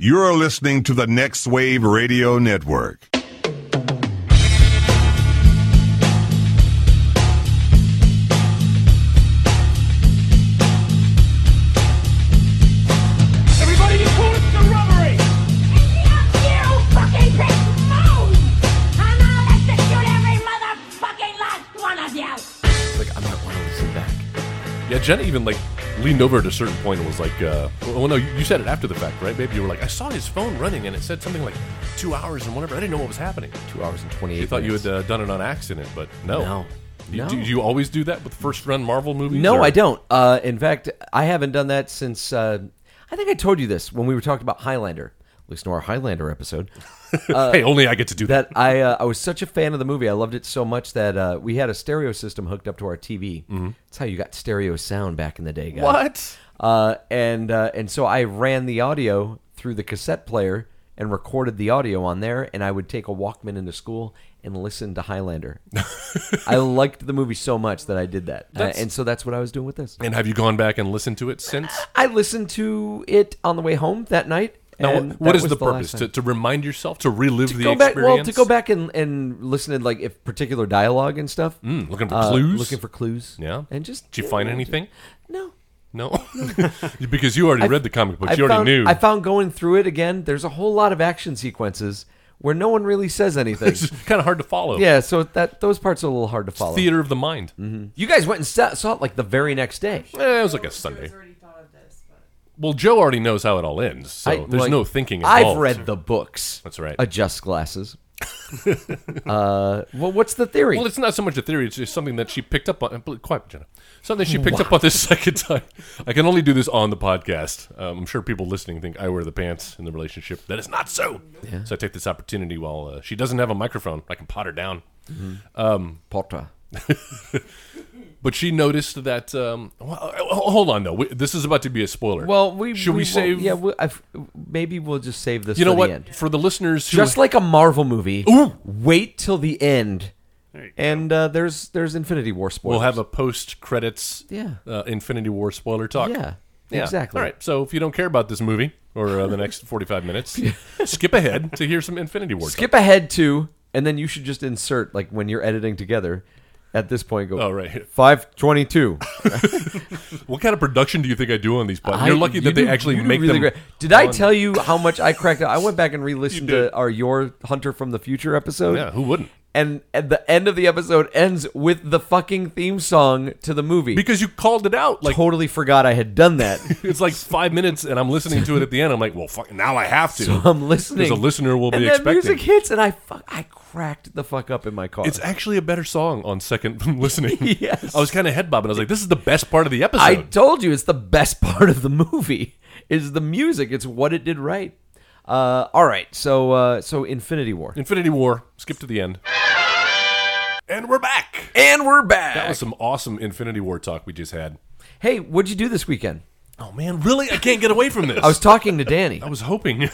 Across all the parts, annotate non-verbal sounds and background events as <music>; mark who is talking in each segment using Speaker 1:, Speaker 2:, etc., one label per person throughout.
Speaker 1: You're listening to the Next Wave Radio Network.
Speaker 2: Everybody, you call it the robbery!
Speaker 3: Like, I might want to listen back. Yeah, Jenna even like leaned over at a certain point and was like, uh, "Well, no, you you said it after the fact, right? Maybe you were like, I saw his phone running and it said something like two hours and whatever. I didn't know what was happening.
Speaker 4: Two hours and twenty eight.
Speaker 3: You thought you had uh, done it on accident, but no,
Speaker 4: No.
Speaker 3: You,
Speaker 4: No.
Speaker 3: Do, do you always do that with first run Marvel movies?
Speaker 4: No,
Speaker 3: or-
Speaker 4: I don't. Uh, in fact, I haven't done that since. Uh, I think I told you this when we were talking about Highlander. Listen to our Highlander episode.
Speaker 3: hey, only I get to do that. <laughs>
Speaker 4: That I uh, I was such a fan of the movie. I loved it so much that uh, we had a stereo system hooked up to our TV. That's how you got stereo sound back in the day, guys.
Speaker 3: Mm-hmm. What?
Speaker 4: Uh, and uh, and so I ran the audio through the cassette player and recorded the audio on there. And I would take a Walkman into school and listen to
Speaker 3: <laughs>
Speaker 4: Highlander. I liked the movie so much that I did that. Uh,
Speaker 3: That's-
Speaker 4: and so that's what I was doing with this.
Speaker 3: And have you gone back and listened to it since?
Speaker 4: I listened to it on the way home that night.
Speaker 3: Now,
Speaker 4: and
Speaker 3: wh- what
Speaker 4: that
Speaker 3: is
Speaker 4: was
Speaker 3: the
Speaker 4: last
Speaker 3: purpose? To,
Speaker 4: time.
Speaker 3: to remind yourself to relive
Speaker 4: To
Speaker 3: the
Speaker 4: go back,
Speaker 3: experience.
Speaker 4: well, to go back and, and listen to like if particular dialogue and stuff.
Speaker 3: Mm, looking for
Speaker 4: Uh,
Speaker 3: clues.
Speaker 4: looking for clues.
Speaker 3: Yeah.
Speaker 4: and just uh,
Speaker 3: Did you find anything?
Speaker 4: No, <laughs>
Speaker 3: No, <laughs> because you already
Speaker 4: I-
Speaker 3: read the comic book.
Speaker 4: I
Speaker 3: you already
Speaker 4: found-
Speaker 3: knew.
Speaker 4: I found going through it again. There's a whole lot of action sequences where no one really says anything.
Speaker 3: <laughs> <laughs> it's kind of hard to follow.
Speaker 4: yeah, so that those parts are a little hard to follow.
Speaker 3: theater of the mind.
Speaker 4: You guys went and sa- saw it like the very next day.
Speaker 3: Eh, it was like a Sunday. Well, Joe already knows how it all ends, so
Speaker 4: I-
Speaker 3: there's
Speaker 4: like,
Speaker 3: no thinking involved.
Speaker 4: I've read the books.
Speaker 3: That's right.
Speaker 4: Adjust
Speaker 3: <laughs>
Speaker 4: glasses. uh, well, what's the theory?
Speaker 3: Well, it's not so much a theory; it's just something that she picked up on. uh, Quiet, Jenna. Something she picked up on this <laughs> second time. I can only do this on the podcast. Um, I'm sure people listening think I wear the pants in the relationship. That is not so. So I take this opportunity while uh, she doesn't have a microphone. I can pot her down.
Speaker 4: Potter.
Speaker 3: But she noticed that. Um, well, uh, hold on, though. We, this is about to be a spoiler.
Speaker 4: Well, we
Speaker 3: should we,
Speaker 4: will-
Speaker 3: save?
Speaker 4: yeah, we, I've, maybe we'll just save this.
Speaker 3: you know
Speaker 4: for
Speaker 3: what?
Speaker 4: The end.
Speaker 3: For the listeners who
Speaker 4: Just like a Marvel movie,
Speaker 3: Ooh.
Speaker 4: wait till the end, and uh, there's there's Infinity War spoilers.
Speaker 3: We'll have a post credits
Speaker 4: Yeah.
Speaker 3: uh, Infinity War spoiler talk.
Speaker 4: Yeah, exactly.
Speaker 3: All right. So if you don't care about this movie or uh, the next 45
Speaker 4: <laughs>
Speaker 3: minutes, skip ahead to hear some Infinity War.
Speaker 4: skip ahead to, and then you should just insert like when you're editing together. At this point, go.
Speaker 3: Oh, right.
Speaker 4: Five twenty-two.
Speaker 3: talk. What kind of production do you think I do on these podcasts? You're lucky
Speaker 4: I-
Speaker 3: that
Speaker 4: you
Speaker 3: they
Speaker 4: do-
Speaker 3: actually
Speaker 4: you do
Speaker 3: make
Speaker 4: really
Speaker 3: them.
Speaker 4: great. Did I tell you how much I cracked up? I went back and re-listened
Speaker 3: You did.
Speaker 4: to our "Your Hunter from the Future" episode.
Speaker 3: Yeah, who wouldn't?
Speaker 4: And at the end of the episode ends with the fucking theme song to the movie.
Speaker 3: Because you called it out. Like
Speaker 4: totally forgot I had done that.
Speaker 3: it's like five minutes, and I'm listening to it at the end. I'm like, well, fuck, now I have to.
Speaker 4: I'm listening.
Speaker 3: Because a listener will
Speaker 4: and
Speaker 3: be
Speaker 4: then
Speaker 3: expecting.
Speaker 4: music hits, and I fuck, I cracked the fuck up in my car.
Speaker 3: It's actually a better song on second <laughs> listening.
Speaker 4: Yes.
Speaker 3: I was kind of head bobbing. I was like, this is the best part of the episode.
Speaker 4: I told you, it's the best <laughs> part of the movie. Is the music? It's what it did right. Uh, all right, so uh, so Infinity War,
Speaker 3: Infinity War. Skip to the end. And we're back.
Speaker 4: and we're back.
Speaker 3: That was some awesome Infinity War talk we just had.
Speaker 4: hey, what'd you do this weekend?
Speaker 3: Oh man, really? <laughs> I can't get away from this.
Speaker 4: I was talking to
Speaker 3: <laughs>
Speaker 4: Danny.
Speaker 3: I was hoping.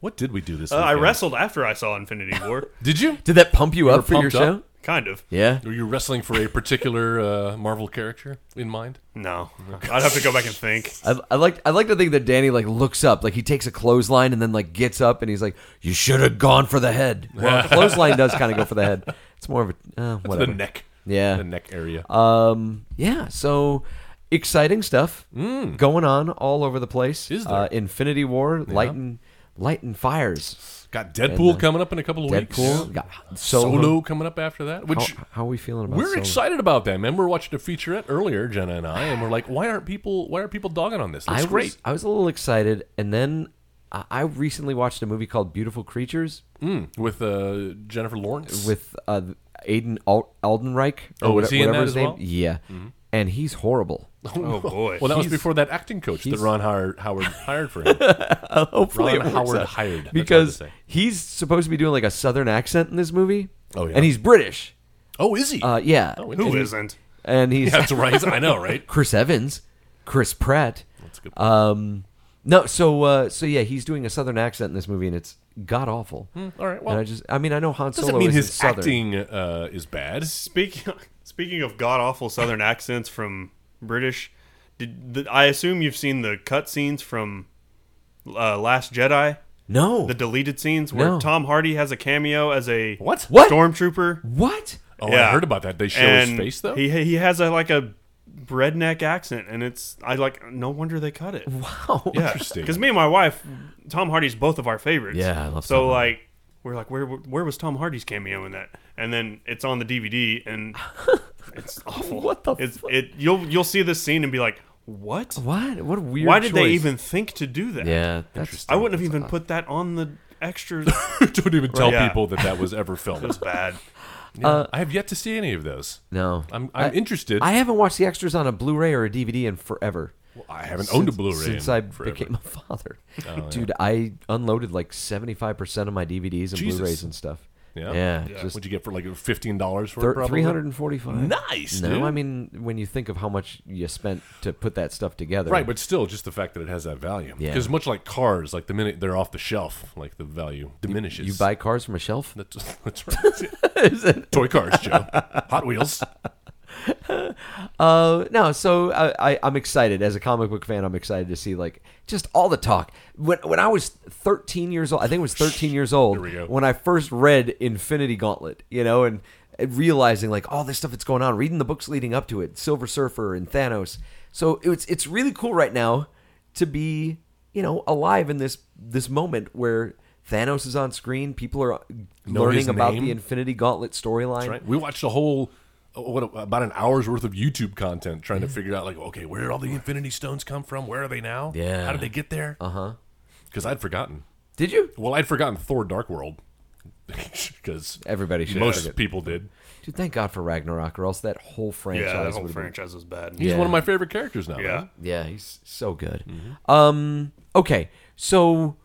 Speaker 3: what did we do this?
Speaker 5: Uh, I
Speaker 3: weekend?
Speaker 5: wrestled after I
Speaker 3: <laughs>
Speaker 5: saw Infinity War.
Speaker 3: Did you?
Speaker 4: Did that pump you up for your
Speaker 3: pumped up?
Speaker 4: show?
Speaker 5: kind of.
Speaker 4: Yeah.
Speaker 3: Were you wrestling for a particular <laughs> uh, Marvel character in mind?
Speaker 5: No. I'd have to go back and
Speaker 3: <laughs>
Speaker 5: think.
Speaker 4: I, I like I like to think that Danny like looks up, like he takes a clothesline and then like gets up and he's like, "You should have gone for the head."
Speaker 3: <laughs>
Speaker 4: Well, a clothesline does kind of go for the head. It's more of a uh, whatever.
Speaker 3: The neck.
Speaker 4: Yeah.
Speaker 3: The neck area.
Speaker 4: Um, yeah. So exciting stuff going on all over the place.
Speaker 3: Hmm. Is there?
Speaker 4: Uh, Infinity War, lighting lighting fires.
Speaker 3: Got Deadpool coming up in a couple of weeks.
Speaker 4: uh, Deadpool got
Speaker 3: Solo.
Speaker 4: Solo.
Speaker 3: coming up after that,
Speaker 4: How,
Speaker 3: which
Speaker 4: how are we feeling about?
Speaker 3: we're
Speaker 4: Solo?
Speaker 3: excited about that, man. We're watching a featurette earlier, Jenna and I, and we're like, why aren't people? Why are people dogging on this? It's
Speaker 4: I
Speaker 3: great.
Speaker 4: Was, I was a little excited, and then I, I recently watched a movie called Beautiful Creatures
Speaker 3: Mm, with uh, Jennifer Lawrence.
Speaker 4: with uh, Aiden Al- Aldenreich. or
Speaker 3: Oh, was
Speaker 4: whate-
Speaker 3: he in
Speaker 4: whatever
Speaker 3: that
Speaker 4: his
Speaker 3: as
Speaker 4: name.
Speaker 3: well? Mm-hmm.
Speaker 4: Yeah, and he's
Speaker 3: <laughs>
Speaker 4: horrible.
Speaker 5: Oh, boy.
Speaker 3: well, that was
Speaker 4: he's-
Speaker 3: before that acting coach that
Speaker 4: he's-
Speaker 3: Ron
Speaker 4: <laughs>
Speaker 3: Howard, Howard hired for him.
Speaker 4: Hopefully,
Speaker 3: Ron
Speaker 4: it works
Speaker 3: Howard
Speaker 4: out.
Speaker 3: hired. That's hard to
Speaker 4: because
Speaker 3: say.
Speaker 4: he's supposed to be doing like a southern accent in this movie.
Speaker 3: Oh, yeah.
Speaker 4: and he's British.
Speaker 3: Oh, is he?
Speaker 4: Uh, yeah,
Speaker 3: Oh,
Speaker 5: Who
Speaker 3: and-
Speaker 5: isn't?
Speaker 4: and he's
Speaker 3: <laughs> That's right. I know, right?
Speaker 4: Chris Evans, Chris Pratt.
Speaker 3: That's a good.
Speaker 4: Um, no, so uh, so yeah, he's doing a southern accent in this movie, and it's god awful.
Speaker 3: Hmm, all right, well-
Speaker 4: and I just, I mean, I know Han Solo
Speaker 3: doesn't mean
Speaker 4: isn't
Speaker 3: his
Speaker 4: southern.
Speaker 3: acting uh, is bad.
Speaker 5: Speaking <laughs> speaking of god awful southern accents from British, did the, I assume you've seen the cutscenes from uh, Last Jedi,
Speaker 4: No.
Speaker 5: the deleted scenes where
Speaker 4: No.
Speaker 5: Tom Hardy has a cameo as a
Speaker 3: What?
Speaker 4: What?
Speaker 5: stormtrooper.
Speaker 4: what?
Speaker 3: Oh,
Speaker 5: Yeah.
Speaker 3: I heard about that. They show his
Speaker 5: And
Speaker 3: face though.
Speaker 5: He he has a like a redneck accent, and it's I like no wonder they cut it.
Speaker 4: Wow.
Speaker 3: <laughs> Interesting.
Speaker 5: Because me and my wife, Tom Hardy's both of our favorites.
Speaker 4: Yeah, I love
Speaker 5: So
Speaker 4: Tom Hardy.
Speaker 5: like, we're like, where where was Tom Hardy's cameo in that? And then it's on the DVD,
Speaker 4: <laughs>
Speaker 5: and it's awful.
Speaker 4: <laughs> What the
Speaker 5: It's
Speaker 4: fuck?
Speaker 5: it. You'll you'll see this scene and be like, what?
Speaker 4: What? What a weird.
Speaker 5: Why did they
Speaker 4: choice.
Speaker 5: even think to do that?
Speaker 4: Yeah. uh, That's,
Speaker 5: I wouldn't have even put that on the
Speaker 4: <laughs>
Speaker 5: extras.
Speaker 3: Don't even tell
Speaker 5: Yeah.
Speaker 3: people that that was ever <laughs>
Speaker 5: it was
Speaker 3: filmed.
Speaker 5: bad.
Speaker 3: Yeah. I have yet to see any of those.
Speaker 4: Uh, No.
Speaker 3: I'm I'm
Speaker 4: I-
Speaker 3: interested.
Speaker 4: I
Speaker 3: I,
Speaker 4: haven't watched the extras on a Blu-ray or a DVD in forever.
Speaker 3: haven't owned a
Speaker 4: Since-
Speaker 3: Blu-ray
Speaker 4: since
Speaker 3: in
Speaker 4: I
Speaker 3: forever. Oh,
Speaker 4: became a father. Dude, I unloaded like seventy five percent of my DVDs and
Speaker 3: Jesus.
Speaker 4: Blu-rays and stuff.
Speaker 3: Yeah?
Speaker 4: yeah,
Speaker 5: Yeah.
Speaker 4: just
Speaker 3: What'd you get for like fifteen dollars for it?
Speaker 4: three
Speaker 3: Probably
Speaker 4: hundred and forty five.
Speaker 3: Nice,
Speaker 4: No,
Speaker 3: dude.
Speaker 4: I mean when you think of how much you spent to put that stuff together,
Speaker 3: Right, but still, just the fact that it has that value.
Speaker 4: Yeah.
Speaker 3: Because much like cars, like the minute they're off the shelf, like the value diminishes.
Speaker 4: you buy cars from a shelf.
Speaker 3: That's, <laughs> that's
Speaker 4: <laughs>
Speaker 3: right. Toy cars, Joe. Hot Wheels.
Speaker 4: Uh, no, so I, I, I'm excited as a comic book fan. I'm excited to see like just all the talk. When when I was 13 years old, I think it was 13 years old
Speaker 3: we go.
Speaker 4: when I first read Infinity Gauntlet. You know, and and realizing like all this stuff that's going on, reading the books leading up to it, Silver Surfer and Thanos. So it's it's really cool right now to be you know alive in this this moment where. Thanos is on screen. People are
Speaker 3: Know his
Speaker 4: learning about
Speaker 3: name.
Speaker 4: the Infinity Gauntlet storyline.
Speaker 3: Right. We watched a whole uh, what about an hour's worth of YouTube content trying to figure out like, okay, where did all the Infinity Stones come from? Where are they now?
Speaker 4: Yeah. Uh-huh.
Speaker 3: How did they get there? Uh huh. Because I'd forgotten.
Speaker 4: Did you?
Speaker 3: Well, I'd forgotten Thor: Dark World. <laughs> Because
Speaker 4: Everybody should
Speaker 3: most
Speaker 4: forget.
Speaker 3: people did.
Speaker 4: Dude, thank God for Ragnarok, or else that whole franchise.
Speaker 5: Yeah, that whole
Speaker 4: would've been-
Speaker 5: franchise was bad.
Speaker 3: He's
Speaker 4: Yeah.
Speaker 3: one of my favorite characters now.
Speaker 5: Yeah.
Speaker 3: man.
Speaker 4: Yeah, he's so good. Um, okay, so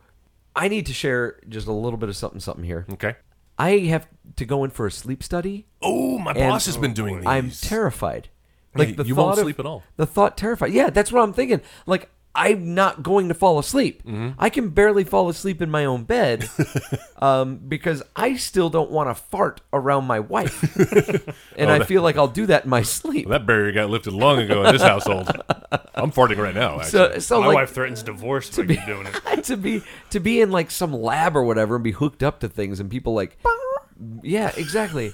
Speaker 4: I need to share just a little bit of something, something here.
Speaker 3: Okay.
Speaker 4: I have to go in for a sleep study.
Speaker 3: Oh, my
Speaker 4: and
Speaker 3: boss has been doing these.
Speaker 4: I'm terrified.
Speaker 3: Hey,
Speaker 4: Like the
Speaker 3: you
Speaker 4: thought
Speaker 3: won't
Speaker 4: of-
Speaker 3: sleep at all.
Speaker 4: The thought terrified. Yeah, that's what I'm thinking. Like I'm not going to fall asleep. I can barely fall asleep in my own bed um, because I still don't want to fart around my wife, and I feel like I'll do that in my sleep.
Speaker 3: That barrier got lifted long ago in this household. I'm farting right now. Actually.
Speaker 4: <laughs> so, so
Speaker 5: My
Speaker 4: Oh, like,
Speaker 5: wife threatens divorce
Speaker 3: <laughs>
Speaker 5: if I keep <laughs> doing
Speaker 4: <laughs>
Speaker 5: it.
Speaker 4: to be to be in like some lab or whatever and be hooked up to things and people
Speaker 3: <laughs>
Speaker 4: like yeah exactly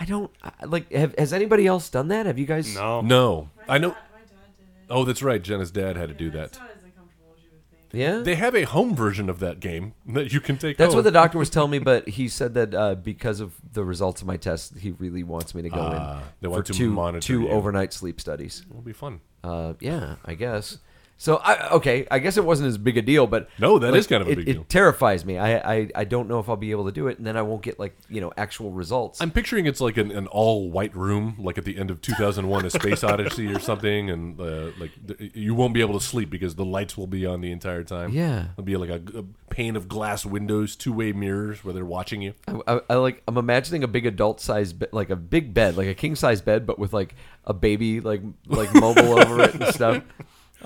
Speaker 4: i don't I- like have, has anybody else done that have you guys <laughs>
Speaker 5: No.
Speaker 3: no, I know.
Speaker 6: My dad did it.
Speaker 3: Oh, that's right. Jenna's dad had to do that.
Speaker 6: It's not as uncomfortable as you would think.
Speaker 4: yeah
Speaker 3: They have a home version of that game that you can take. Oh,
Speaker 4: that's
Speaker 3: home.
Speaker 4: what the doctor was telling me but he said that uh, because of the results of my test he really wants me to go
Speaker 3: Ah, they
Speaker 4: in
Speaker 3: want
Speaker 4: for
Speaker 3: to
Speaker 4: two,
Speaker 3: monitor
Speaker 4: two
Speaker 3: you.
Speaker 4: overnight sleep studies
Speaker 3: It'll be fun.
Speaker 4: uh, yeah i guess so I, okay i guess it wasn't as big a deal but
Speaker 3: No, that
Speaker 4: that is
Speaker 3: is kind of a
Speaker 4: it,
Speaker 3: big
Speaker 4: it
Speaker 3: deal.
Speaker 4: terrifies me I, I i don't know if i'll be able to do it and then i won't get like you know actual results
Speaker 3: I'm picturing it's like an, an all white room, like at the end of 2001:
Speaker 4: <laughs>
Speaker 3: A Space Odyssey or something, and uh, like th- you won't be able to sleep because the lights will be on the entire time.
Speaker 4: Yeah.
Speaker 3: it'll be like a, a pane of glass windows, two way mirrors where they're watching you.
Speaker 4: I, I like I'm imagining a big adult size be- like a big bed like a king size bed but with like a baby like like
Speaker 3: <laughs>
Speaker 4: mobile over it and stuff.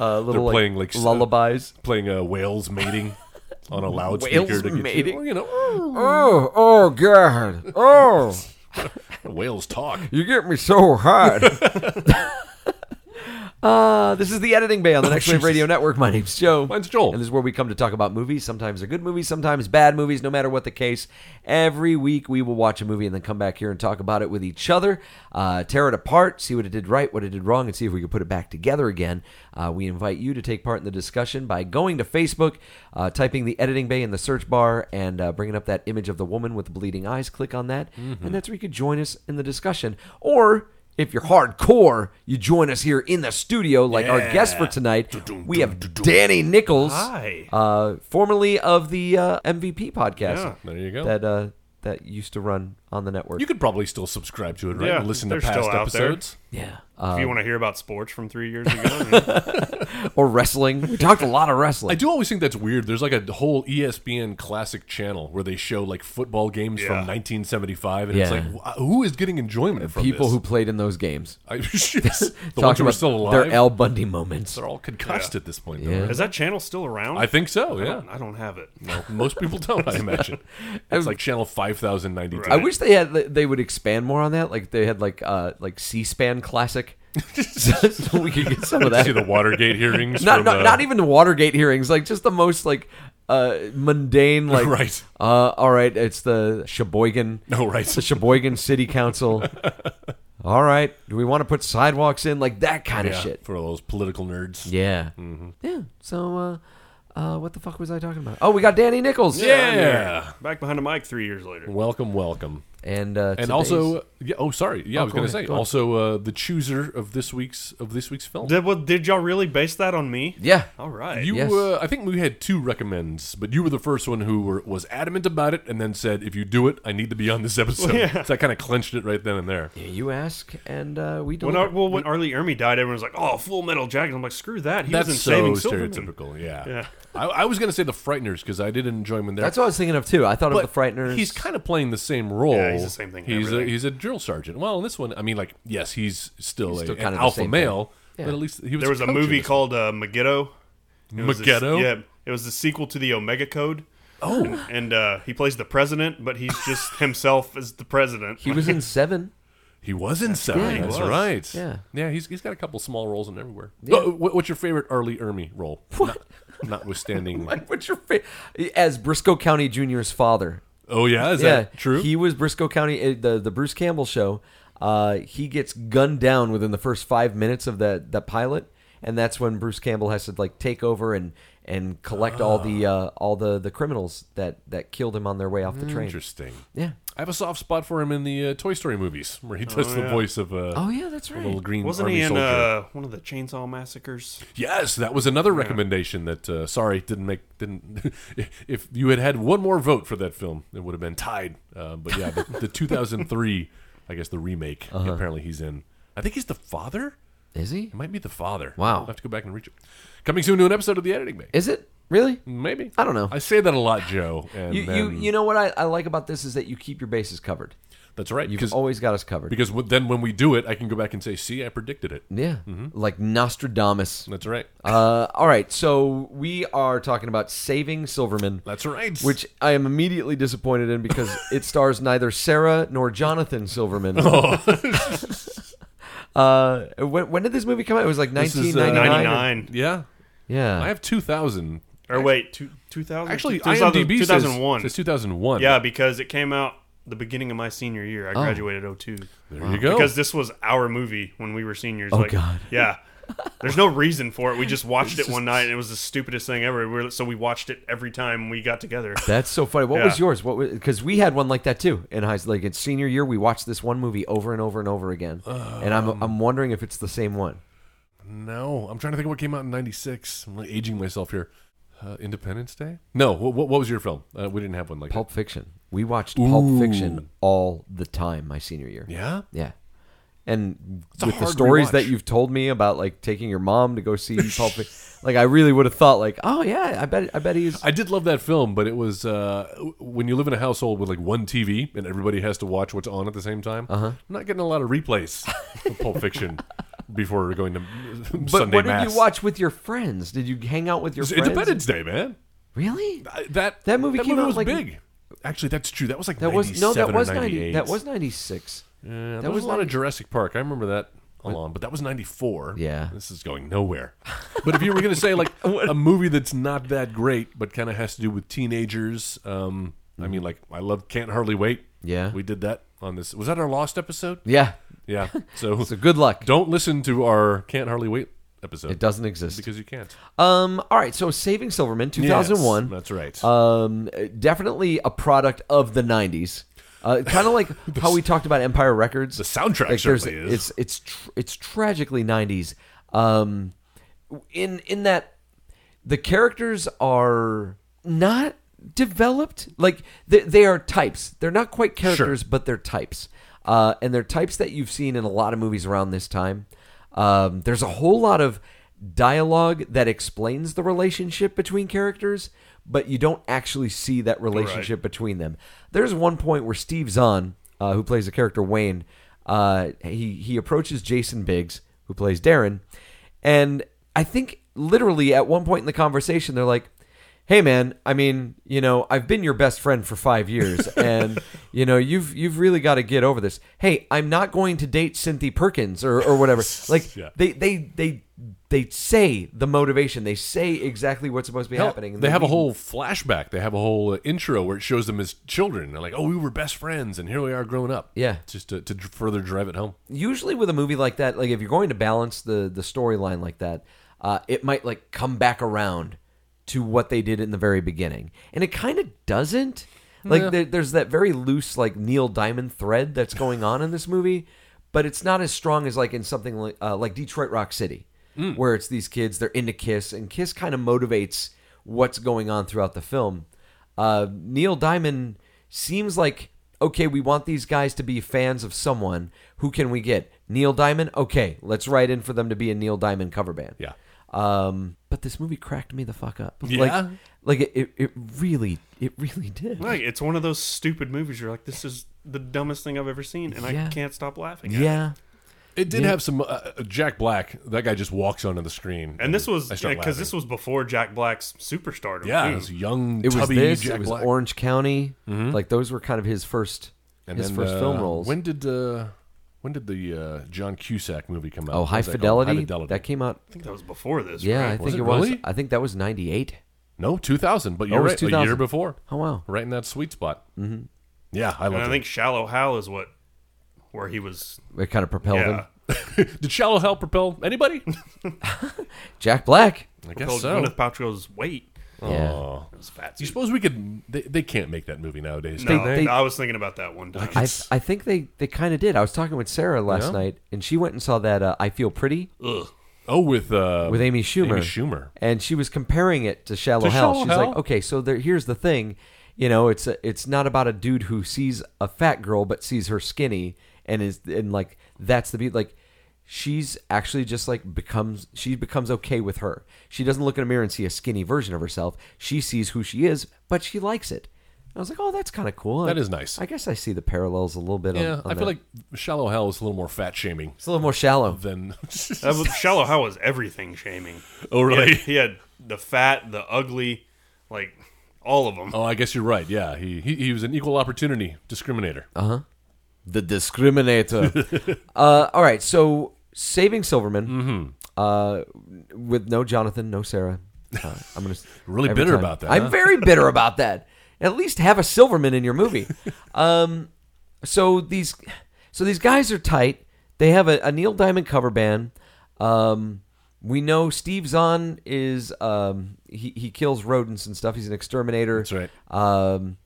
Speaker 4: Uh, little like,
Speaker 3: playing, like, s-
Speaker 4: lullabies.
Speaker 3: Playing uh,
Speaker 4: <laughs>
Speaker 3: whales mating on a loudspeaker
Speaker 4: Whales
Speaker 3: to get
Speaker 4: mating?
Speaker 3: you. You know,
Speaker 4: <laughs> Oh oh god oh
Speaker 3: whales talk.
Speaker 4: you get me so hot. <laughs> Uh, this is the editing bay on
Speaker 3: <laughs>
Speaker 4: the Next Wave
Speaker 3: Jesus.
Speaker 4: Radio Network. My name's Joe.
Speaker 3: Mine's Joel.
Speaker 4: And this is where we come to talk about movies. Sometimes they're good movies, sometimes bad movies, no matter what the case. Every week we will watch a movie and then come back here and talk about it with each other, uh, tear it apart, see what it did right, what it did wrong, and see if we can put it back together again. Uh, we invite you to take part in the discussion by going to Facebook, uh, typing the editing bay in the search bar, and uh, bringing up that image of the woman with the bleeding eyes. Click on that, and that's where you could join us in the discussion. Or. If you're hardcore, you join us here in the studio like our guest for tonight. We have Danny Nichols
Speaker 5: Hi.
Speaker 4: uh, formerly of the uh, MVP podcast.
Speaker 5: Yeah,
Speaker 3: there you go.
Speaker 4: That uh, that used to run on the network.
Speaker 3: You could probably still subscribe to it, right?
Speaker 5: Yeah,
Speaker 3: and listen to
Speaker 5: they're
Speaker 3: past
Speaker 5: still out there.
Speaker 3: episodes.
Speaker 4: yeah, Uh,
Speaker 5: if you want to hear about sports from three
Speaker 4: <laughs>
Speaker 5: years ago,
Speaker 4: or wrestling. We talked a lot of
Speaker 3: I
Speaker 4: wrestling.
Speaker 3: do always think that's weird. There's like a whole E ESPN classic channel where they show like football games from
Speaker 5: Yeah.
Speaker 3: 1975, and it's
Speaker 4: Yeah.
Speaker 3: like, wh- who is getting enjoyment from
Speaker 4: People
Speaker 3: this?
Speaker 4: who played in those games. <laughs>
Speaker 3: I, <laughs> yes, the ones
Speaker 4: Talking
Speaker 3: who are
Speaker 4: about
Speaker 3: still alive,
Speaker 4: their Al Bundy moments.
Speaker 3: they're all concussed at this point.
Speaker 4: Yeah.
Speaker 3: Though, right?
Speaker 5: is that channel still around?
Speaker 3: I think so.
Speaker 5: I
Speaker 3: Yeah,
Speaker 5: don't, I don't have it.
Speaker 3: No, most people don't.
Speaker 4: <laughs>
Speaker 3: I imagine it's like channel 5093. <laughs>
Speaker 5: Right.
Speaker 4: I wish they had they would expand more on that. Like they had like uh like C-SPAN classic. <laughs> so, so we could get some of that.
Speaker 3: See the Watergate hearings.
Speaker 4: <laughs> not,
Speaker 3: from,
Speaker 4: not,
Speaker 3: uh,
Speaker 4: not even the Watergate hearings, like just the most like uh,
Speaker 3: <laughs>
Speaker 4: mundane, like
Speaker 3: Right.
Speaker 4: Uh, all right, it's the Sheboygan.
Speaker 3: No, right.
Speaker 4: it's the Sheboygan City
Speaker 3: <laughs>
Speaker 4: Council. all right, do we want to put sidewalks in like that kind
Speaker 3: yeah, Mm-hmm.
Speaker 4: of shit?
Speaker 3: for all those political nerds.
Speaker 4: Yeah, yeah. So, uh, uh, what the fuck was I talking about? Oh, we got Danny Nichols.
Speaker 3: Yeah.
Speaker 5: Back behind the mic three years later.
Speaker 3: Welcome, welcome.
Speaker 4: and uh,
Speaker 3: And
Speaker 4: today's-
Speaker 3: also, yeah, oh, sorry. Yeah,
Speaker 4: Oh,
Speaker 3: I was
Speaker 4: go
Speaker 3: going to
Speaker 4: ahead,
Speaker 3: say
Speaker 4: go on.
Speaker 3: also uh, the chooser of this week's of this week's film.
Speaker 5: Did, well, did y'all really base that on me?
Speaker 4: yeah,
Speaker 5: All right.
Speaker 3: You,
Speaker 4: Yes.
Speaker 3: uh, I think we had two recommends, but you were the first one who were, was adamant about it, and then said, "If you do it, I need to be on this <laughs> episode."
Speaker 5: yeah.
Speaker 3: So I kind of clenched it right then and there.
Speaker 4: you ask, and uh, we
Speaker 5: when,
Speaker 4: deliver.
Speaker 5: Ar- well, when Arlie Ermy died, everyone was like, "Oh, Full Metal Jacket." I'm like, "Screw that." He
Speaker 3: That's
Speaker 5: was in
Speaker 3: so
Speaker 5: Saving Silverman.
Speaker 3: stereotypical. Yeah.
Speaker 5: Yeah.
Speaker 3: I, I was going to say the Frighteners because I did enjoy him in there.
Speaker 4: That's what I was thinking of too. I thought
Speaker 3: but
Speaker 4: of the Frighteners.
Speaker 3: He's kind of playing the same role.
Speaker 5: Yeah, he's the same thing in
Speaker 3: He's a,
Speaker 5: everything.
Speaker 3: he's a drill sergeant. Well, in this one, I mean, like, yes, he's still,
Speaker 4: He's
Speaker 3: a,
Speaker 4: still
Speaker 3: an
Speaker 4: kind of the
Speaker 3: alpha
Speaker 4: same
Speaker 3: male,
Speaker 4: thing.
Speaker 3: but
Speaker 4: Yeah.
Speaker 3: at least he was.
Speaker 5: There was a
Speaker 3: coach in
Speaker 5: movie
Speaker 3: this.
Speaker 5: called uh, Megiddo. It was this-
Speaker 3: Megiddo?
Speaker 5: yeah, it was the sequel to the Omega Code. Oh, and, and, uh, he plays the president, but he's
Speaker 3: <laughs>
Speaker 5: just himself as the president.
Speaker 4: he was in Seven.
Speaker 3: He was in Seven.
Speaker 4: right. He
Speaker 3: That's
Speaker 5: was.
Speaker 3: right.
Speaker 4: Yeah.
Speaker 3: yeah. He's he's got a couple small roles in everywhere. Oh, what- what's your favorite Arlie Ermy
Speaker 4: <laughs>
Speaker 3: role? Not, notwithstanding.
Speaker 4: Like, what's your fa- as Briscoe County Junior's father?
Speaker 3: oh yeah, is that true?
Speaker 4: He was Briscoe County uh, the the Bruce Campbell show. Uh, he gets gunned down within the first five minutes of the the pilot, and that's when Bruce Campbell has to like take over and and collect all the
Speaker 3: Ah.
Speaker 4: uh, all the the criminals that that killed him on their way off the train.
Speaker 3: Interesting.
Speaker 4: Yeah.
Speaker 3: I have a soft spot for him in the uh, Toy Story movies, where he does the voice of uh,
Speaker 4: Oh yeah, that's
Speaker 3: a little
Speaker 4: right.
Speaker 3: green
Speaker 5: Wasn't
Speaker 3: army
Speaker 5: he in
Speaker 3: soldier.
Speaker 5: uh, one of the chainsaw massacres?
Speaker 3: Yes, that was another recommendation that uh, sorry didn't make didn't. <laughs> if you had had one more vote for that film, it would have been tied. Uh, but yeah, the,
Speaker 4: <laughs>
Speaker 3: the 2003, I guess the remake.
Speaker 4: Uh-huh.
Speaker 3: Apparently, he's in. I think he's the father.
Speaker 4: Is he?
Speaker 3: It might be the father.
Speaker 4: Wow.
Speaker 3: I'll have to go back and reach it. Coming soon to an episode of the Editing Bay.
Speaker 4: Is it really?
Speaker 3: Maybe
Speaker 4: I don't know.
Speaker 3: I say that a lot, Joe. And
Speaker 4: You, you
Speaker 3: then-
Speaker 4: you know what I, I like about this is that you keep your bases covered.
Speaker 3: that's right.
Speaker 4: You've
Speaker 3: because-
Speaker 4: always got us covered.
Speaker 3: Because w- then when we do it, I can go back and say, see, I predicted it.
Speaker 4: yeah,
Speaker 3: Mm-hmm.
Speaker 4: like Nostradamus.
Speaker 3: That's right.
Speaker 4: Uh, all right, so we are talking about Saving Silverman,
Speaker 3: That's right.
Speaker 4: which I am immediately disappointed in
Speaker 3: <laughs>
Speaker 4: because it stars neither Sarah nor Jonathan Silverman.
Speaker 3: Oh.
Speaker 4: <laughs> uh, when, when did this movie come out? It was like
Speaker 3: This is, uh,
Speaker 4: 1999.
Speaker 5: Ninety
Speaker 4: or-
Speaker 5: nine.
Speaker 3: yeah.
Speaker 4: Yeah.
Speaker 3: I have 2,000.
Speaker 5: Or wait, two thousand.
Speaker 3: Actually,
Speaker 5: 2000,
Speaker 3: IMDb says-
Speaker 5: 2001.
Speaker 3: Says 2001.
Speaker 5: yeah, because it came out the beginning of my senior year. I graduated oh two.
Speaker 3: There you go.
Speaker 5: because this was our movie when we were seniors. Oh like,
Speaker 4: God.
Speaker 5: Yeah. There's no reason for it. We just watched it one night, and it was the stupidest thing ever. We were, so we watched it every time we got together.
Speaker 4: That's so funny. What
Speaker 5: Yeah.
Speaker 4: was yours? What was because we had one like that too in high like in senior year. We watched this one movie over and over and over again,
Speaker 3: Um.
Speaker 4: and I'm I'm wondering if it's the same one.
Speaker 3: no, I'm trying to think of what came out in 96. I'm like aging myself here. Uh, Independence Day? No, what, what, what was your film? Uh, we didn't have one like
Speaker 4: Pulp Fiction. We watched Pulp Fiction all the time my senior year.
Speaker 3: that. Yeah?
Speaker 4: Yeah. And
Speaker 3: a
Speaker 4: with the
Speaker 3: hard
Speaker 4: stories that
Speaker 3: rewatch.
Speaker 4: you've told me about like taking your mom to go see
Speaker 3: <laughs>
Speaker 4: Pulp Fiction, like I really would have thought like, oh yeah, I bet I bet he's
Speaker 3: I did love that film, but it was uh, w- when you live in a household with like one TV and everybody has to watch what's on at the same time. Uh-huh. I'm not getting a lot of replays of Pulp Fiction <laughs> before going to uh,
Speaker 4: But
Speaker 3: Sunday
Speaker 4: what
Speaker 3: Mass.
Speaker 4: did you watch with your friends? Did you hang out with your
Speaker 3: It's Uh,
Speaker 4: friends?
Speaker 3: Independence Day, man.
Speaker 4: Really?
Speaker 3: I- That
Speaker 4: That movie came out,
Speaker 3: was
Speaker 4: like-
Speaker 3: big. Actually, that's true. That was like
Speaker 4: That was no, that
Speaker 3: 97 or
Speaker 4: was ninety.
Speaker 3: 98.
Speaker 4: That was ninety six.
Speaker 3: Yeah,
Speaker 4: that
Speaker 3: there was
Speaker 4: was
Speaker 3: a lot of
Speaker 4: 90
Speaker 3: Jurassic Park. I remember that along, but that was ninety four.
Speaker 4: Yeah.
Speaker 3: this is going nowhere. But if you were going to
Speaker 4: <laughs>
Speaker 3: say like a movie that's not that great, but kind of has to do with teenagers, um, I mean, like I love Can't Hardly Wait.
Speaker 4: Mm-hmm. Yeah.
Speaker 3: we did that on this. Was that our lost episode?
Speaker 4: Yeah. <laughs>
Speaker 3: Yeah. So,
Speaker 4: So good luck.
Speaker 3: don't listen to our Can't Hardly Wait episode.
Speaker 4: It doesn't exist.
Speaker 3: because you can't.
Speaker 4: Um. All right. So Saving Silverman, two thousand one.
Speaker 3: Yes, that's right.
Speaker 4: Um. Definitely a product of the nineties. Uh, kind of
Speaker 3: <laughs>
Speaker 4: like how we talked about Empire Records.
Speaker 3: the soundtrack
Speaker 4: like there's
Speaker 3: certainly is.
Speaker 4: it's it's tr- it's tragically 90s um in in that the characters are not developed like they, they are types they're not quite characters but they're types uh and they're types that you've seen in a lot of movies around this time um there's a whole lot of dialogue that explains the relationship between characters but you don't actually see that relationship between them there's one point where steve zahn uh, who plays the character wayne uh, he he approaches Jason Biggs, who plays Darren, and I think literally at one point in the conversation they're like, "Hey, man, I mean, you know, I've been your best friend for five
Speaker 3: <laughs>
Speaker 4: years, and you know, you've you've really got to get over this. Hey, I'm not going to date Cynthia Perkins or or
Speaker 3: <laughs>
Speaker 4: whatever. Like
Speaker 3: Yeah.
Speaker 4: they they they they say the motivation. They say exactly what's supposed to be
Speaker 3: Hell,
Speaker 4: happening. and
Speaker 3: They
Speaker 4: then
Speaker 3: have a
Speaker 4: we-
Speaker 3: whole flashback. They have a whole uh, intro where it shows them as children. They're like, oh, we were best friends, and here we are growing up.
Speaker 4: Yeah.
Speaker 3: just to, to dr- further drive it home.
Speaker 4: usually with a movie like that, like if you're going to balance the the storyline like that, uh, it might like come back around to what they did in the very beginning, and it kind of doesn't. Like there, there's that very loose like Neil Diamond thread that's going on in this movie, but it's not as strong as like in something like uh, like Detroit Rock City, where it's these kids they're into Kiss, and Kiss kind of motivates what's going on throughout the film uh, Neil Diamond seems like okay. We want these guys to be fans of someone. Who can we get? Neil Diamond. Okay, let's write in for them to be a Neil Diamond cover band.
Speaker 3: Yeah.
Speaker 4: Um, but this movie cracked me the fuck up. Like,
Speaker 3: Yeah?
Speaker 4: like it, it, it really, it really did.
Speaker 5: Like it's one of those stupid movies. You're like, this is the dumbest thing I've ever seen, and
Speaker 4: Yeah.
Speaker 5: I can't stop laughing. at it.
Speaker 4: yeah.
Speaker 3: It did have some uh, uh, Jack Black. That guy just walks onto the screen,
Speaker 5: And this was
Speaker 3: I start
Speaker 5: because this
Speaker 3: laughing.
Speaker 5: was before Jack Black's superstardom.
Speaker 3: yeah,
Speaker 5: too.
Speaker 3: this young
Speaker 4: It was
Speaker 3: tubby
Speaker 4: this.
Speaker 3: Jack
Speaker 4: it was
Speaker 3: Black. Mm-hmm.
Speaker 4: Orange County. Like those were kind of his first,
Speaker 3: And
Speaker 4: his
Speaker 3: then,
Speaker 4: first
Speaker 3: uh,
Speaker 4: film roles.
Speaker 3: When did uh, when did the uh, John Cusack movie come out?
Speaker 4: oh,
Speaker 3: What
Speaker 4: High
Speaker 3: was that called?
Speaker 4: Fidelity.
Speaker 3: High Fidelity.
Speaker 4: That came out.
Speaker 5: I think that was before this.
Speaker 4: Yeah,
Speaker 5: right?
Speaker 4: I think
Speaker 3: it
Speaker 4: it, was.
Speaker 3: really?
Speaker 4: I think that was ninety eight.
Speaker 3: no, two thousand. But
Speaker 4: it
Speaker 3: you're
Speaker 4: was
Speaker 3: right, a
Speaker 4: 2000.
Speaker 3: year before,
Speaker 4: Oh wow.
Speaker 3: right in that sweet spot. Mm-hmm. Yeah, I
Speaker 5: and I
Speaker 3: love it.
Speaker 5: think Shallow Hal is what where he was.
Speaker 4: It kind of propelled him.
Speaker 5: Yeah,
Speaker 3: Did Shallow Hell propel
Speaker 5: <laughs>
Speaker 3: anybody?
Speaker 4: Jack Black.
Speaker 3: I guess
Speaker 5: because
Speaker 3: so.
Speaker 5: Gwyneth Paltrow's weight
Speaker 3: oh.
Speaker 4: Yeah.
Speaker 5: was fat.
Speaker 3: Do you suppose we could? They, they can't make that movie nowadays.
Speaker 5: No,
Speaker 4: They- they-
Speaker 5: I was thinking about that one time.
Speaker 4: I, I think they, they kind of did. I was talking with Sarah last
Speaker 3: Yeah?
Speaker 4: night, and she went and saw that uh, I Feel Pretty
Speaker 5: Ugh.
Speaker 3: Oh, with uh,
Speaker 4: with Amy Schumer.
Speaker 3: Amy Schumer.
Speaker 4: And she was comparing it to Shallow
Speaker 3: To
Speaker 4: Hell.
Speaker 3: Shallow
Speaker 4: She's like,
Speaker 3: Hell?
Speaker 4: okay, so there, here's the thing. You know, it's a, it's not about a dude who sees a fat girl but sees her skinny and is and like that's the beat like she's actually just like becomes she becomes okay with her. She doesn't look in a mirror and see a skinny version of herself. She sees who she is, but she likes it. I was like, oh, that's kind of cool.
Speaker 3: That is nice.
Speaker 4: I guess I see the parallels a little bit. on-
Speaker 3: Yeah,
Speaker 4: on
Speaker 3: I
Speaker 4: that.
Speaker 3: feel like Shallow Hell is a little more fat shaming
Speaker 4: It's a little more shallow.
Speaker 3: than. <laughs>
Speaker 5: That was, Shallow Hal was everything shaming.
Speaker 3: oh,
Speaker 5: He
Speaker 3: really?
Speaker 5: had, he had the fat, the ugly, like all of them.
Speaker 3: Oh, I guess you're right. Yeah, he he, he was an equal opportunity discriminator.
Speaker 4: Oh, The discriminator. <laughs> uh, all right, so Saving Silverman
Speaker 3: Mm-hmm.
Speaker 4: uh, with no Jonathan, no Sarah. Uh, I'm gonna
Speaker 3: <laughs> Really
Speaker 4: every
Speaker 3: bitter about that,
Speaker 4: I'm
Speaker 3: huh?
Speaker 4: very
Speaker 3: <laughs>
Speaker 4: bitter about that. At least have a Silverman in your movie. um, so these, so these guys are tight. They have a, a Neil Diamond cover band. Um, we know Steve Zahn is um, he he kills rodents and stuff. He's an exterminator.
Speaker 3: That's right.
Speaker 4: Um,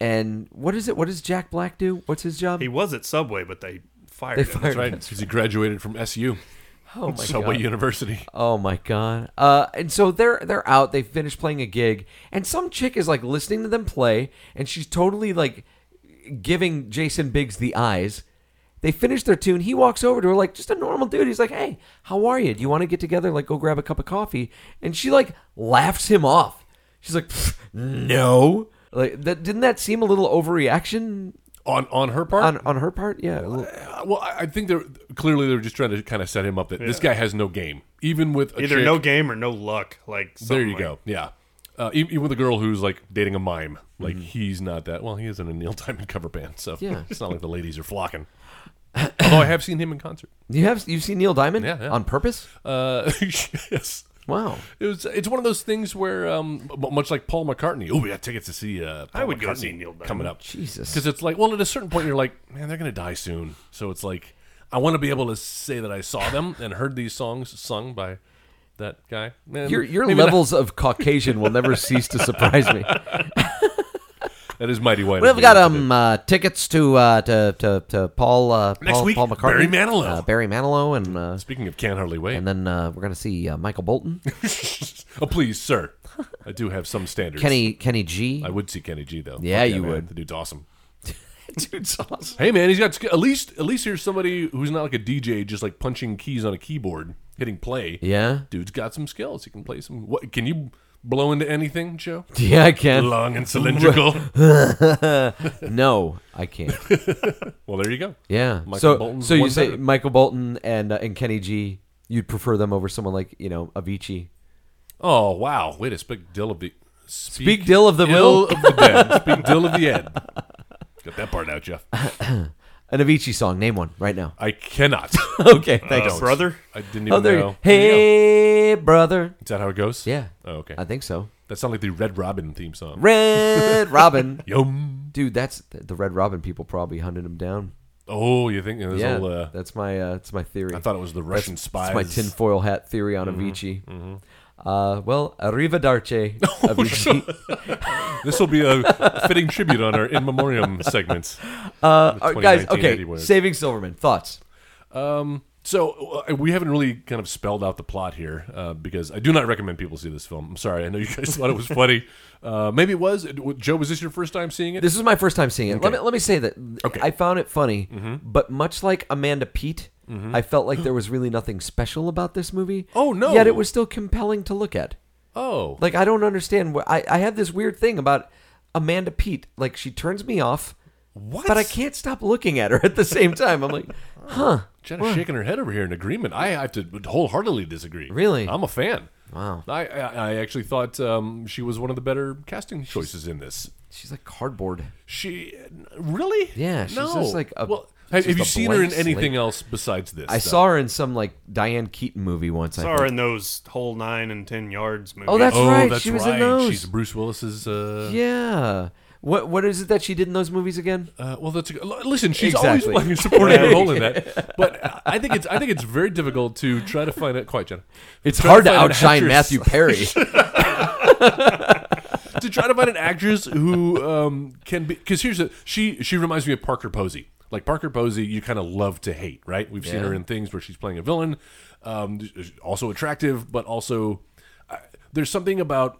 Speaker 4: and what is it? What does Jack Black do? What's his job?
Speaker 5: He was at Subway, but they fired
Speaker 4: They
Speaker 5: him.
Speaker 4: fired-
Speaker 3: That's right, because he graduated from SU,
Speaker 4: oh my
Speaker 3: Subway
Speaker 4: god.
Speaker 3: University.
Speaker 4: Oh my god. Uh, and so they're they're out. They finish playing a gig, and some chick is like listening to them play, and she's totally like giving Jason Biggs the eyes. They finish their tune. He walks over to her like just a normal dude. He's like, "Hey, how are you? Do you want to get together? Like, go grab a cup of coffee." And she like laughs him off. She's like, "Pfft, "No." Like that didn't that seem a little overreaction
Speaker 3: On on her part,
Speaker 4: on on her part? Yeah. a little-
Speaker 3: Uh, well, I I think they're clearly they're just trying to kind of set him up that this guy has no game, even with a
Speaker 5: Either
Speaker 3: chick-
Speaker 5: no game or no luck. Like
Speaker 3: There
Speaker 5: something
Speaker 3: you
Speaker 5: like-
Speaker 3: go. Yeah. Uh, e- even with a girl who's like dating a mime, like
Speaker 5: Mm-hmm.
Speaker 3: he's not that. Well, he is in a Neil <laughs> Diamond cover band, so
Speaker 4: Yeah.
Speaker 3: <laughs> it's not like the ladies are flocking. <coughs> Although I have seen him in concert.
Speaker 4: You have you've seen Neil Diamond
Speaker 3: Yeah, yeah.
Speaker 4: on purpose?
Speaker 3: Uh, <laughs> yes,
Speaker 4: Wow.
Speaker 3: it was. It's one of those things where, um, m- much like Paul McCartney. Oh, we got tickets to see. Uh, Paul
Speaker 5: I would go
Speaker 3: McCartney
Speaker 5: see Neil Diamond.
Speaker 3: coming up
Speaker 4: Jesus.
Speaker 3: because it's like, well, at a certain point, you're like, man, they're gonna die soon. So it's like, I want to be able to say that I saw them and heard these songs sung by that guy. Man,
Speaker 4: Your your
Speaker 3: maybe not-
Speaker 4: levels of Caucasian will never cease to surprise
Speaker 3: <laughs>
Speaker 4: me.
Speaker 3: that is mighty white. of
Speaker 4: We've
Speaker 3: you
Speaker 4: got
Speaker 3: to do.
Speaker 4: um uh, tickets to uh to to, to Paul uh
Speaker 3: Next
Speaker 4: Paul,
Speaker 3: week,
Speaker 4: Paul McCartney,
Speaker 3: Barry Manilow.
Speaker 4: uh, Barry Manilow, and uh,
Speaker 3: Speaking of can hardly wait.
Speaker 4: and then uh, we're gonna see uh, Michael Bolton,
Speaker 3: <laughs> Oh, please, sir. I do have some standards.
Speaker 4: Kenny Kenny G.
Speaker 3: I would see Kenny G though.
Speaker 4: Yeah,
Speaker 3: Fuck
Speaker 4: you
Speaker 3: man.
Speaker 4: would.
Speaker 3: The dude's awesome.
Speaker 4: <laughs> Dude's awesome.
Speaker 3: Hey man, he's got sk- at least at least here's somebody who's not like a DJ, just like punching keys on a keyboard, hitting play.
Speaker 4: Yeah, <laughs>
Speaker 3: dude's got some skills. He can play some. What can you blow into
Speaker 4: <laughs>
Speaker 3: anything, Joe?
Speaker 4: yeah, I can.
Speaker 3: Long and
Speaker 4: <laughs>
Speaker 3: cylindrical.
Speaker 4: No, I can't.
Speaker 3: well, there you go.
Speaker 4: Yeah.
Speaker 3: <laughs> Michael
Speaker 4: so
Speaker 3: Bolton's
Speaker 4: so you
Speaker 3: one
Speaker 4: say
Speaker 3: better.
Speaker 4: Michael Bolton and uh, and Kenny G. You'd prefer them over someone like you know Avicii.
Speaker 3: Oh wow, wait a spec dill of the
Speaker 4: Speak ill of the
Speaker 3: ill
Speaker 4: will.
Speaker 3: of the dead. Speak dill of the end. Got that part out, Jeff.
Speaker 4: An Avicii song. Name one right now. <laughs>
Speaker 3: I cannot.
Speaker 4: Okay,
Speaker 3: Oh,
Speaker 4: thanks.
Speaker 5: Uh, brother?
Speaker 3: I didn't even
Speaker 4: oh, there.
Speaker 3: know.
Speaker 4: You, hey, brother.
Speaker 3: Is that how it goes?
Speaker 4: Yeah.
Speaker 3: Oh, okay.
Speaker 4: I think so.
Speaker 3: That sounded like the Red Robin theme song.
Speaker 4: Red Robin.
Speaker 3: Yum.
Speaker 4: Dude, that's the Red Robin people probably hunted him down.
Speaker 3: Oh, you think there's
Speaker 4: yeah,
Speaker 3: all, uh,
Speaker 4: that's my uh, that's my theory.
Speaker 3: I thought Mm-hmm, it was the Russian spies.
Speaker 4: That's my tinfoil hat theory on Avicii. Uh, well,
Speaker 3: <laughs>
Speaker 4: arrivederci,
Speaker 3: Oh,
Speaker 4: Avicii.
Speaker 3: This will be a fitting tribute on our in
Speaker 4: <laughs>
Speaker 3: memoriam segments.
Speaker 4: Uh, all right, guys,
Speaker 3: 2019
Speaker 4: okay,
Speaker 3: Eddie Word.
Speaker 4: Saving Silverman. Thoughts?
Speaker 3: So uh, we haven't really kind of spelled out the plot here uh, because I do not recommend people see this film. I'm sorry. I know you guys <laughs> thought it was funny. Uh, maybe it was. It- Joe, was this your first time seeing it?
Speaker 4: This is my first time seeing it. Let, me, let me say that
Speaker 3: Okay. Mm-hmm.
Speaker 4: I found it funny, but much like Amanda Pete, I felt like
Speaker 3: <gasps>
Speaker 4: there was really nothing special about this movie.
Speaker 3: Oh, no.
Speaker 4: Yet it was still compelling to look at.
Speaker 3: oh,
Speaker 4: Like I don't understand. wh- I I have this weird thing about Amanda Pete. Like she turns me off,
Speaker 3: what?
Speaker 4: but I can't stop looking at her at the same time. I'm like, <laughs> huh?
Speaker 3: Jenna's shaking her head over here in agreement. I have to wholeheartedly disagree.
Speaker 4: Really?
Speaker 3: I'm a fan.
Speaker 4: Wow.
Speaker 3: I I, I actually thought um, she was one of the better casting choices in this.
Speaker 4: She's like cardboard.
Speaker 3: She really?
Speaker 4: Yeah, she's
Speaker 3: no.
Speaker 4: just like a-
Speaker 3: well, have,
Speaker 4: just
Speaker 3: have you
Speaker 4: a
Speaker 3: seen her in
Speaker 4: blank
Speaker 3: anything
Speaker 4: slate.
Speaker 3: else besides this?
Speaker 4: I
Speaker 3: though?
Speaker 4: saw her in some like Diane Keaton movie once. I
Speaker 5: Saw
Speaker 4: think.
Speaker 5: her in those whole nine and ten yards movies.
Speaker 4: Oh, that's
Speaker 3: Oh,
Speaker 4: right.
Speaker 3: that's
Speaker 4: she was
Speaker 3: right.
Speaker 4: in those.
Speaker 3: She's Bruce Willis's. Uh,
Speaker 4: Yeah. What what is it that she did in those movies again?
Speaker 3: Uh, well, that's a, l- listen. She's
Speaker 4: Exactly.
Speaker 3: always playing a <laughs> supporting
Speaker 4: <laughs>
Speaker 3: role in that, but I think it's I think it's very difficult to try to find out. Quite Jenna,
Speaker 4: It's
Speaker 3: Try to
Speaker 4: hard to
Speaker 3: find
Speaker 4: outshine
Speaker 3: an actress-
Speaker 4: Matthew Perry.
Speaker 3: <laughs> to try to find an actress who um, can be because here's a she she reminds me of Parker Posey. Like Parker Posey, you kind of love to hate, right? We've seen
Speaker 4: Yeah.
Speaker 3: her in things where she's playing a villain, um, also attractive, but also uh, there's something about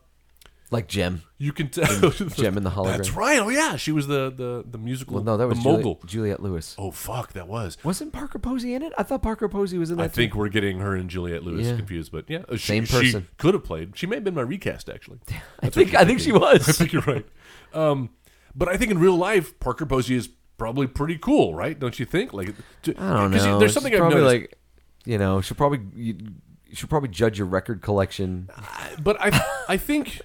Speaker 4: like Jim.
Speaker 3: you can tell <laughs>
Speaker 4: Gem in the Hologram.
Speaker 3: That's right. Oh yeah, she was the the the musical.
Speaker 4: Well, no, that was
Speaker 3: the
Speaker 4: Juli-
Speaker 3: mogul.
Speaker 4: Juliette Lewis.
Speaker 3: Oh fuck, that was.
Speaker 4: Wasn't Parker Posey in it? I thought Parker Posey was in that.
Speaker 3: I think we're getting her and Juliette Lewis
Speaker 4: Yeah.
Speaker 3: confused, but yeah, uh, she,
Speaker 4: Same
Speaker 3: she
Speaker 4: person.
Speaker 3: could have played. She may have been my recast actually.
Speaker 4: too. <laughs> I think I think she was.
Speaker 3: <laughs> I think you're right. Um, but I think in real life, Parker Posey is probably pretty cool, right? Don't you think? Like, to,
Speaker 4: I don't
Speaker 3: 'cause
Speaker 4: know.
Speaker 3: There's
Speaker 4: She's
Speaker 3: something I've
Speaker 4: probably
Speaker 3: noticed,
Speaker 4: like, you know, she'll probably you, she'll probably judge your record collection.
Speaker 3: but I I think,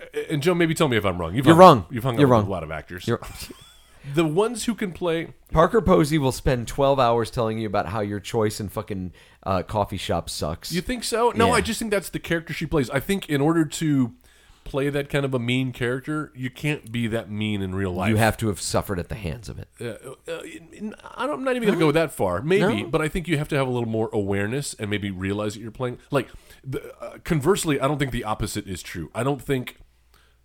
Speaker 3: uh, and Joe, maybe tell me if I'm wrong. You've
Speaker 4: You're
Speaker 3: hung,
Speaker 4: wrong.
Speaker 3: You've hung
Speaker 4: You're
Speaker 3: out
Speaker 4: wrong.
Speaker 3: with a lot of actors.
Speaker 4: You're-
Speaker 3: <laughs> the ones who can play.
Speaker 4: Parker Posey will spend 12 hours telling you about how your choice in fucking uh, coffee shop sucks.
Speaker 3: You think so? No,
Speaker 4: Yeah.
Speaker 3: I just think that's the character she plays. I think in order to play that kind of a mean character, you can't be that mean in real life.
Speaker 4: you have to have suffered at the hands of it.
Speaker 3: uh, n- I don't, I'm not even going to go that far. Maybe, but I think you have to have a little more awareness and maybe realize that you're playing. Like, the, uh, conversely, I don't think the opposite is true. I don't think,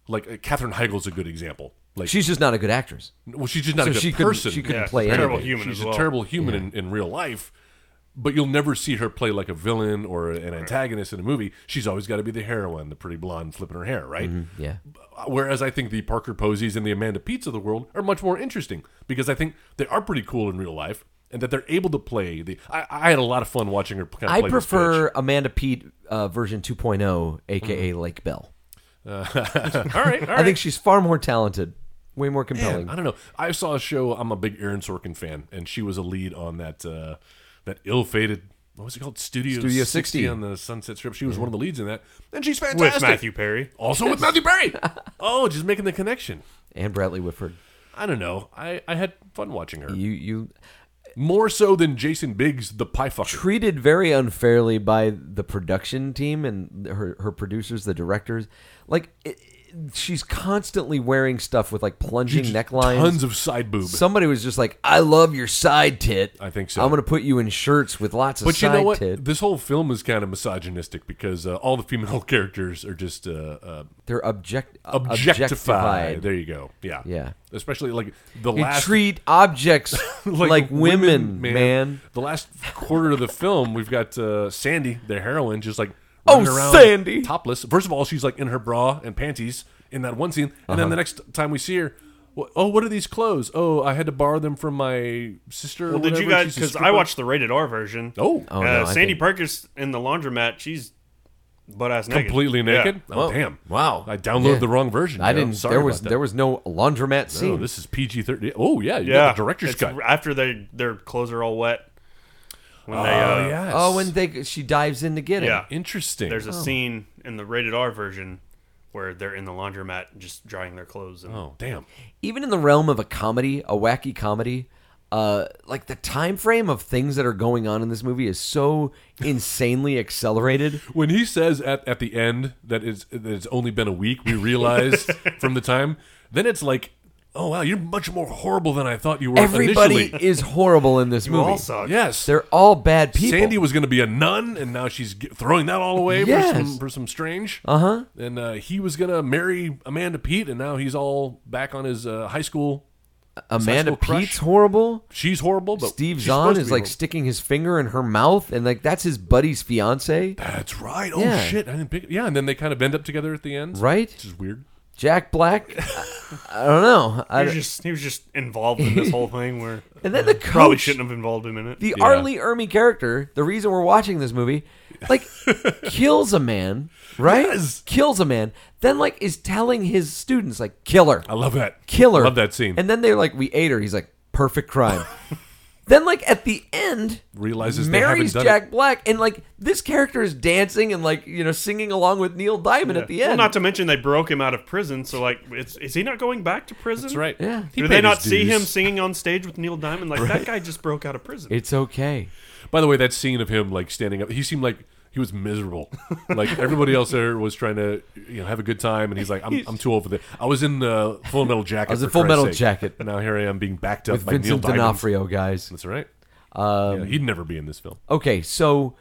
Speaker 3: like, uh, Katherine Heigl's a good example. Like,
Speaker 4: She's just not a good actress.
Speaker 3: well, she's just not
Speaker 4: so
Speaker 3: a good
Speaker 4: she couldn't-
Speaker 3: person.
Speaker 4: she couldn't
Speaker 5: Yeah,
Speaker 4: play
Speaker 5: she's a terrible
Speaker 4: anything.
Speaker 5: human
Speaker 3: She's
Speaker 5: as
Speaker 3: a
Speaker 5: well.
Speaker 3: terrible human in, in real life, but you'll never see her play like a villain or an antagonist in a movie. She's always got to be the heroine, the pretty blonde flipping her hair, right?
Speaker 4: Yeah.
Speaker 3: Whereas I think the Parker Posies and the Amanda Peets of the world are much more interesting because I think they are pretty cool in real life and that they're able to play the. I, I had a lot of fun watching her. Kind of
Speaker 4: I
Speaker 3: play
Speaker 4: prefer Amanda Pete uh, version oh, 2.0, aka Lake Bell.
Speaker 3: This bitch. <laughs> all right, Mm-hmm. all right.
Speaker 4: I think she's far more talented, way more compelling.
Speaker 3: Man, I don't know. I saw a show. I'm a big Aaron Sorkin fan, and she was a lead on that uh, that ill-fated. What was it called? Studio,
Speaker 4: Studio
Speaker 3: 60.
Speaker 4: 60.
Speaker 3: on the Sunset Strip. She was one of the leads in that, and she's fantastic.
Speaker 5: with Matthew Perry.
Speaker 3: also with
Speaker 4: <laughs>
Speaker 3: Matthew Perry. oh, just making the connection.
Speaker 4: and Bradley Whitford.
Speaker 3: I don't know. I, I had fun watching her
Speaker 4: You you
Speaker 3: more so than Jason Biggs, the pie fucker.
Speaker 4: treated very unfairly by the production team and her her producers, the directors. Like it, it- she's constantly wearing stuff with like plunging
Speaker 3: Just
Speaker 4: necklines.
Speaker 3: Tons of side boob.
Speaker 4: Somebody was just like, "I love your side tit."
Speaker 3: I think so.
Speaker 4: I'm gonna put you in shirts with lots of
Speaker 3: but you
Speaker 4: side
Speaker 3: know what?
Speaker 4: tit.
Speaker 3: This whole film is kind of misogynistic because uh, all the female <laughs> characters are just uh, uh,
Speaker 4: They're object uh,
Speaker 3: objectified.
Speaker 4: objectified.
Speaker 3: There you go. Yeah.
Speaker 4: Yeah.
Speaker 3: Especially like the
Speaker 4: you
Speaker 3: last <laughs>
Speaker 4: treat objects like, women, man.
Speaker 3: The last quarter of the film, we've got uh, Sandy, the heroine, just like
Speaker 4: Oh,
Speaker 3: running around
Speaker 4: Sandy.
Speaker 3: topless. First of all, she's like in her bra and panties in that one scene, and
Speaker 4: Uh-huh.
Speaker 3: then the next time we see her. wh- Oh, what are these clothes? Oh, I had to borrow them from my sister. or
Speaker 5: Well, did you
Speaker 3: whatever.
Speaker 5: guys?
Speaker 3: She's a
Speaker 5: Because I
Speaker 3: stripper.
Speaker 5: watched the rated R version.
Speaker 3: Oh,
Speaker 4: Oh,
Speaker 5: uh,
Speaker 4: no, I
Speaker 5: Sandy
Speaker 4: think-
Speaker 5: Parker's in the laundromat. She's butt ass naked.
Speaker 3: completely naked.
Speaker 5: Yeah.
Speaker 3: Oh,
Speaker 4: Whoa.
Speaker 3: damn!
Speaker 4: Wow.
Speaker 3: I downloaded
Speaker 4: Yeah.
Speaker 3: the wrong version.
Speaker 4: I
Speaker 3: Joe.
Speaker 4: didn't.
Speaker 3: Sorry
Speaker 4: there
Speaker 3: about
Speaker 4: was
Speaker 3: that.
Speaker 4: there was no laundromat scene.
Speaker 3: Oh, this is PG thirty. Oh yeah, you
Speaker 5: Yeah,
Speaker 3: got the director's
Speaker 5: It's
Speaker 3: cut.
Speaker 5: After they their clothes are all wet. When they,
Speaker 3: Oh
Speaker 5: uh,
Speaker 3: yes.
Speaker 4: Oh, and they she dives in to get him.
Speaker 5: Yeah.
Speaker 3: interesting.
Speaker 5: There's a scene in the rated R version where they're in the laundromat just drying their clothes. And
Speaker 3: Oh, damn.
Speaker 4: even in the realm of a comedy, a wacky comedy, uh, like the time frame of things that are going on in this movie is so insanely
Speaker 3: <laughs>
Speaker 4: accelerated.
Speaker 3: When he says at, at the end that it's, that it's only been a week,
Speaker 4: <laughs>
Speaker 3: we realized from the time, then it's like, oh, wow, you're much more horrible than I thought you were
Speaker 4: Everybody
Speaker 3: initially.
Speaker 4: is horrible in this
Speaker 5: you
Speaker 4: movie.
Speaker 5: all suck.
Speaker 3: Yes.
Speaker 4: They're all bad people.
Speaker 3: Sandy was going to be a nun, and now she's g- throwing that all away
Speaker 4: Yes.
Speaker 3: for, some, for some strange. Uh-huh. And uh, he was going to marry Amanda Pete, and now he's all back on his uh, high school.
Speaker 4: Amanda
Speaker 3: High School Crush.
Speaker 4: Pete's horrible.
Speaker 3: She's horrible, but
Speaker 4: Steve
Speaker 3: she's
Speaker 4: Zahn
Speaker 3: supposed to
Speaker 4: is
Speaker 3: be
Speaker 4: like
Speaker 3: horrible.
Speaker 4: sticking his finger in her mouth, and like that's his buddy's fiance,
Speaker 3: That's right. Oh
Speaker 4: Yeah.
Speaker 3: shit! I didn't pick. Yeah, and then they kind of end up together at the end,
Speaker 4: right?
Speaker 3: Which is weird.
Speaker 4: Jack
Speaker 3: <laughs>
Speaker 4: Black. I, I don't know.
Speaker 5: He
Speaker 4: I,
Speaker 5: was just he was just involved in
Speaker 3: <laughs>
Speaker 5: this whole thing where
Speaker 4: and then the coach.
Speaker 5: probably shouldn't have involved him in it.
Speaker 4: the
Speaker 3: Yeah.
Speaker 4: Arlie Ermy character, the reason we're watching this movie,
Speaker 3: <laughs>
Speaker 4: like kills a man, right?
Speaker 3: Yes.
Speaker 4: Kills a man, then like is telling his students like killer,
Speaker 3: I love that.
Speaker 4: killer.
Speaker 3: Love that scene.
Speaker 4: And then they're like, we ate her. He's like, perfect
Speaker 3: <laughs>
Speaker 4: crime. then like at the end,
Speaker 3: Realizes they haven't
Speaker 4: marries
Speaker 3: done
Speaker 4: Jack Black, and like this character is dancing and like you know singing along with Neil Diamond at the
Speaker 5: Well,
Speaker 4: end.
Speaker 5: not to mention they broke him out of prison, so like, it's, is he not going back to prison?
Speaker 3: That's right.
Speaker 4: Yeah.
Speaker 3: He
Speaker 5: Do
Speaker 3: paid
Speaker 5: they
Speaker 3: his
Speaker 5: not see
Speaker 3: dues.
Speaker 5: him singing on stage with Neil Diamond? Like that guy just broke out of prison.
Speaker 4: it's okay.
Speaker 3: By the way, that scene of him like standing up, he seemed like he
Speaker 4: <laughs>
Speaker 3: was miserable. Like everybody else there was trying to you know have a good time, and he's like, "I'm, I'm too old for this." I was in uh,
Speaker 4: <laughs>
Speaker 3: Full Metal Jacket. I
Speaker 4: was in
Speaker 3: for
Speaker 4: Full
Speaker 3: Christ's
Speaker 4: Metal
Speaker 3: sake.
Speaker 4: Jacket.
Speaker 3: and now here I am being backed up
Speaker 4: With
Speaker 3: by
Speaker 4: Vincent
Speaker 3: Neil Diamond.
Speaker 4: D'Onofrio, guys.
Speaker 3: That's right. Um, he'd never be in this film.
Speaker 4: okay, so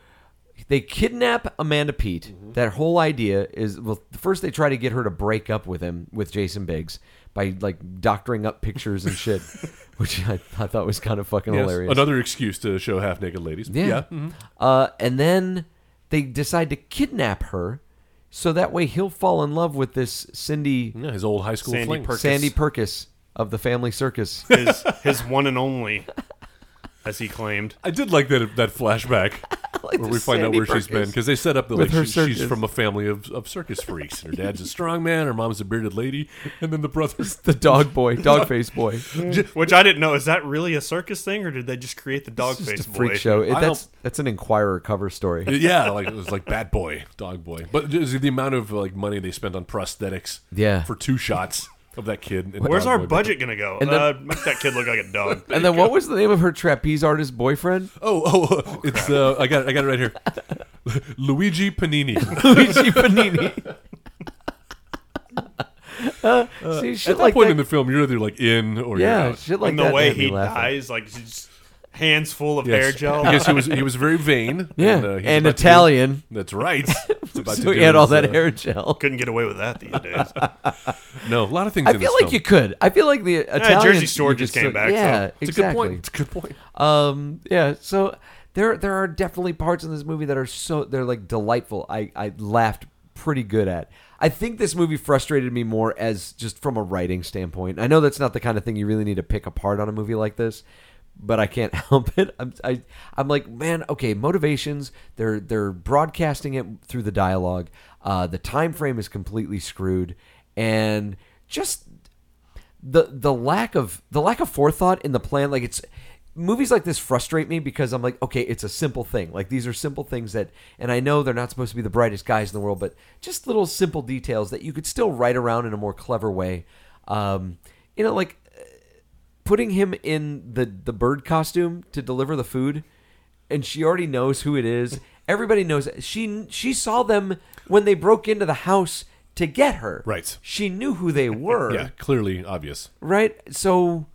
Speaker 4: they kidnap Amanda Pete. That whole idea is well, first they try to get her to break up with him with Jason Biggs by like doctoring up pictures and shit, which I, I thought was kind of fucking
Speaker 3: Yes.
Speaker 4: hilarious.
Speaker 3: Another excuse to show half naked ladies.
Speaker 4: yeah,
Speaker 3: Mhm.
Speaker 4: uh, and then they decide to kidnap her, so that way he'll fall in love with this Cindy
Speaker 3: Yeah, his old high school
Speaker 5: Sandy
Speaker 3: fling.
Speaker 5: Perkins.
Speaker 4: Sandy Perkis of the Family Circus. <laughs>
Speaker 5: his his one and only, as he claimed.
Speaker 3: I did like that
Speaker 4: <laughs>
Speaker 3: that flashback
Speaker 4: like the
Speaker 3: where we find out
Speaker 4: Sandy
Speaker 3: where she's been
Speaker 4: Perkis.
Speaker 3: because they set up the
Speaker 4: With
Speaker 3: like
Speaker 4: her
Speaker 3: she- she's
Speaker 4: circus.
Speaker 3: from a family of, of circus freaks. And her dad's a strong man, her mom's a bearded lady, and then the brother.
Speaker 4: the dog boy, dog face boy.
Speaker 5: Which I didn't know. Is that really a circus thing, or did they just create the dog
Speaker 4: It's
Speaker 5: face
Speaker 4: just a freak
Speaker 5: boy?
Speaker 4: show. It-
Speaker 3: I
Speaker 4: that's
Speaker 3: don't-
Speaker 4: that's an Inquirer cover story.
Speaker 3: Yeah, like it was like bad boy, dog boy. But just the amount of like money they spent on prosthetics,
Speaker 4: Yeah.
Speaker 3: for two shots of that kid. And
Speaker 5: Where's
Speaker 3: Dog
Speaker 5: our
Speaker 3: Boy.
Speaker 5: budget gonna go?
Speaker 4: And
Speaker 5: uh, make that kid look like a dog.
Speaker 4: And then what was the name of her trapeze artist boyfriend?
Speaker 3: Oh, oh, it's uh, I got it, I got it right here. <laughs>
Speaker 4: <laughs>
Speaker 3: Luigi Panini.
Speaker 4: Luigi Panini. Uh, see, shit
Speaker 3: At that
Speaker 4: like
Speaker 3: point
Speaker 4: that.
Speaker 3: in the film, you're either like in or
Speaker 4: yeah,
Speaker 3: you're out.
Speaker 4: shit like
Speaker 5: and
Speaker 4: that.
Speaker 5: the way
Speaker 4: had me
Speaker 5: he
Speaker 4: laughing.
Speaker 5: dies, like just hands full of
Speaker 3: Yes.
Speaker 5: hair
Speaker 3: <laughs>
Speaker 5: gel.
Speaker 3: Because he was he was
Speaker 4: <laughs>
Speaker 3: very vain.
Speaker 4: Yeah,
Speaker 3: uh, he's
Speaker 4: and
Speaker 3: about to do-
Speaker 4: Italian. <laughs>
Speaker 3: that's right. He's about
Speaker 4: So
Speaker 3: to
Speaker 4: he
Speaker 3: do
Speaker 4: had all
Speaker 3: his,
Speaker 4: that
Speaker 3: uh,
Speaker 4: hair gel.
Speaker 5: <laughs> Couldn't get away with that these days.
Speaker 3: No, a lot of things.
Speaker 4: I
Speaker 3: in
Speaker 4: feel
Speaker 3: this
Speaker 4: like
Speaker 3: film.
Speaker 4: you could. I feel like the Italian
Speaker 5: Jersey Shore just came back, so
Speaker 4: Yeah,
Speaker 3: It's
Speaker 4: exactly.
Speaker 3: a good point. It's a good point.
Speaker 4: Um, yeah. So there, there are definitely parts in this movie that are so they're like delightful. I, I laughed pretty good at. I think this movie frustrated me more as just from a writing standpoint. I know that's not the kind of thing you really need to pick apart on a movie like this, but I can't <laughs> help it. I'm, I, I'm like, man, okay, motivations. They're they're broadcasting it through the dialogue. Uh, the time frame is completely screwed, and just the the lack of the lack of forethought in the plan like it's movies like this frustrate me because i'm like okay it's a simple thing like these are simple things that and i know they're not supposed to be the brightest guys in the world but just little simple details that you could still write around in a more clever way um you know like uh, putting him in the the bird costume to deliver the food and she already knows who it is everybody knows she she saw them when they broke into the house to get her
Speaker 3: Right.
Speaker 4: she knew who they were
Speaker 3: <laughs> Yeah, clearly obvious.
Speaker 4: right? So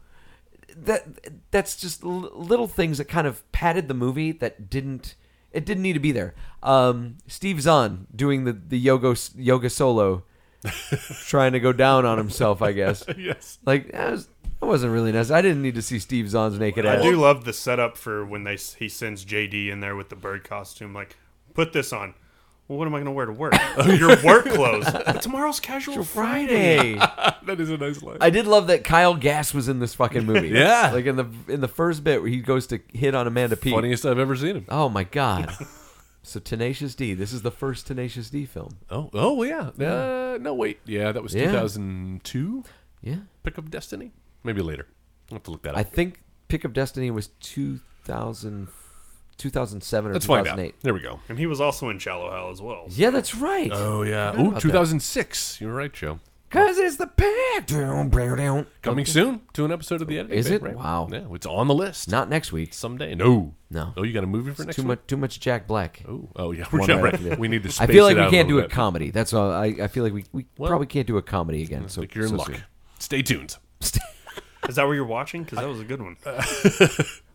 Speaker 4: that that's just l- little things that kind of padded the movie that didn't it didn't need to be there. Um, Steve Zahn doing the the yoga yoga
Speaker 5: <laughs>
Speaker 4: solo, trying to go down on himself, I guess.
Speaker 3: Yes.
Speaker 4: Like that, was, that wasn't really necessary. I didn't need to see Steve Zahn's naked
Speaker 5: I
Speaker 4: ass.
Speaker 5: do love the setup for when they he sends JD in there with the bird costume. Like, put this on. Well, what am I going to wear to work? "Oh, Your work clothes. <laughs> But tomorrow's casual Friday.
Speaker 4: Friday.
Speaker 3: That is a nice line.
Speaker 4: I did love that Kyle Gass was in this fucking
Speaker 5: <laughs>
Speaker 4: movie.
Speaker 3: Yeah.
Speaker 4: like in the in the first bit where he goes to hit on Amanda Peet.
Speaker 3: Funniest I've ever seen him.
Speaker 4: Oh my god! so Tenacious D. This is the first Tenacious D film.
Speaker 3: Oh, oh yeah. Uh, no, wait. Yeah, that was
Speaker 4: Yeah.
Speaker 3: 2002.
Speaker 4: Yeah.
Speaker 3: Pick up Destiny. Maybe later. I'll have to look that
Speaker 4: I
Speaker 3: up.
Speaker 4: think Pick of Destiny was 2003. 2007 or
Speaker 3: Let's find out.
Speaker 4: 2008.
Speaker 3: There we go.
Speaker 5: And he was also in Shallow Hell
Speaker 4: <laughs>
Speaker 5: as well.
Speaker 4: Yeah, that's right.
Speaker 3: Oh yeah.
Speaker 4: Forgot
Speaker 3: Ooh,
Speaker 4: about
Speaker 3: 2006. You're right, Joe.
Speaker 4: Cause it's the pack. Down, down, down.
Speaker 3: Coming soon to an episode of the editing.
Speaker 4: Is
Speaker 3: Bay,
Speaker 4: it?
Speaker 3: Right?
Speaker 4: Wow.
Speaker 3: Yeah, it's on the list.
Speaker 4: Not next week.
Speaker 3: someday. No.
Speaker 4: No.
Speaker 3: Oh, you got a movie for next
Speaker 4: Too
Speaker 3: week?
Speaker 4: much. Too much Jack Black.
Speaker 3: Oh, <laughs> oh yeah. We're
Speaker 4: One
Speaker 3: yeah
Speaker 4: right after the
Speaker 3: right.
Speaker 4: other.
Speaker 3: We need to.
Speaker 4: I
Speaker 3: Space
Speaker 4: feel like
Speaker 3: it
Speaker 4: we
Speaker 3: out
Speaker 4: can't
Speaker 3: a
Speaker 4: do a
Speaker 3: little bit.
Speaker 4: comedy. That's all. I, I feel like we, we
Speaker 3: Well-
Speaker 4: probably can't do a comedy again. So
Speaker 3: Like you're in
Speaker 4: so
Speaker 3: luck.
Speaker 4: soon.
Speaker 3: Stay tuned.
Speaker 5: Is that what you're watching? Because that was a good one.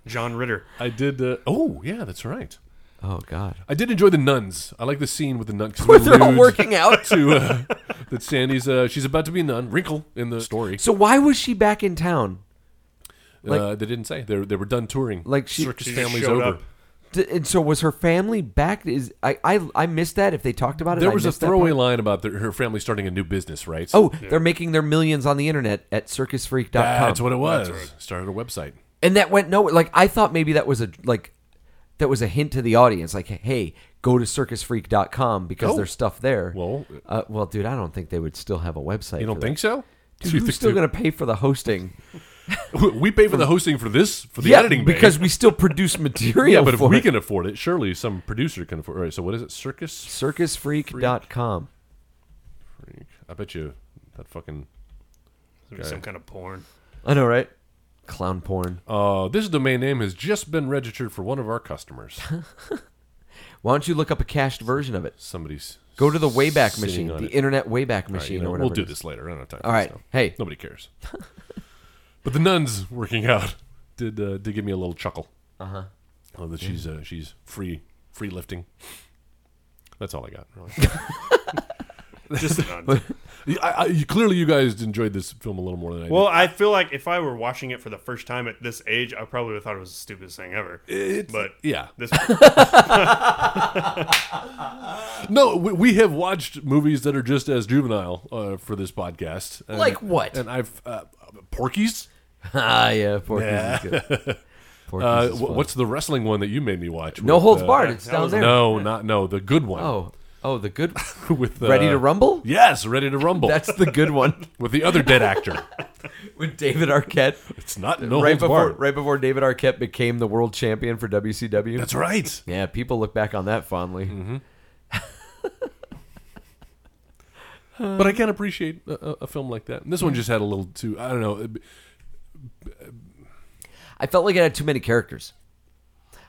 Speaker 5: John Ritter.
Speaker 3: I did. Uh, oh yeah, that's right.
Speaker 4: Oh
Speaker 3: <laughs>
Speaker 4: God.
Speaker 3: I did enjoy the nuns. I like the scene with the
Speaker 4: <laughs>
Speaker 3: nuns. 'cause
Speaker 4: Where
Speaker 3: it
Speaker 4: they're all
Speaker 3: alludes
Speaker 4: working out.
Speaker 3: to uh, <laughs> that Sandy's. Uh, she's about to be a nun. Wrinkle in the story.
Speaker 4: So why was she back in town?
Speaker 3: uh, they didn't say they were, they were done touring.
Speaker 4: Like she-
Speaker 3: circus
Speaker 5: She just
Speaker 3: family's
Speaker 5: showed
Speaker 3: over.
Speaker 5: up.
Speaker 4: D- And so was her family back? Is I I, I missed that. If they talked about it,
Speaker 3: There
Speaker 4: I
Speaker 3: was a
Speaker 4: missed that
Speaker 3: throwaway
Speaker 4: part.
Speaker 3: line about the, her family starting a new business, right?
Speaker 4: Oh, they're making their millions on the internet at circusfreak.com.
Speaker 3: that's what it was. Started a website.
Speaker 4: and that went nowhere. Like I thought maybe that was a like that was a hint to the audience, like hey, go to circusfreak.com because
Speaker 3: Oh.
Speaker 4: there's stuff there.
Speaker 3: Well-
Speaker 4: uh, well, dude, I don't think they would still have a website.
Speaker 3: You
Speaker 4: for
Speaker 3: don't
Speaker 4: that.
Speaker 3: think so?
Speaker 4: Dude,
Speaker 3: You
Speaker 4: who's
Speaker 3: think
Speaker 4: still
Speaker 3: they-
Speaker 4: going to pay for the hosting?
Speaker 3: <laughs> We pay for the hosting for this for the
Speaker 4: yeah,
Speaker 3: editing bay.
Speaker 4: because we still produce material.
Speaker 3: <laughs> yeah, but if
Speaker 4: for
Speaker 3: we
Speaker 4: it.
Speaker 3: can afford it, surely some producer can afford. All right, so what is it? Circus.
Speaker 4: circusfreak.com.
Speaker 3: Freak. I bet you that fucking.
Speaker 5: Maybe Some kind of porn.
Speaker 4: I know, right? Clown porn.
Speaker 3: Uh, this domain name has just been registered for one of our customers.
Speaker 4: Why don't you look up a cached version of it?
Speaker 3: Somebody's
Speaker 4: Go to the Wayback
Speaker 3: sitting
Speaker 4: Machine,
Speaker 3: on
Speaker 4: the
Speaker 3: it.
Speaker 4: Internet Wayback
Speaker 3: All right, you
Speaker 4: Machine,
Speaker 3: know,
Speaker 4: or whatever.
Speaker 3: we'll do
Speaker 4: it is.
Speaker 3: this later. I don't have time. for
Speaker 4: All
Speaker 3: this
Speaker 4: right,
Speaker 3: now.
Speaker 4: hey. <laughs>
Speaker 3: nobody cares. but the nuns working out did uh, did give me a little chuckle. Uh
Speaker 4: Uh-huh.
Speaker 3: huh. Oh, that she's uh, she's free free lifting. That's all I got.
Speaker 4: <laughs>
Speaker 3: Really.
Speaker 5: Just the nuns.
Speaker 3: I, I, you, clearly, you guys enjoyed this film a little more than I
Speaker 5: Well, I feel like if I were watching it for the first time at this age, I probably would have thought it was the stupidest thing ever.
Speaker 3: did.
Speaker 5: but
Speaker 3: yeah, <laughs>
Speaker 5: this
Speaker 3: no, we, we have watched movies that are just as juvenile uh, for this podcast. And-
Speaker 4: Like what?
Speaker 3: And I've uh, Porky's.
Speaker 4: <laughs> Ah, yeah, Porky's is good.
Speaker 3: <laughs>
Speaker 4: Porky's
Speaker 3: Uh,
Speaker 4: is
Speaker 3: wh-
Speaker 4: fun.
Speaker 3: what's the wrestling one that you made me watch?
Speaker 4: No
Speaker 3: with,
Speaker 4: holds
Speaker 3: uh,
Speaker 4: barred. It's down there.
Speaker 3: No, not no. The good one.
Speaker 4: Oh, oh, the good.
Speaker 3: <laughs> with uh,
Speaker 4: Ready to Rumble?
Speaker 3: <laughs> Yes, ready to rumble.
Speaker 4: That's the good
Speaker 3: <laughs>
Speaker 4: one
Speaker 3: with the other dead actor.
Speaker 4: with David Arquette.
Speaker 3: It's not
Speaker 4: <laughs>
Speaker 3: no
Speaker 4: right
Speaker 3: holds
Speaker 4: before,
Speaker 3: barred.
Speaker 4: right before David Arquette became the world champion for WCW.
Speaker 3: That's Mm-hmm. right.
Speaker 4: yeah, people look back on that fondly.
Speaker 3: But I can appreciate a, a, a film like that. And this one just had a little too. I don't know. it-
Speaker 4: I felt like it had too many characters.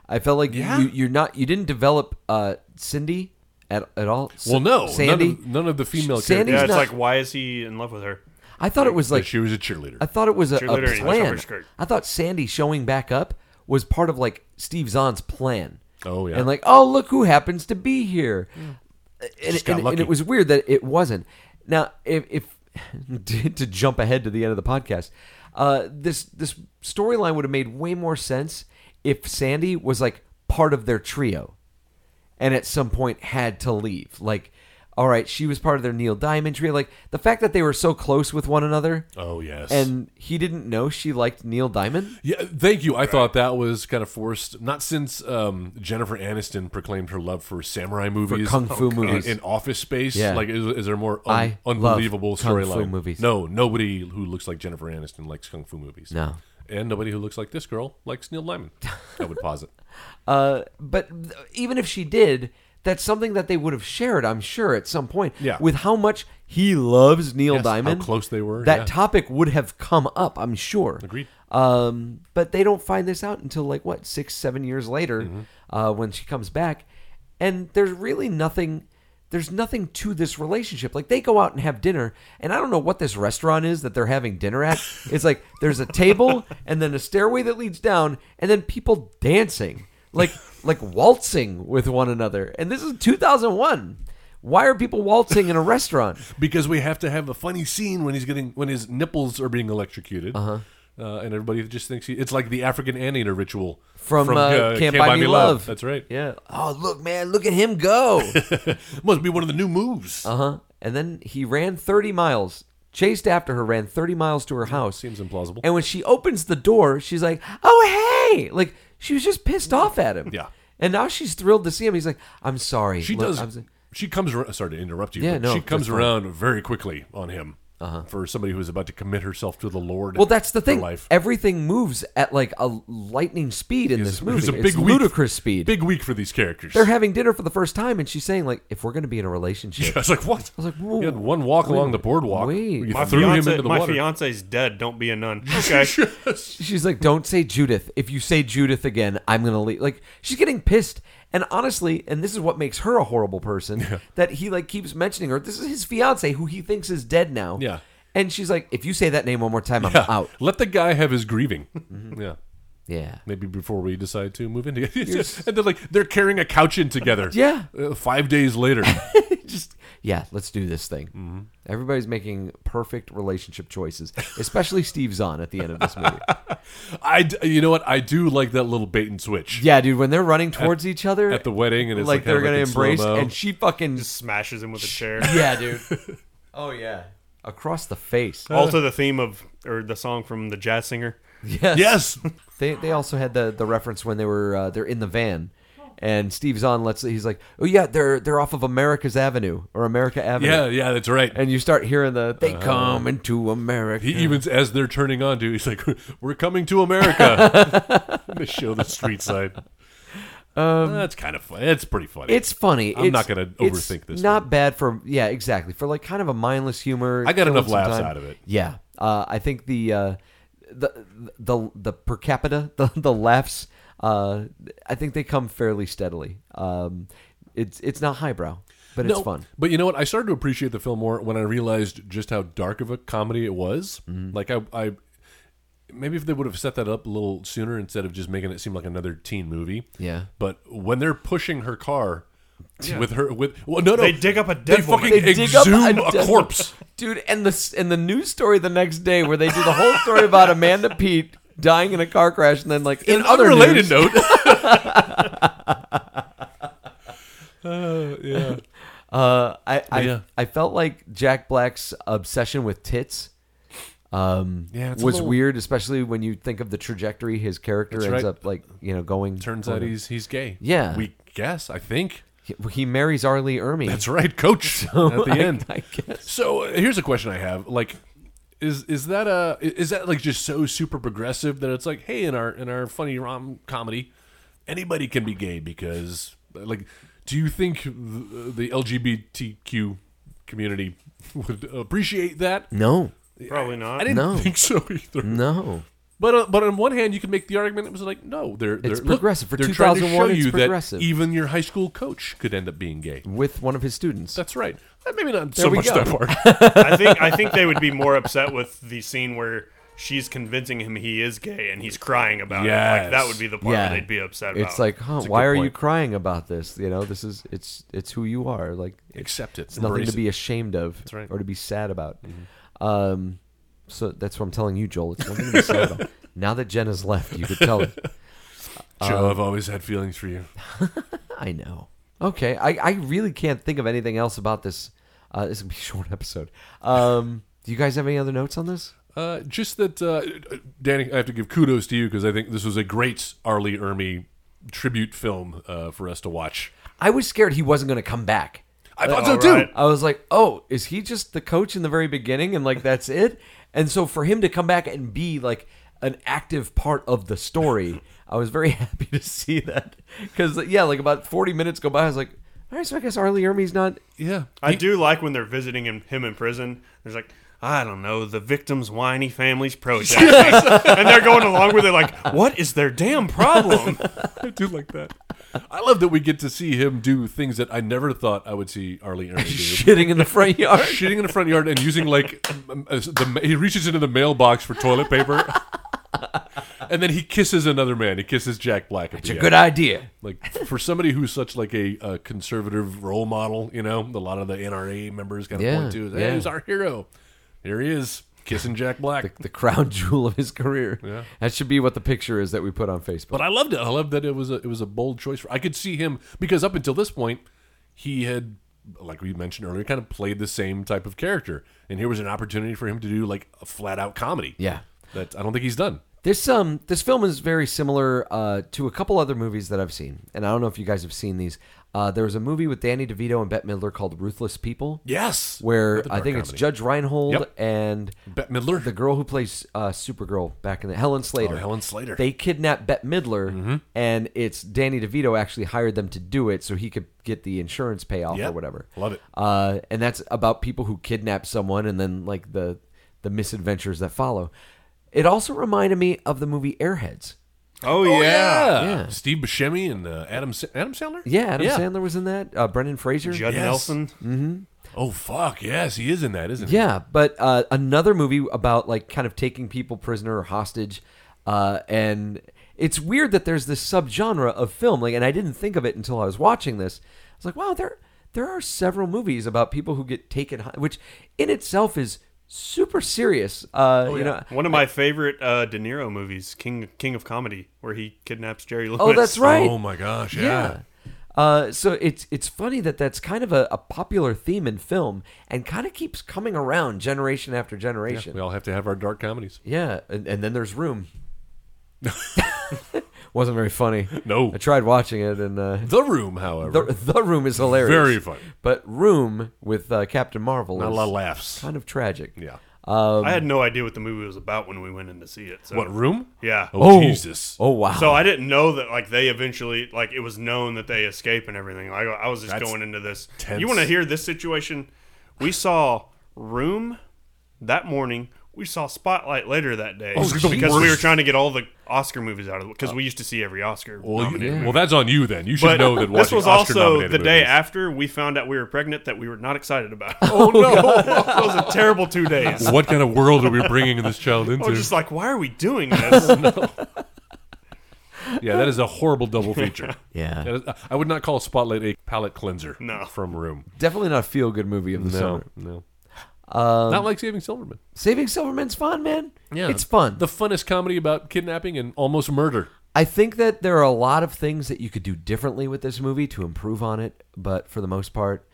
Speaker 4: I felt like
Speaker 3: Yeah?
Speaker 4: you, you're not. You didn't develop uh, Cindy at at all. S-
Speaker 3: Well, no,
Speaker 4: Sandy.
Speaker 3: None, of, none of the female
Speaker 4: Sandy's
Speaker 5: yeah,
Speaker 3: characters.
Speaker 5: it's
Speaker 4: not-
Speaker 5: like why is he in love with her?
Speaker 4: I thought it was like
Speaker 3: she was a cheerleader.
Speaker 4: I thought it was a, a
Speaker 5: Cheerleader and
Speaker 4: plan.
Speaker 5: shopper skirt.
Speaker 4: I thought Sandy showing back up was part of like Steve Zahn's plan.
Speaker 3: Oh, yeah.
Speaker 4: and like oh look who happens to be here, and,
Speaker 3: Just got
Speaker 4: and- and
Speaker 3: lucky.
Speaker 4: it was weird that it wasn't. Now if, if <laughs> to, to jump ahead to the end of the podcast, uh, this this storyline would have made way more sense if Sandy was like part of their trio and at some point had to leave. Like, all right, she was part of their Neil Diamond trio. Like the fact that they were so close with one another.
Speaker 3: Oh, yes.
Speaker 4: And he didn't know she liked Neil Diamond.
Speaker 3: yeah, thank you. I thought that was kind of forced. Not since um, Jennifer Aniston proclaimed her love for samurai movies,
Speaker 4: kung fu
Speaker 3: and-
Speaker 4: movies.
Speaker 3: and Office Space.
Speaker 4: Yeah.
Speaker 3: Like, is, is there more un-
Speaker 4: I love
Speaker 3: unbelievable
Speaker 4: kung fu
Speaker 3: storyline?
Speaker 4: movies.
Speaker 3: No, nobody who looks like Jennifer Aniston likes kung fu movies.
Speaker 4: No.
Speaker 3: and nobody who looks like this girl likes Neil Diamond. I would posit. <laughs>
Speaker 4: Uh, but th- even if she did, that's something that they would have shared, I'm sure, at some point.
Speaker 3: Yeah.
Speaker 4: With how much he loves Neil
Speaker 3: Yes, how
Speaker 4: Diamond,
Speaker 3: close they were,
Speaker 4: That
Speaker 3: yeah.
Speaker 4: topic would have come up, I'm sure.
Speaker 3: Agreed.
Speaker 4: Um, but they don't find this out until like what six, seven years later, uh, when she comes back, and there's really nothing. There's nothing to this relationship. Like they go out and have dinner, and I don't know what this restaurant is that they're having dinner at. It's like there's a table and then a stairway that leads down, and then people dancing, like like waltzing with one another. And this is 2001. Why are people waltzing in a restaurant?
Speaker 3: because we have to have a funny scene when he's getting when his nipples are being electrocuted. Uh-huh. and everybody just thinks he, it's like the African anteater ritual
Speaker 4: From, uh, Can't Buy Me Love.
Speaker 3: That's right.
Speaker 4: Yeah. Oh look, man, look at him go.
Speaker 3: Must be one of the new moves.
Speaker 4: Uh huh. And then he ran 30 miles, chased after her, ran 30 miles to her house.
Speaker 3: Seems implausible.
Speaker 4: And when she opens the door, she's like, oh, hey. Like, she was just pissed off at him.
Speaker 3: Yeah.
Speaker 4: And now she's thrilled to see him. He's like, I'm sorry.
Speaker 3: she
Speaker 4: Look,
Speaker 3: does.
Speaker 4: I'm so-
Speaker 3: she comes. ar- Sorry to interrupt you.
Speaker 4: Yeah,
Speaker 3: but
Speaker 4: no,
Speaker 3: she comes
Speaker 4: that's fine. Uh-huh.
Speaker 3: around very quickly on him. for somebody who is about to commit herself to the Lord.
Speaker 4: Well, that's the
Speaker 3: for
Speaker 4: thing.
Speaker 3: Life.
Speaker 4: Everything moves at like a lightning speed in this
Speaker 3: It was
Speaker 4: movie.
Speaker 3: a big
Speaker 4: it's
Speaker 3: week-
Speaker 4: ludicrous speed.
Speaker 3: Big week for these characters.
Speaker 4: They're having dinner for the first time, and she's saying like, "If we're going to be in a relationship,
Speaker 3: <laughs> I was like, what? I
Speaker 4: was like, whoa,
Speaker 3: you had one walk
Speaker 4: wait a
Speaker 3: along the
Speaker 4: minute,
Speaker 3: boardwalk.
Speaker 4: wait.
Speaker 3: where You
Speaker 5: My
Speaker 3: threw
Speaker 5: fiance,
Speaker 3: him into the
Speaker 5: my
Speaker 3: water.
Speaker 5: fiance's dead. Don't be
Speaker 3: <laughs>
Speaker 5: a nun. Okay.
Speaker 4: she's like, "Don't say Judith. If you say Judith again, I'm gonna leave." Like she's getting pissed. And honestly, and this is what makes her a horrible person that he like keeps mentioning her. This is his fiance who he thinks is dead now.
Speaker 3: Yeah.
Speaker 4: And she's like, "If you say that name one more time, I'm
Speaker 3: Yeah.
Speaker 4: out."
Speaker 3: Let the guy have
Speaker 4: <laughs>
Speaker 3: his grieving.
Speaker 4: Mm-hmm.
Speaker 3: Yeah.
Speaker 4: Yeah. <laughs>
Speaker 3: Maybe before we decide to move in <laughs> together. and they're like, they're carrying a couch in together.
Speaker 4: <laughs> Yeah.
Speaker 3: Uh, five
Speaker 4: <laughs>
Speaker 3: days later.
Speaker 4: just yeah, let's do this thing.
Speaker 3: Mm-hmm.
Speaker 4: Everybody's making perfect relationship choices, especially Steve Zahn at the end of this movie. <laughs>
Speaker 3: I, d- you know what? I do like that little bait and switch.
Speaker 4: yeah, dude, when they're running towards each other
Speaker 3: at the wedding, and it's
Speaker 4: like,
Speaker 3: like
Speaker 4: they're
Speaker 3: kinda
Speaker 4: gonna
Speaker 3: like in
Speaker 4: embrace,
Speaker 3: slow-mo.
Speaker 4: and she fucking
Speaker 5: Smashes him with
Speaker 3: <laughs>
Speaker 5: a chair.
Speaker 4: <laughs>
Speaker 3: Uh.
Speaker 4: yeah, dude. oh yeah, across the
Speaker 3: <laughs>
Speaker 4: face.
Speaker 5: Also, the theme of or the song from the jazz singer.
Speaker 4: Yes.
Speaker 3: Yes.
Speaker 4: They they also had the the reference when they were uh, they're in the van. And Steve Zahn lets he's like, oh yeah, they're they're off of America's Avenue or America Avenue.
Speaker 3: <laughs> Yeah, yeah, that's right.
Speaker 4: And you start hearing the they come into America.
Speaker 3: He even as they're turning on to, he's like, <laughs> "We're coming to America."
Speaker 4: <laughs>
Speaker 3: to show the street sign. That's kind of fun. It's pretty funny.
Speaker 4: Um, It's funny.
Speaker 3: I'm
Speaker 4: It's-
Speaker 3: not gonna
Speaker 4: it's
Speaker 3: overthink this
Speaker 4: Not
Speaker 3: one.
Speaker 4: bad for yeah, exactly for like kind of a mindless humor.
Speaker 3: I got
Speaker 4: killing
Speaker 3: enough
Speaker 4: some
Speaker 3: laughs
Speaker 4: time.
Speaker 3: out of it.
Speaker 4: Yeah, uh, I think the uh, the the the per capita <laughs> the the laughs. Uh, I think they come fairly steadily. Um, it's it's not highbrow, but it's
Speaker 3: No,
Speaker 4: fun.
Speaker 3: But you know what? I started to appreciate the film more when I realized just how dark of a comedy it was.
Speaker 4: Mm-hmm.
Speaker 3: Like I, I maybe if they would have set that up a little sooner instead of just making it seem like another teen movie.
Speaker 4: Yeah.
Speaker 3: But when they're pushing her car with her with well, no, no,
Speaker 5: They dig up a dead
Speaker 3: They
Speaker 5: woman.
Speaker 3: fucking
Speaker 4: They dig up
Speaker 3: exhume
Speaker 4: a
Speaker 3: a,
Speaker 4: dead-
Speaker 3: corpse.
Speaker 4: Dude, and the and the news story the next day where they do the whole story about Amanda Pete dying in a car crash, and then like in,
Speaker 3: An
Speaker 4: other news, <laughs>
Speaker 3: unrelated note. <laughs> Uh, yeah.
Speaker 4: Uh, I I,
Speaker 3: Yeah.
Speaker 4: I felt like Jack Black's obsession with tits um
Speaker 3: Yeah, it's a
Speaker 4: was
Speaker 3: little-
Speaker 4: weird especially when you think of the trajectory his character
Speaker 3: That's
Speaker 4: ends
Speaker 3: right.
Speaker 4: up like you know going
Speaker 3: Turns out he's he's gay.
Speaker 4: Yeah.
Speaker 3: We guess. I think
Speaker 4: he, he marries Arlie Ermy
Speaker 3: that's
Speaker 4: <laughs>
Speaker 3: right, Coach. at the
Speaker 4: I-
Speaker 3: end.
Speaker 4: I guess
Speaker 3: So uh, here's a question I have: like, is is that a is that like just so super progressive that it's like, hey, in our in our funny rom comedy, anybody can be gay because like, do you think the, the LGBTQ community would appreciate that?
Speaker 4: no
Speaker 5: Probably not.
Speaker 3: I didn't
Speaker 4: No.
Speaker 3: think so <laughs> either.
Speaker 4: no
Speaker 3: But uh, but on one hand, you can make the argument it was like, no, they're, they're
Speaker 4: It's
Speaker 3: look,
Speaker 4: progressive. For
Speaker 3: they're trying to
Speaker 4: 2001,
Speaker 3: show
Speaker 4: it's
Speaker 3: you
Speaker 4: progressive.
Speaker 3: that even your high school coach could end up being gay.
Speaker 4: with one of his students
Speaker 3: That's right. Uh, Maybe not so
Speaker 4: we
Speaker 3: much
Speaker 4: go.
Speaker 3: that part.
Speaker 4: <laughs>
Speaker 5: I think I think they would be more upset with the scene where she's convincing him he is gay and he's crying about it.
Speaker 3: Yes.
Speaker 5: Like that would be the part where they'd be upset about.
Speaker 4: it's like huh,
Speaker 3: That's a
Speaker 4: why
Speaker 3: good
Speaker 4: are you
Speaker 3: point.
Speaker 4: crying about this you know this is it's it's who you are like
Speaker 3: Accept it.
Speaker 4: It's nothing
Speaker 3: Embrace
Speaker 4: to
Speaker 3: it.
Speaker 4: be ashamed of
Speaker 3: right. Mm-hmm.
Speaker 4: or to be sad about. Um, so that's what I'm telling you, Joel. It's nothing to be sad <laughs> about. Now that Jen has left, you could tell <laughs> it. Uh-huh.
Speaker 3: Joe, I've always had feelings for you.
Speaker 4: I know. Okay, I, I really can't think of anything else about this. Uh, this will be a short episode. Um, do you guys have any other notes on this?
Speaker 3: Uh, just that, uh, Danny, I have to give kudos to you because I think this was a great Arlie Ermy tribute film uh, for us to watch.
Speaker 4: I was scared he wasn't going to come back.
Speaker 3: I thought
Speaker 5: All
Speaker 3: so
Speaker 5: right.
Speaker 3: too.
Speaker 4: I was like, oh, is he just the coach in the very beginning and like that's it? And so for him to come back and be like an active part of the story, I was very <laughs> happy to see that. Because, yeah, like about 40 minutes go by, I was like, all right, so I guess Arlie Ermey's not.
Speaker 3: Yeah, <laughs>
Speaker 5: I do like when they're visiting him, him in prison. There's like, I don't know, the victim's whiny family's
Speaker 4: <laughs>
Speaker 5: project. and they're going along with it like, what is their
Speaker 4: <laughs>
Speaker 5: damn problem?
Speaker 3: I do like that. I love that we get to see him do things that I never thought I would see
Speaker 4: <laughs>
Speaker 3: Arlie Ermy do.
Speaker 4: Shitting in the
Speaker 3: <laughs>
Speaker 4: front yard.
Speaker 3: Shitting in the front yard and using like um, uh, the he reaches into the mailbox for toilet paper, and then he kisses another man. He kisses Jack Black. At
Speaker 4: It's
Speaker 3: the
Speaker 4: a
Speaker 3: end.
Speaker 4: good idea.
Speaker 3: like for somebody who's such like a, a conservative role model, you know, a lot of the NRA members kind of
Speaker 4: Yeah,
Speaker 3: point to, hey,
Speaker 4: yeah.
Speaker 3: he's our hero. Here he is, kissing Jack Black.
Speaker 4: The crown <laughs> jewel of his career. Yeah. That should be what the picture is that we put on Facebook.
Speaker 3: but I loved it. I loved that it was a it was a bold choice. For, I could see him because up until this point, he had, like we mentioned earlier, kind of played the same type of character, and here was an opportunity for him to do like a flat out comedy.
Speaker 4: Yeah.
Speaker 3: that I don't think he's done.
Speaker 4: This um this film is very similar uh, to a couple other movies that I've seen, and I don't know if you guys have seen these. Uh, there was a movie with Danny DeVito and Bette Midler called Ruthless People.
Speaker 3: Yes.
Speaker 4: where
Speaker 3: Another
Speaker 4: I
Speaker 3: dark
Speaker 4: think it's
Speaker 3: comedy.
Speaker 4: Judge Reinhold
Speaker 3: Yep.
Speaker 4: and
Speaker 3: Bette Midler.
Speaker 4: the girl who plays uh, Supergirl back in the Helen Slater.
Speaker 3: Oh, Helen Slater.
Speaker 4: They kidnap Bette Midler,
Speaker 3: Mm-hmm.
Speaker 4: and it's Danny DeVito actually hired them to do it so he could get the insurance payoff or
Speaker 3: Yep.
Speaker 4: whatever.
Speaker 3: Love it.
Speaker 4: Uh, and that's about people who kidnap someone and then like the the misadventures that follow. It also reminded me of the movie Airheads.
Speaker 5: Oh,
Speaker 3: Oh,
Speaker 5: yeah.
Speaker 3: yeah.
Speaker 4: Yeah.
Speaker 3: Steve Buscemi and uh, Adam Sa- Adam Sandler.
Speaker 4: Yeah, Adam Sandler was in that. Uh, Brendan Fraser.
Speaker 5: Judd
Speaker 3: Yes.
Speaker 5: Nelson.
Speaker 3: Oh fuck yes, he is in that, isn't he?
Speaker 4: Yeah, but uh, another movie about like kind of taking people prisoner or hostage, uh, and it's weird that there's this subgenre of film. Like, and I didn't think of it until I was watching this. I was like, wow, there there are several movies about people who get taken, ho- which in itself is super serious. Uh, You know,
Speaker 5: One of my favorite uh, De Niro movies, King King of Comedy, where he kidnaps Jerry Lewis.
Speaker 4: oh, that's right.
Speaker 3: Oh my gosh, yeah.
Speaker 4: Yeah. Uh, so it's it's funny that that's kind of a, a popular theme in film and kind of keeps coming around generation after generation.
Speaker 3: We all have to have our dark comedies.
Speaker 4: Yeah, and, and then there's room. <laughs> Wasn't very funny.
Speaker 3: No.
Speaker 4: I tried watching it, and uh,
Speaker 3: The Room, however,
Speaker 4: the the room is hilarious.
Speaker 3: Very funny.
Speaker 4: but room with uh, Captain Marvel
Speaker 3: not a
Speaker 4: is
Speaker 3: lot of laughs.
Speaker 4: kind of tragic.
Speaker 3: Yeah.
Speaker 5: I had no idea what the movie was about when we went in to see it. So.
Speaker 3: Um, What room?
Speaker 5: Yeah.
Speaker 3: Oh, Jesus.
Speaker 4: Oh wow.
Speaker 5: So I didn't know that like they eventually like it was known that they escape and everything. Like I was just
Speaker 3: That's
Speaker 5: going into this.
Speaker 3: tense.
Speaker 5: You want to hear this situation? We saw Room that morning. We saw Spotlight later that day
Speaker 3: Oh, it's the
Speaker 5: because we were
Speaker 3: worst.
Speaker 5: trying to get all the Oscar movies out of the because we used to see every Oscar.
Speaker 4: oh,
Speaker 3: Well, you-
Speaker 5: nominated
Speaker 3: well, that's on you then. You should
Speaker 5: But
Speaker 3: know that
Speaker 5: this
Speaker 3: watching
Speaker 5: was
Speaker 3: Oscar
Speaker 5: also the
Speaker 3: nominated
Speaker 5: day
Speaker 3: movies-
Speaker 5: after we found out we were pregnant that we were not excited
Speaker 3: <laughs>
Speaker 5: about. Oh no! <laughs> it was a terrible two days.
Speaker 3: What kind of world are we bringing this
Speaker 5: <laughs>
Speaker 3: child
Speaker 5: I
Speaker 3: into?
Speaker 5: was Oh, just like, why are
Speaker 3: <laughs>
Speaker 5: we doing this?
Speaker 3: yeah, that is a horrible double feature.
Speaker 4: <laughs> Yeah.
Speaker 3: That is- uh, I would not call Spotlight a palate cleanser.
Speaker 5: No.
Speaker 3: from Room.
Speaker 4: Definitely not a feel good movie of the
Speaker 3: No,
Speaker 4: summer.
Speaker 3: no. um, not
Speaker 4: Um,
Speaker 3: like Saving Silverman.
Speaker 4: Saving Silverman's fun, man.
Speaker 3: Yeah,
Speaker 4: it's fun.
Speaker 3: The funnest comedy about kidnapping and almost murder.
Speaker 4: I think that there are a lot of things that you could do differently with this movie to improve on it, but for the most part,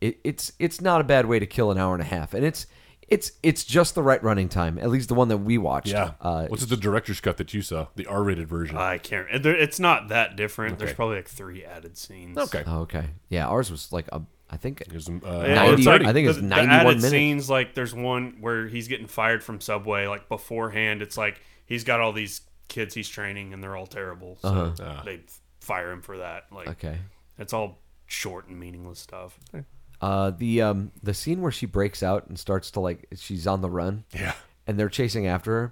Speaker 4: it, it's it's not a bad way to kill an hour and a half, and it's it's it's just the right running time. At least the one that we watched. Uh,
Speaker 3: What's the director's cut that you saw? The R-rated version.
Speaker 5: I can't. it- there- It's not that different. There's probably like three added scenes.
Speaker 3: okay.
Speaker 4: oh, okay. Yeah, ours was like a, I think
Speaker 3: There's, uh,
Speaker 5: Yeah,
Speaker 3: hour
Speaker 5: it's
Speaker 4: 90
Speaker 5: like
Speaker 4: I think it's
Speaker 5: the,
Speaker 4: 91
Speaker 5: the added
Speaker 4: minutes.
Speaker 5: scenes. Like there's one where he's getting fired from Subway. Like beforehand, it's like he's got all these kids he's training, and they're all terrible. So they fire him for that. Like
Speaker 4: Uh-huh. okay.
Speaker 5: it's all short and meaningless stuff.
Speaker 4: Uh, the um the scene where she breaks out and starts to like she's on the run.
Speaker 3: Yeah.
Speaker 4: and they're chasing after her.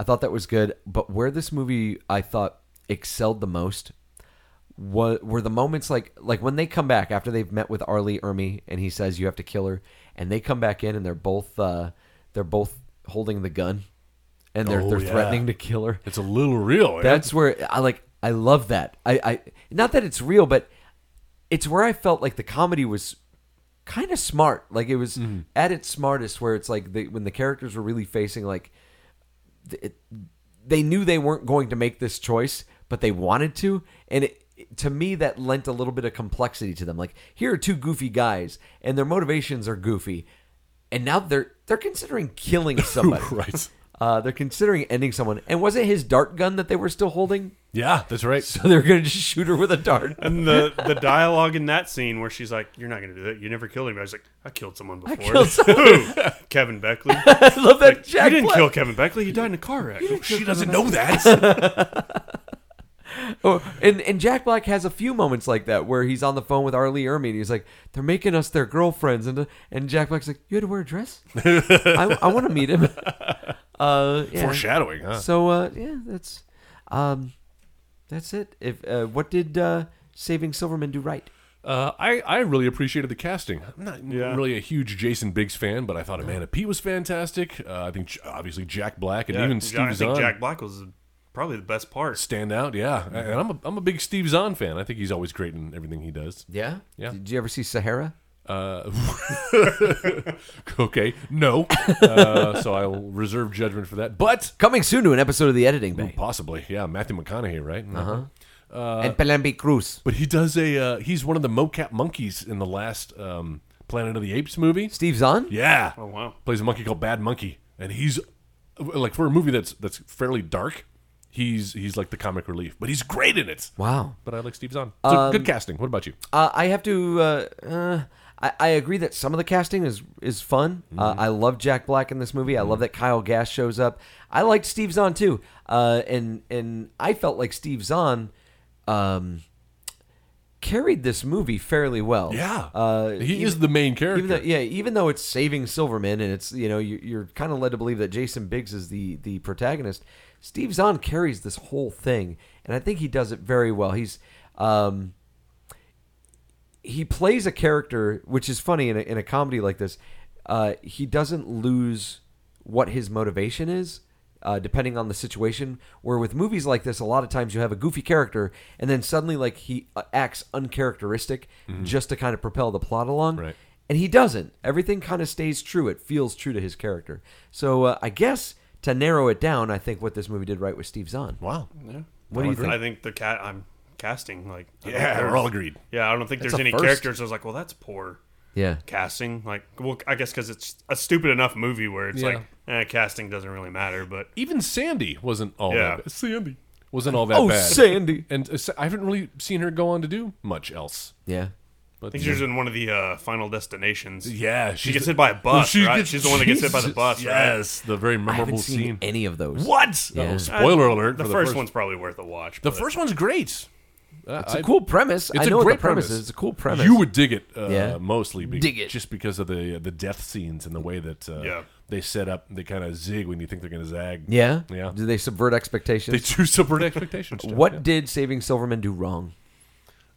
Speaker 4: I thought that was good, but where this movie I thought excelled the most was were the moments like like when they come back after they've met with Arlie Ermy and he says you have to kill her, and they come back in and they're both uh, they're both holding the gun, and they're
Speaker 3: Oh,
Speaker 4: they're
Speaker 3: yeah.
Speaker 4: threatening to kill her.
Speaker 3: It's a little real. eh?
Speaker 4: That's where I like I love that. I, I not that it's real, but it's where I felt like the comedy was kind of smart. Like it was at its smartest, where it's like the, when the characters were really facing like th- it, they knew they weren't going to make this choice, but they wanted to, and it. To me, that lent a little bit of complexity to them. Like, here are two goofy guys, and their motivations are goofy, and now they're they're considering killing somebody.
Speaker 3: <laughs> right.
Speaker 4: Uh, they're considering ending someone. And was it his dart gun that they were still holding? <laughs>
Speaker 3: Yeah, that's right.
Speaker 4: So they're going to just shoot her with a dart.
Speaker 5: <laughs> And the the dialogue in that scene where she's like, "You're not gonna do that. You never killed anybody." I was like, "I killed someone before." <laughs>
Speaker 4: killed
Speaker 5: Who? Kevin Beckley.
Speaker 4: I love that <laughs> Jack
Speaker 5: you didn't
Speaker 4: Black.
Speaker 5: kill Kevin Beckley. He died in a car wreck.
Speaker 3: she doesn't know that.
Speaker 4: Oh, and, and Jack Black has a few moments like that where he's on the phone with Arlie Ermy and he's like, they're making us their girlfriends. And, and Jack Black's like, you had to wear a dress? I, I want to meet
Speaker 5: <laughs>
Speaker 4: him. Uh, yeah.
Speaker 3: Foreshadowing, huh?
Speaker 4: So, uh, yeah, that's um, that's it. If uh, What did uh, Saving Silverman do right?
Speaker 3: Uh, I, I really appreciated the casting. I'm not
Speaker 5: Yeah.
Speaker 3: really a huge Jason Biggs fan, but I thought Amanda Pete was fantastic. Uh, I think J- obviously Jack Black and
Speaker 5: Yeah,
Speaker 3: even
Speaker 5: I
Speaker 3: Steve
Speaker 5: think
Speaker 3: Zahn
Speaker 5: Jack Black was probably the best part.
Speaker 3: stand out. Yeah, and I'm a, I'm a big Steve Zahn fan. I think he's always great in everything he does.
Speaker 4: Yeah?
Speaker 3: Yeah.
Speaker 4: Did you ever see Sahara?
Speaker 3: Uh, <laughs> okay, no. Uh, so I'll reserve judgment for that. But
Speaker 4: Coming soon to an episode of The Editing Bay.
Speaker 3: possibly, yeah, Matthew McConaughey, right? Uh-huh.
Speaker 5: Uh,
Speaker 4: and Pelambi Cruz.
Speaker 3: But he does a uh, he's one of the mocap monkeys in the last um, Planet of the Apes movie.
Speaker 4: Steve Zahn?
Speaker 3: Yeah.
Speaker 5: Oh wow.
Speaker 3: plays a monkey called Bad Monkey, and he's like for a movie that's that's fairly dark. He's he's like the comic relief, but he's great in it.
Speaker 4: Wow. Um,
Speaker 3: But I like Steve Zahn. So good casting. What about you?
Speaker 4: Uh, I have to. Uh, uh, I, I agree that some of the casting is is fun. Uh, I love Jack Black in this movie. I love that Kyle Gass shows up. I liked Steve Zahn too, uh, and and I felt like Steve Zahn um, carried this movie fairly well.
Speaker 3: Yeah,
Speaker 4: uh,
Speaker 3: he
Speaker 4: even-
Speaker 3: is the main character.
Speaker 4: Even though, yeah, even though it's saving Silverman, and it's you know you, you're kind of led to believe that Jason Biggs is the the protagonist. Steve Zahn carries this whole thing, and I think he does it very well. He's um, he plays a character, which is funny in a, in a comedy like this. Uh, he doesn't lose what his motivation is, uh, depending on the situation. Where with movies like this, a lot of times you have a goofy character, and then suddenly like he uh, acts uncharacteristic just to kind of propel the plot along.
Speaker 3: Mm-hmm. Right.
Speaker 4: And he doesn't. Everything kind of stays true. It feels true to his character. So uh, I guess to narrow it down, I think what this movie did right was Steve Zahn.
Speaker 3: wow.
Speaker 4: What do you
Speaker 5: I
Speaker 4: think?
Speaker 5: think the cat. I'm casting like. I don't
Speaker 3: Yeah,
Speaker 5: think
Speaker 3: we're all agreed.
Speaker 5: Yeah, I don't think
Speaker 4: That's
Speaker 5: there's
Speaker 4: a
Speaker 5: any
Speaker 4: first.
Speaker 5: characters. I was like, well, that's poor
Speaker 4: Yeah.
Speaker 5: casting. Like, well, I guess because it's a stupid enough movie where it's
Speaker 3: Yeah.
Speaker 5: like, eh, casting doesn't really matter. But
Speaker 3: e-, Even Sandy wasn't all
Speaker 5: Yeah.
Speaker 3: that bad. Sandy wasn't all that
Speaker 4: Oh,
Speaker 3: bad.
Speaker 4: Sandy.
Speaker 3: And uh, Sa- I haven't really seen her go on to do much else.
Speaker 4: Yeah.
Speaker 5: I think she was in one of the uh, Final Destinations.
Speaker 3: Yeah,
Speaker 5: she gets hit by a bus.
Speaker 3: she
Speaker 5: right?
Speaker 3: gets-
Speaker 5: She's the one that gets hit by the
Speaker 3: Jesus,
Speaker 5: bus. right?
Speaker 3: Yes, the very
Speaker 4: I haven't
Speaker 3: memorable
Speaker 4: seen
Speaker 3: scene.
Speaker 4: any of those.
Speaker 3: What?
Speaker 4: Yeah.
Speaker 3: Oh, spoiler
Speaker 5: Uh,
Speaker 3: alert.
Speaker 5: The,
Speaker 3: for
Speaker 5: first, one's probably worth a watch.
Speaker 3: The
Speaker 5: but-
Speaker 3: first one's great. Uh,
Speaker 4: It's a
Speaker 3: I-
Speaker 4: cool premise.
Speaker 3: It's
Speaker 4: I
Speaker 3: a
Speaker 4: know what the
Speaker 3: great
Speaker 4: premise,
Speaker 3: premise.
Speaker 4: is. It's a cool premise.
Speaker 3: You would dig it, uh,
Speaker 4: Yeah.
Speaker 3: mostly be-
Speaker 4: Dig it.
Speaker 3: just because of the uh, the death scenes and the way that uh,
Speaker 5: Yeah.
Speaker 3: they set up. They kind of zig when you think they're going to zag.
Speaker 4: Yeah.
Speaker 3: yeah.
Speaker 4: Do they subvert
Speaker 3: They
Speaker 4: expectations?
Speaker 3: do <laughs> subvert expectations. Jeff,
Speaker 4: what
Speaker 3: yeah.
Speaker 4: did Saving Silverman do wrong?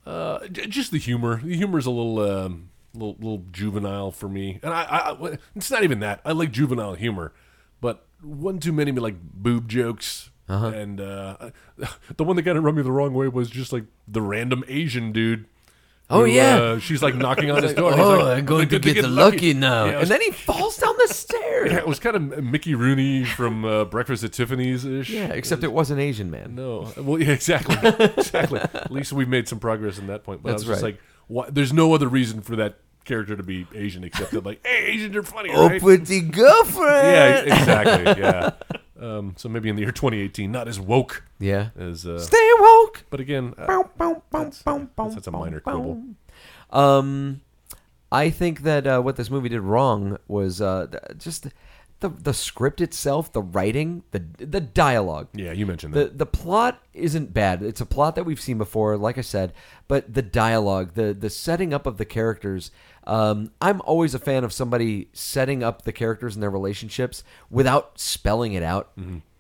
Speaker 3: Uh, j- just the humor. The humor's a little, um, little, little juvenile for me, and I, I, I- it's not even that. I like juvenile humor, but one too many like boob jokes.
Speaker 4: Uh-huh.
Speaker 3: And uh, <laughs> the one that kind of rubbed me the wrong way was just like the random Asian dude.
Speaker 4: Oh, yeah. "Oh,
Speaker 3: uh, she's like
Speaker 4: <laughs>
Speaker 3: knocking on his door. and Oh, he's like, Yeah, it
Speaker 4: and
Speaker 3: was
Speaker 4: then he falls down the stairs.
Speaker 3: Yeah, <laughs> it was kind of Mickey Rooney from uh, Breakfast at Tiffany's ish.
Speaker 4: Yeah, except it was an Asian man.
Speaker 3: No, well,
Speaker 4: <laughs>
Speaker 3: yeah, exactly, exactly. At least we made some progress in that point. But
Speaker 4: That's
Speaker 3: I was just
Speaker 4: right.
Speaker 3: like, why, there's no other reason for that character to be Asian except that, like, hey, Asians are funny,
Speaker 4: Oh,
Speaker 3: right?
Speaker 4: pretty
Speaker 3: yeah,
Speaker 4: girlfriend. <laughs>
Speaker 3: exactly. Yeah. Um, so maybe in the year 2018, not as woke
Speaker 4: Yeah.
Speaker 3: as. Uh,
Speaker 4: Stay woke.
Speaker 3: but again, uh,
Speaker 4: Bow, bow, bow,
Speaker 3: that's,
Speaker 4: bow, bow,
Speaker 3: that's, that's a
Speaker 4: bow,
Speaker 3: minor
Speaker 4: bow.
Speaker 3: quibble.
Speaker 4: Um, I think that uh, what this movie did wrong was uh, th- just the the script itself, the writing, the the dialogue.
Speaker 3: Yeah, you mentioned
Speaker 4: the
Speaker 3: that.
Speaker 4: the plot isn't bad. It's a plot that we've seen before, like I said. But the dialogue, the the setting up of the characters, um, I'm always a fan of somebody setting up the characters and their relationships without spelling it out,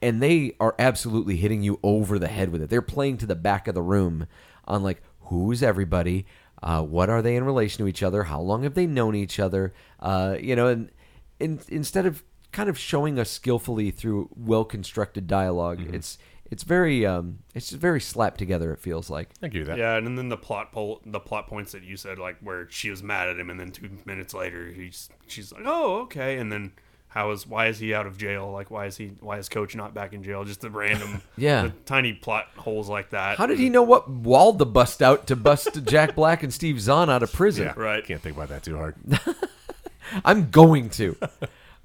Speaker 4: and they are absolutely hitting you over the head with it. They're playing to the back of the room on like who's everybody, uh, what are they in relation to each other, how long have they known each other, uh, you know, and in, instead of kind of showing us skillfully through well constructed dialog
Speaker 5: Mm-hmm.
Speaker 4: it's it's very um, it's just very slapped together. It feels like
Speaker 3: I give you that.
Speaker 5: Yeah, and then the plot pol- the plot points that you said, like where she was mad at him, and then two minutes later, he's she's like, "Oh, okay," and then how is why is he out of jail? Like, why is he why is Coach not back in jail? Just the random,
Speaker 4: <laughs> Yeah.
Speaker 5: the tiny plot holes like that.
Speaker 4: how did he know what wall to bust out to bust <laughs> Jack Black and Steve Zahn out of prison?
Speaker 3: Yeah,
Speaker 5: Right.
Speaker 3: Can't think about that too hard. <laughs>
Speaker 4: I'm going to.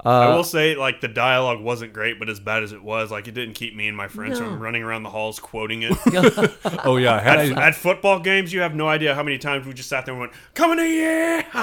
Speaker 5: I
Speaker 4: Uh,
Speaker 5: will say, like the dialogue wasn't great, but as bad as it was, like it didn't keep me and my friends from running around the halls
Speaker 4: <laughs>
Speaker 5: quoting it.
Speaker 3: oh yeah, had
Speaker 5: At,
Speaker 3: I,
Speaker 5: at football games, you have no idea how many times we just sat there and went, "Coming to you!"
Speaker 3: <laughs>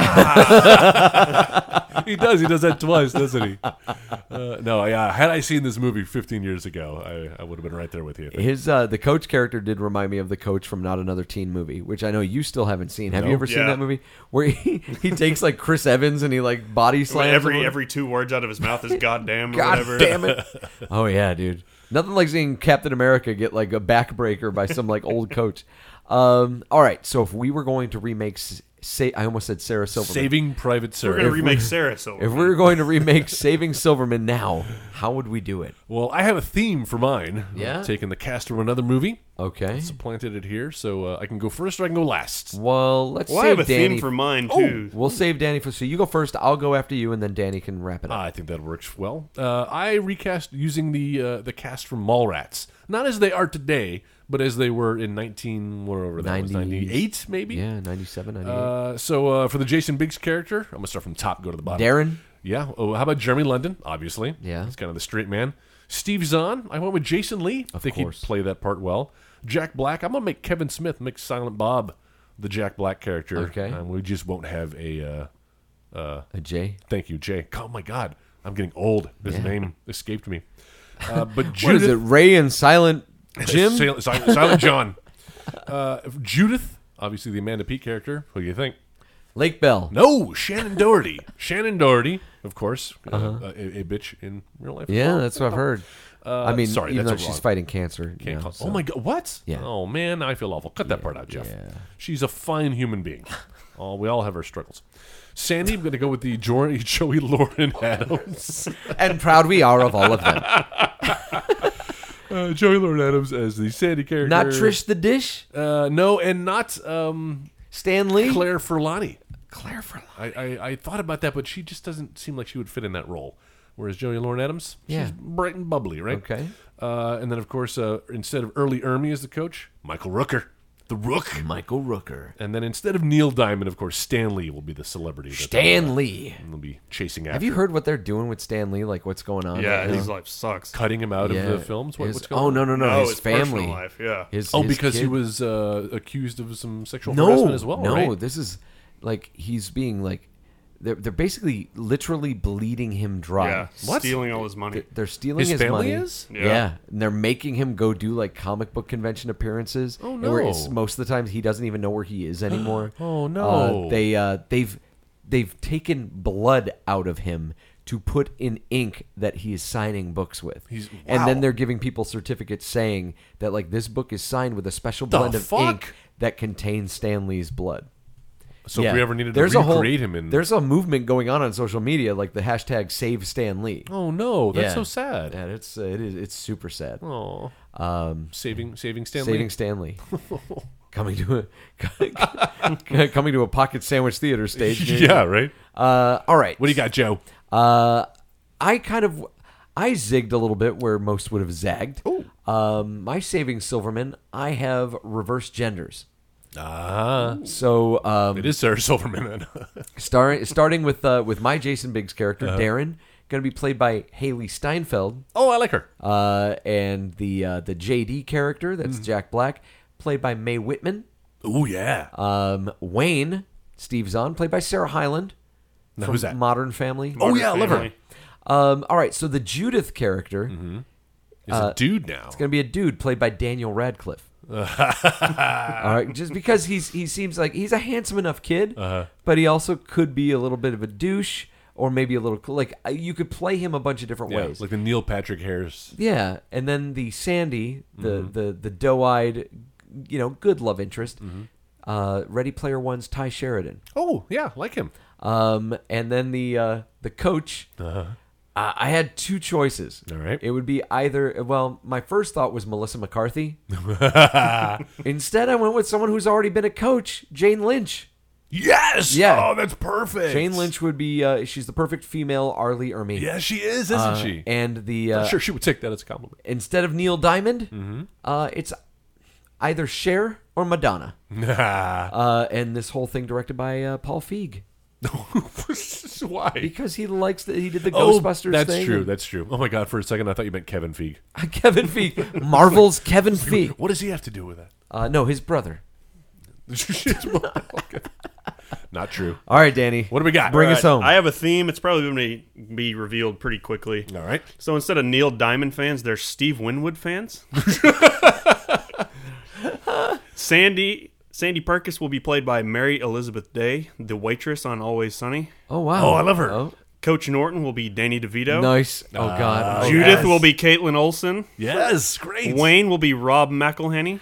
Speaker 3: he does. He does that twice, doesn't he? Uh, no, yeah. Had I seen this movie 15 years ago, I, I would have been right there with you. I think.
Speaker 4: His uh, the coach character did remind me of the coach from Not Another Teen Movie, which I know you still haven't seen. Have you
Speaker 3: No.
Speaker 4: ever seen
Speaker 5: Yeah.
Speaker 4: that movie where he, he takes like Chris Evans and he like body slams
Speaker 5: every
Speaker 4: him?
Speaker 5: every two words out of his mouth
Speaker 4: <laughs>
Speaker 5: is "goddamn" or
Speaker 4: God
Speaker 5: whatever.
Speaker 4: damn it! <laughs> oh yeah, dude. Nothing like seeing Captain America get like a backbreaker by some like old coach. Um, all right, so if we were going to remake, S- say, I almost said Sarah Silverman.
Speaker 3: Saving Private
Speaker 5: We're gonna
Speaker 3: Sarah.
Speaker 5: remake Sarah Silverman.
Speaker 4: if we were going to remake Saving Silverman now, how would we do it?
Speaker 3: Well, I have a theme for mine.
Speaker 4: Yeah?
Speaker 3: I've taken the cast from another movie,
Speaker 4: Okay.
Speaker 3: supplanted it here, so uh, I can go first or I can go last.
Speaker 4: Well, let's
Speaker 5: Well,
Speaker 4: save
Speaker 5: I have a
Speaker 4: Danny.
Speaker 5: theme for mine too.
Speaker 4: We'll save Danny for so you go first. I'll go after you, and then Danny can wrap it up.
Speaker 3: Ah, I think that works well. Uh, I recast using the uh, the cast from Mallrats, not as they are today, but as they were in 19 whatever that was,
Speaker 4: 90s.
Speaker 3: 98 maybe.
Speaker 4: yeah, 97, 98.
Speaker 3: Uh, so uh, for the Jason Biggs character, I'm gonna start from top, go to the bottom.
Speaker 4: Darren.
Speaker 3: Yeah. Oh, how about Jeremy London? Obviously.
Speaker 4: Yeah.
Speaker 3: He's kind of the straight man. Steve Zahn. I went with Jason Lee. I think
Speaker 4: course.
Speaker 3: he'd play that part well. Jack Black. I'm gonna make Kevin Smith make Silent Bob the Jack Black character.
Speaker 4: Okay.
Speaker 3: And we just won't have a. Uh,
Speaker 4: A J.
Speaker 3: thank you, Jay. Oh my God, I'm getting old. His
Speaker 4: Yeah. <laughs>
Speaker 3: name escaped me. Uh, but
Speaker 4: What is it?
Speaker 3: Judith,
Speaker 4: Ray and Silent Jim.
Speaker 3: Sil- Sil- Silent John. <laughs> Uh, Judith, obviously the Amanda Pete character. Who do you think?
Speaker 4: Lake Bell.
Speaker 3: No, Shannon Doherty. <laughs> Shannon Doherty, of course, uh, a, a bitch in real life. as
Speaker 4: Uh-huh. Yeah,
Speaker 3: well.
Speaker 4: that's what I've heard. I mean,
Speaker 3: Uh, sorry,
Speaker 4: even
Speaker 3: that's
Speaker 4: though
Speaker 3: a
Speaker 4: she's
Speaker 3: wrong-
Speaker 4: fighting cancer.
Speaker 3: Can't
Speaker 4: now,
Speaker 3: call-
Speaker 4: so-
Speaker 3: Oh my god, what?
Speaker 4: Yeah.
Speaker 3: Oh man, I feel awful. Cut that part out, Jeff.
Speaker 4: yeah.
Speaker 3: She's a fine human being. <laughs> oh, we all have our struggles. Sandy, I'm going to go with the Jor- <laughs> Joey Lauren
Speaker 4: <laughs>
Speaker 3: Adams.
Speaker 4: And proud we are of all of
Speaker 3: <laughs>
Speaker 4: them.
Speaker 3: Uh, Joey Lauren Adams as the Sandy character.
Speaker 4: Not Trish the Dish.
Speaker 3: Uh, no, and not um,
Speaker 4: Stan Lee.
Speaker 3: Claire Ferlani.
Speaker 4: Claire Ferlani.
Speaker 3: I, I, I thought about that, but she just doesn't seem like she would fit in that role. Whereas Joey Lauren Adams,
Speaker 4: Yeah.
Speaker 3: she's bright and bubbly, right?
Speaker 4: Okay.
Speaker 3: Uh, and then, of course, uh, instead of Early Ermy as the coach, Michael Rooker, the Rook.
Speaker 4: Michael Rooker.
Speaker 3: And then instead of Neil Diamond, of course, Stan Lee will be the celebrity. that
Speaker 4: Stan Lee.
Speaker 3: They'll be chasing after.
Speaker 4: Have you heard what they're doing with Stan Lee? Like what's going on?
Speaker 5: Yeah,
Speaker 4: right now?
Speaker 5: his life sucks.
Speaker 3: cutting him out
Speaker 4: Yeah.
Speaker 3: of the films? What,
Speaker 4: His-
Speaker 3: what's going
Speaker 4: oh
Speaker 3: on?
Speaker 4: no no no!
Speaker 5: No,
Speaker 4: his, family.
Speaker 5: personal life. Yeah.
Speaker 4: His,
Speaker 3: Oh,
Speaker 4: his
Speaker 3: because he
Speaker 4: kid.
Speaker 3: was uh, accused of some sexual
Speaker 4: no
Speaker 3: harassment as well,
Speaker 4: no.
Speaker 3: right?
Speaker 4: This is like he's being like they're they're basically literally bleeding him dry.
Speaker 5: yeah. Stealing all his money.
Speaker 4: They're stealing his,
Speaker 3: His family
Speaker 4: money.
Speaker 3: is?
Speaker 5: Yeah.
Speaker 4: Yeah. and they're making him go do like comic book convention appearances.
Speaker 3: Oh,
Speaker 4: and Where it's,
Speaker 3: no.
Speaker 4: most of the times he doesn't even know where he is anymore.
Speaker 3: <gasps> Oh,
Speaker 4: Uh,
Speaker 3: no.
Speaker 4: they uh, they've they've taken blood out of him to put in ink that he is signing books with.
Speaker 3: He's-
Speaker 4: And then
Speaker 3: wow.
Speaker 4: they're giving people certificates saying that like this book is signed with a special
Speaker 3: The
Speaker 4: blend
Speaker 3: fuck?
Speaker 4: of ink that contains Stanley's blood.
Speaker 3: So
Speaker 4: Yeah.
Speaker 3: if we ever needed
Speaker 4: there's
Speaker 3: to
Speaker 4: a whole,
Speaker 3: recreate him in...
Speaker 4: There's a movement going on on social media like the hashtag save Stan Lee.
Speaker 3: Oh, no. That's
Speaker 4: Yeah.
Speaker 3: so sad.
Speaker 4: Yeah, it's uh, it is it's super sad.
Speaker 3: Oh. saving saving Stanley.
Speaker 4: Saving
Speaker 3: <laughs>
Speaker 4: Stanley. coming to a <laughs> coming to a pocket sandwich theater stage. near you.
Speaker 3: <laughs> yeah, right.
Speaker 4: Uh, all right.
Speaker 3: What do you got, Joe?
Speaker 4: Uh, I kind of I zigged a little bit where most would have zagged. Um, my saving Silverman. I have reverse genders.
Speaker 3: Ah,
Speaker 4: So um,
Speaker 3: it is Sarah
Speaker 4: <laughs>
Speaker 3: <laughs> Silverman. Then.
Speaker 4: starting starting with uh, with my Jason Biggs character
Speaker 3: Uh-huh.
Speaker 4: Darren, going to be played by Haley Steinfeld.
Speaker 3: oh, I like her.
Speaker 4: Uh, and the uh, the JD character that's
Speaker 3: Mm-hmm.
Speaker 4: Jack Black, played by Mae Whitman.
Speaker 3: Oh yeah.
Speaker 4: Um, Wayne, Steve Zahn, played by Sarah Hyland.
Speaker 3: Now,
Speaker 4: from
Speaker 3: who's that?
Speaker 4: Modern Family.
Speaker 3: oh yeah, I love her.
Speaker 5: Family.
Speaker 4: Um, all right, so the Judith character
Speaker 3: Mm-hmm.
Speaker 4: is
Speaker 3: He's
Speaker 4: Uh,
Speaker 3: a dude now.
Speaker 4: going to be a dude played by Daniel
Speaker 3: <laughs>
Speaker 4: Radcliffe. all right, just because he's he seems like he's a handsome enough kid,
Speaker 3: Uh-huh.
Speaker 4: but he also could be a little bit of a douche or maybe a little like uh, you could play him a bunch of different
Speaker 3: yeah,
Speaker 4: ways.
Speaker 3: like the Neil Patrick Harris.
Speaker 4: Yeah, and then the Sandy, the
Speaker 3: Mm-hmm.
Speaker 4: the the doe-eyed, you know, good love interest,
Speaker 3: Mm-hmm.
Speaker 4: uh, Ready Player One's Ty Sheridan.
Speaker 3: Oh yeah, like him.
Speaker 4: Um, and then the uh, the coach. I I had two choices.
Speaker 3: Uh-huh. All right.
Speaker 4: It would be either. Well, my first thought was Melissa
Speaker 3: <laughs>
Speaker 4: McCarthy. Instead, I went with someone who's already been a coach, Jane Lynch.
Speaker 3: Yes.
Speaker 4: Yeah.
Speaker 3: Oh, that's perfect.
Speaker 4: Jane Lynch would be. Uh, she's the perfect female Arlie Ermey.
Speaker 3: Yeah, she is, isn't she?
Speaker 4: Uh, And the uh,
Speaker 3: I'm sure Mm-hmm. she would take that as a compliment.
Speaker 4: instead of Neil Diamond, uh, it's either Cher or Madonna. <laughs> Uh, and this whole thing directed by uh, Paul Feig
Speaker 3: <laughs> Why?
Speaker 4: because he likes that he did the
Speaker 3: Oh,
Speaker 4: Ghostbusters
Speaker 3: that's
Speaker 4: thing.
Speaker 3: true.
Speaker 4: and-
Speaker 3: That's true. Oh my God! For a second, I thought you meant Kevin Feige.
Speaker 4: <laughs> Kevin Feige, Marvel's
Speaker 3: <laughs>
Speaker 4: Kevin Feige.
Speaker 3: What does he have to do with that? <laughs>
Speaker 4: Uh, no, his brother. <laughs>
Speaker 3: Not true.
Speaker 4: All right, Danny.
Speaker 3: What do we got?
Speaker 4: Bring
Speaker 5: All
Speaker 4: us home.
Speaker 5: I have a theme. It's probably going to be revealed pretty quickly.
Speaker 3: All right.
Speaker 5: So instead of Neil Diamond fans, they're Steve Winwood
Speaker 4: <laughs>
Speaker 5: fans. Sandy Sandy Perkis will be played by Mary Elizabeth Day, the waitress on Always Sunny.
Speaker 4: oh wow.
Speaker 3: Oh, I love her. Uh,
Speaker 4: Oh,
Speaker 5: Coach Norton will be Danny DeVito.
Speaker 4: nice. Oh god. Oh,
Speaker 5: Judith
Speaker 4: yes.
Speaker 5: will be Caitlin Olsen.
Speaker 3: Yes, great.
Speaker 5: Wayne will be Rob McElhenney.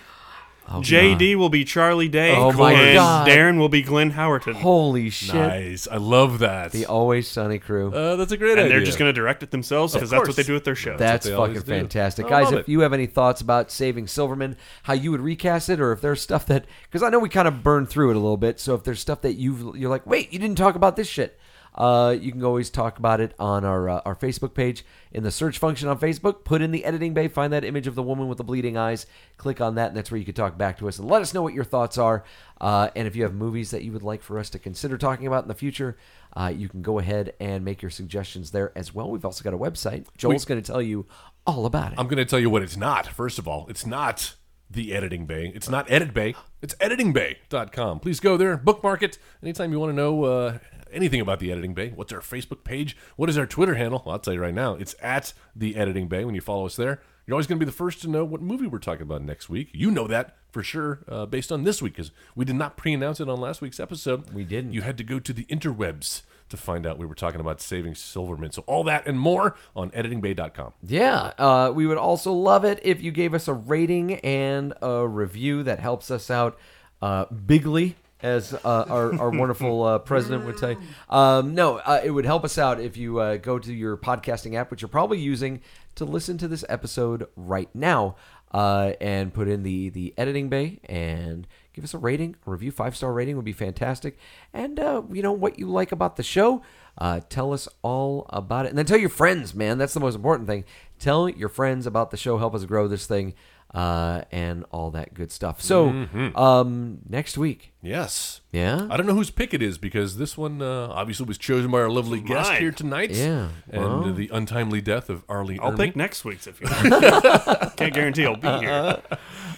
Speaker 5: JD will be Charlie Day.
Speaker 4: Oh, my
Speaker 5: and
Speaker 4: God.
Speaker 5: Darren will be Glenn Howerton.
Speaker 4: Holy shit.
Speaker 3: Nice. I love that.
Speaker 4: The Always Sunny crew.
Speaker 3: Uh, that's a great idea.
Speaker 5: and they're just going to direct it themselves because that's
Speaker 3: course.
Speaker 5: what they do with their show.
Speaker 4: That's
Speaker 3: they
Speaker 4: fucking
Speaker 3: always do.
Speaker 4: fantastic,
Speaker 3: I
Speaker 4: guys.
Speaker 3: love
Speaker 4: If
Speaker 3: it.
Speaker 4: you have any thoughts about saving Silverman, how you would recast it, or if there's stuff that because I know we kind of burned through it a little bit, so if there's stuff that you've you're like, wait, you didn't talk about this shit. Uh, you can always talk about it on our uh, our Facebook page. In the search function on Facebook, put in the editing bay, find that image of the woman with the bleeding eyes, click on that, and that's where you can talk back to us and let us know what your thoughts are. Uh, and if you have movies that you would like for us to consider talking about in the future, uh, you can go ahead and make your suggestions there as well. We've also got a website. Joel's going to tell you all about it.
Speaker 3: I'm going to tell you what it's not. First of all, it's not the editing bay. It's not edit bay. It's editingbay.com. Please go there, bookmark it. Anytime you want to know uh, anything about the editing bay, what's our Facebook page? What is our Twitter handle? Well, I'll tell you right now, it's at the editing bay. When you follow us there, you're always going to be the first to know what movie we're talking about next week. You know that for sure uh, based on this week because we did not pre announce it on last week's episode.
Speaker 4: We didn't.
Speaker 3: You had to go to the interwebs. To find out, we were talking about saving Silverman. So, all that and more on editingbay.com.
Speaker 4: Yeah, uh, we would also love it if you gave us a rating and a review. That helps us out uh, bigly, as uh, our, our wonderful uh, president would say. Um, no, uh, it would help us out if you uh, go to your podcasting app, which you're probably using to listen to this episode right now, uh, and put in the the editing bay and give us a rating, a review, five star rating would be fantastic. And uh, you know what you like about the show. Uh, tell us all about it. And then tell your friends, man. That's the most important thing. Tell your friends about the show. Help us grow this thing uh, and all that good stuff. So, um, next week.
Speaker 3: Yes.
Speaker 4: Yeah?
Speaker 3: I don't know whose pick it is because this one uh, obviously was chosen by our lovely guest
Speaker 5: Mine.
Speaker 3: here tonight.
Speaker 4: Yeah,
Speaker 3: And uh, the untimely death of Arlie.
Speaker 5: I'll
Speaker 3: Ermey.
Speaker 5: pick next week's
Speaker 4: <laughs>
Speaker 5: if you want. Can't guarantee I'll be here.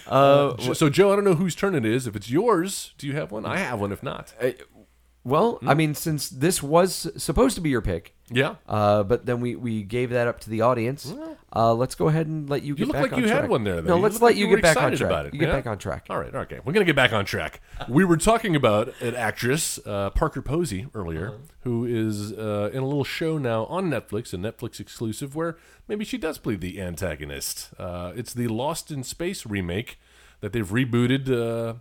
Speaker 3: Jo- So Joe, I don't know whose turn it is. If it's yours, do you have one? I have one. If not,
Speaker 4: Well, I mean, since this was supposed to be your pick,
Speaker 3: yeah.
Speaker 4: uh, but then we, we gave that up to the audience, uh, let's go ahead and let you get
Speaker 3: You look
Speaker 4: back
Speaker 3: like
Speaker 4: on
Speaker 3: you
Speaker 4: track.
Speaker 3: had one there. Though.
Speaker 4: No, let's
Speaker 3: look
Speaker 4: let
Speaker 3: like
Speaker 4: you
Speaker 3: were
Speaker 4: get back on
Speaker 3: excited
Speaker 4: track.
Speaker 3: About it.
Speaker 4: You get
Speaker 3: yeah?
Speaker 4: back on track.
Speaker 3: All right. Okay. We're gonna get back on track. We were talking about an actress, uh, Parker Posey, earlier,
Speaker 4: Uh-huh.
Speaker 3: who is uh, in a little show now on Netflix, a Netflix exclusive, where maybe she does play the antagonist. Uh, it's the Lost in Space remake that they've rebooted. Uh,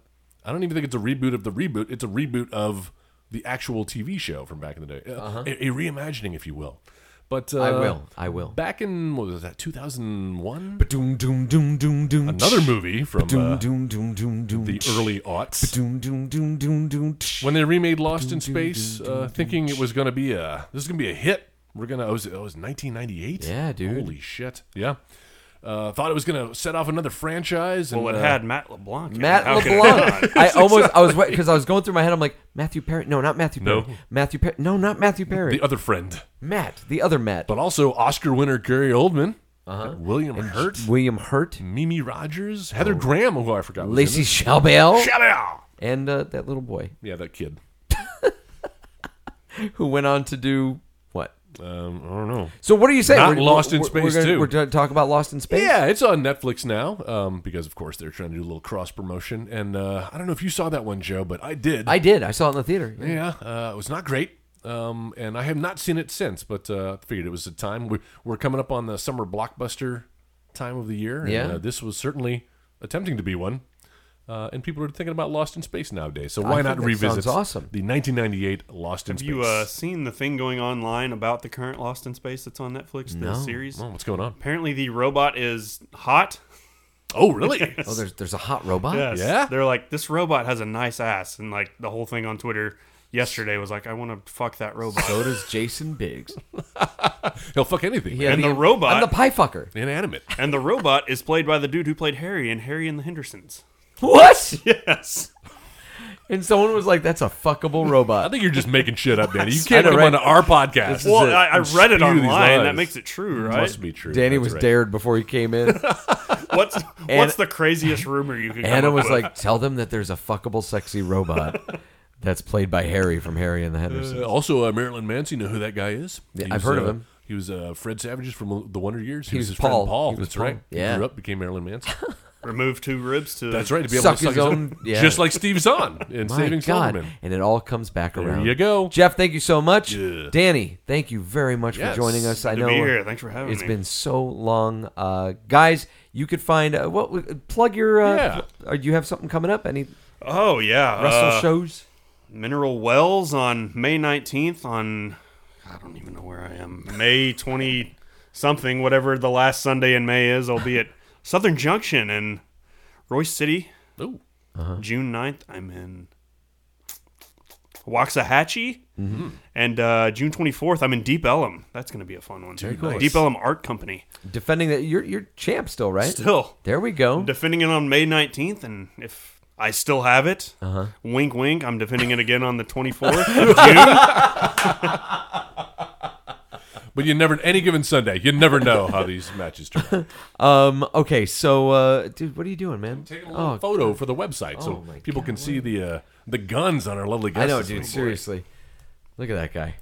Speaker 3: I don't even think it's a reboot of the reboot. It's a reboot of the actual TV show from back in the day, Uh, a, a reimagining, if you will. But uh,
Speaker 4: Uh-huh. I will. I will.
Speaker 3: Back in what was that? Two thousand one.
Speaker 4: Doom, doom, doom, doom, doom.
Speaker 3: Another movie from
Speaker 4: Doom,
Speaker 3: uh,
Speaker 4: doom, doom, doom, doom.
Speaker 3: the early aughts.
Speaker 4: Doom, doom, doom, doom, doom.
Speaker 3: when they remade Lost in Space, uh, thinking it was going to be a this is going to be a hit. We're gonna. oh, It was, it was 1998.
Speaker 4: Yeah, dude.
Speaker 3: Holy shit. Yeah. Uh, thought it was going to set off another franchise. And,
Speaker 5: Well, it
Speaker 3: uh,
Speaker 5: had Matt LeBlanc. in it.
Speaker 4: Uh-huh. Matt
Speaker 5: How could
Speaker 3: <laughs>
Speaker 5: it not?
Speaker 4: LeBlanc. I almost, I was, because I was going through my head, I'm like, Matthew Perry. No, not Matthew Perry.
Speaker 3: No.
Speaker 4: Matthew Perry. No, not Matthew Perry.
Speaker 3: the other friend,
Speaker 4: Matt, the other Matt.
Speaker 3: but also Oscar winner Gary Oldman,
Speaker 4: Uh-huh.
Speaker 3: uh William Hurt,
Speaker 4: William Hurt,
Speaker 3: Mimi Rogers, Heather Graham, who I forgot. was in
Speaker 4: Oh. Lacey
Speaker 3: Mm. it.
Speaker 4: Chabelle,
Speaker 3: Shut up!
Speaker 4: and uh, that little boy
Speaker 3: Yeah, that kid.
Speaker 4: who went on to do what?
Speaker 3: Um, I don't know.
Speaker 4: So what are you saying?
Speaker 3: Not Lost in Space
Speaker 4: we're gonna,
Speaker 3: too.
Speaker 4: We're going to talk about Lost in Space.
Speaker 3: Yeah, it's on Netflix now um, because, of course, they're trying to do a little cross promotion. And uh, I don't know if you saw that one, Joe, but I did.
Speaker 4: I did. I saw it in the theater.
Speaker 3: yeah, uh, it was not great. Um, and I have not seen it since, but uh, I figured it was the time. We're, we're coming up on the summer blockbuster time of the year. And,
Speaker 4: Yeah.
Speaker 3: uh, this was certainly attempting to be one. Uh, and people are thinking about Lost in Space nowadays. So why
Speaker 4: think
Speaker 3: not
Speaker 4: that
Speaker 3: revisit
Speaker 4: sounds awesome.
Speaker 3: the 1998 Lost in
Speaker 5: Have
Speaker 3: Space?
Speaker 5: you uh, seen the thing going online about the current Lost in Space that's on Netflix, the series?
Speaker 3: oh, what's going on?
Speaker 5: Apparently, the robot is hot.
Speaker 3: Oh,
Speaker 5: <laughs>
Speaker 3: really?
Speaker 4: Oh, there's there's a hot robot.
Speaker 5: Yes.
Speaker 3: Yeah?
Speaker 5: They're like, this robot has a nice ass. And like the whole thing on Twitter yesterday was like, I want to fuck that robot.
Speaker 4: So does Jason Biggs.
Speaker 3: He'll fuck anything.
Speaker 4: Yeah,
Speaker 5: And the robot-
Speaker 4: I'm the pie
Speaker 3: <laughs>
Speaker 4: fucker.
Speaker 3: Inanimate.
Speaker 5: and the robot is played by the dude who played Harry in Harry and the Hendersons.
Speaker 4: What?
Speaker 5: Yes.
Speaker 4: And someone was like, "That's a fuckable
Speaker 3: I
Speaker 4: robot."
Speaker 3: think you're just making shit up, Danny. You can't
Speaker 4: know,
Speaker 3: come
Speaker 4: right?
Speaker 3: onto our podcast.
Speaker 5: Well,
Speaker 4: it.
Speaker 5: I, I
Speaker 3: And
Speaker 5: read it
Speaker 3: spew these
Speaker 5: online. That
Speaker 3: lies.
Speaker 5: makes it true, right?
Speaker 3: Must be true.
Speaker 4: Danny
Speaker 3: That's
Speaker 4: was
Speaker 3: right.
Speaker 4: dared before he came
Speaker 3: <laughs>
Speaker 4: in.
Speaker 5: What's what's the craziest rumor you could? come
Speaker 4: Anna
Speaker 5: up
Speaker 4: was
Speaker 5: with?
Speaker 4: like, "Tell them that there's a fuckable, sexy
Speaker 3: <laughs>
Speaker 4: robot that's played by Harry from Harry and the Hendersons."
Speaker 3: Uh, also, uh, Marilyn Manson. You know who that guy is? He
Speaker 4: I've
Speaker 3: was,
Speaker 4: heard of
Speaker 3: uh,
Speaker 4: him.
Speaker 3: He was uh, Fred Savage's from the Wonder Years. He,
Speaker 4: He
Speaker 3: was,
Speaker 4: was
Speaker 3: his
Speaker 4: Paul.
Speaker 3: friend Paul.
Speaker 4: He was
Speaker 3: That's
Speaker 4: Paul.
Speaker 3: right.
Speaker 4: Yeah.
Speaker 3: He grew up, became Marilyn
Speaker 4: <laughs>
Speaker 3: Manson.
Speaker 5: remove two ribs to.
Speaker 3: That's right. To be able
Speaker 4: Suck
Speaker 3: to suck
Speaker 4: his
Speaker 3: his,
Speaker 4: own- yeah.
Speaker 3: <laughs> just like Steve Zahn in
Speaker 4: My
Speaker 3: Saving
Speaker 4: God!
Speaker 3: Silverman.
Speaker 4: And it all comes back around.
Speaker 3: you go.
Speaker 4: Jeff. Thank you so much.
Speaker 3: Yeah.
Speaker 4: Danny, thank you very much
Speaker 3: Yes.
Speaker 4: for joining us. I
Speaker 5: Good
Speaker 4: know
Speaker 5: to be here. Thanks for having
Speaker 4: it's
Speaker 5: me.
Speaker 4: been so long, uh, guys. You could find uh, what w- plug your. Uh,
Speaker 3: Yeah.
Speaker 4: pl- uh, you have something coming up? Any
Speaker 5: Oh yeah,
Speaker 4: wrestle
Speaker 5: uh,
Speaker 4: shows?
Speaker 5: Mineral Wells on May nineteenth. On I don't even know where I am. May twenty something, whatever the last Sunday in May is. I'll be at Southern Junction in Royce City.
Speaker 3: Ooh.
Speaker 5: June 9th, I'm in Waxahachie. And uh, June 24th, I'm in Deep Ellum. That's going to be a fun one. Very
Speaker 3: cool.
Speaker 5: Deep Ellum Art Company.
Speaker 4: Defending that you're you're champ still, right?
Speaker 5: Still
Speaker 4: There we go.
Speaker 5: defending it on May 19th, and if I still have it, wink, wink, I'm defending it again on the 24th of June.
Speaker 3: But you never, any given Sunday, you never know how these matches turn. out.
Speaker 4: Um. Okay. So, uh, dude, what are you doing, man?
Speaker 3: Take a little
Speaker 4: Oh,
Speaker 3: photo for the website so
Speaker 4: my
Speaker 3: people can see the uh, the guns on our lovely guests.
Speaker 4: I know,
Speaker 3: this
Speaker 4: dude.
Speaker 3: week.
Speaker 4: Seriously, look at that guy.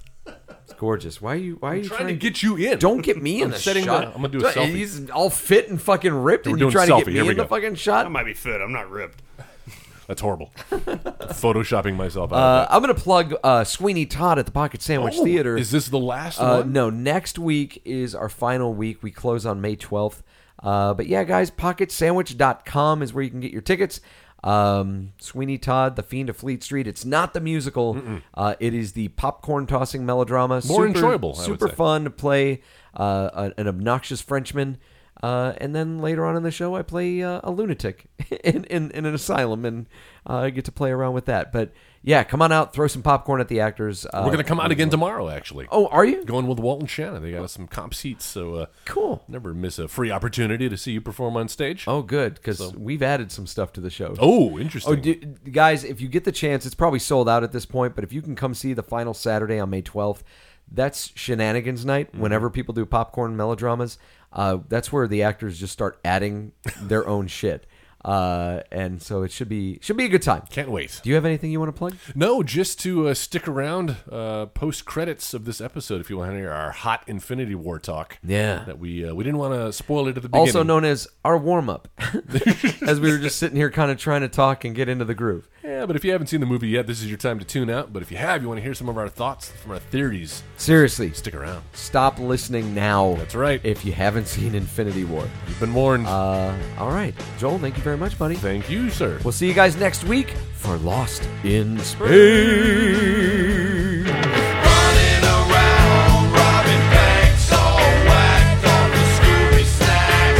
Speaker 4: It's gorgeous. Why are you? Why are you
Speaker 3: Trying to get you in.
Speaker 4: Don't get me in
Speaker 3: <laughs> I'm
Speaker 4: the
Speaker 3: setting
Speaker 4: shot.
Speaker 3: the- I'm gonna do a
Speaker 4: Don't-
Speaker 3: selfie.
Speaker 4: He's all fit and fucking ripped, and
Speaker 3: We're
Speaker 4: you
Speaker 3: doing
Speaker 4: trying
Speaker 3: selfie.
Speaker 4: to get me
Speaker 3: Here we
Speaker 4: in the
Speaker 3: go. Oh
Speaker 4: fucking
Speaker 5: I
Speaker 4: shot.
Speaker 5: might be fit. I'm not ripped.
Speaker 3: That's horrible. <laughs> Photoshopping myself out.
Speaker 4: Uh,
Speaker 3: of
Speaker 4: I'm gonna plug uh, Sweeney Todd at the Pocket Sandwich
Speaker 3: that. Oh,
Speaker 4: Theater.
Speaker 3: Is this the last
Speaker 4: Uh,
Speaker 3: one?
Speaker 4: no, next week is our final week. We close on May 12th. Uh, but yeah, guys, pocketsandwich.com is where you can get your tickets. Um, Sweeney Todd, The Fiend of Fleet Street. It's not the musical. Uh, it is the popcorn tossing melodrama.
Speaker 3: More enjoyable, I would
Speaker 4: Super
Speaker 3: say.
Speaker 4: fun to play uh, a- an obnoxious Frenchman. Uh, and then later on in the show, I play uh, a lunatic <laughs> in, in, in an asylum and uh, I get to play around with that. But yeah, come on out, throw some popcorn at the actors. Uh,
Speaker 3: We're going to come out again tomorrow, actually.
Speaker 4: Oh, are you?
Speaker 3: Going with Walt and Shannon. They got us some comp seats, so uh,
Speaker 4: Cool.
Speaker 3: never miss a free opportunity to see you perform on stage.
Speaker 4: Oh, good, because we've added some stuff to the show.
Speaker 3: Oh, interesting.
Speaker 4: Oh, do, guys, if you get the chance, it's probably sold out at this point, but if you can come see the final Saturday on May 12th, that's shenanigans night.
Speaker 3: Mm-hmm.
Speaker 4: Whenever people do popcorn melodramas, uh, that's where the actors just start
Speaker 3: <laughs>
Speaker 4: adding their own shit. Uh, and so it should be should be a good time.
Speaker 3: Can't wait.
Speaker 4: Do you have anything you want to plug?
Speaker 3: No, just to uh, stick around uh, post credits of this episode if you want to hear our hot Infinity War talk.
Speaker 4: Yeah.
Speaker 3: That we uh, we didn't want to spoil it at the beginning.
Speaker 4: Also known as our warm
Speaker 3: <laughs>
Speaker 4: up, <laughs> as we were just sitting here kind of trying to talk and get into the groove.
Speaker 3: Yeah, but if you haven't seen the movie yet, this is your time to tune out. But if you have, you want to hear some of our thoughts from our theories,
Speaker 4: Seriously,
Speaker 3: stick around.
Speaker 4: stop listening now.
Speaker 3: That's right.
Speaker 4: If you haven't seen Infinity War.
Speaker 3: You've been warned.
Speaker 4: Uh, all right, Joel, thank you very much, buddy.
Speaker 3: Thank you, sir.
Speaker 4: We'll see you guys next week for Lost in Space.
Speaker 7: Running around, robbing banks, all whacked on the Scooby Snacks.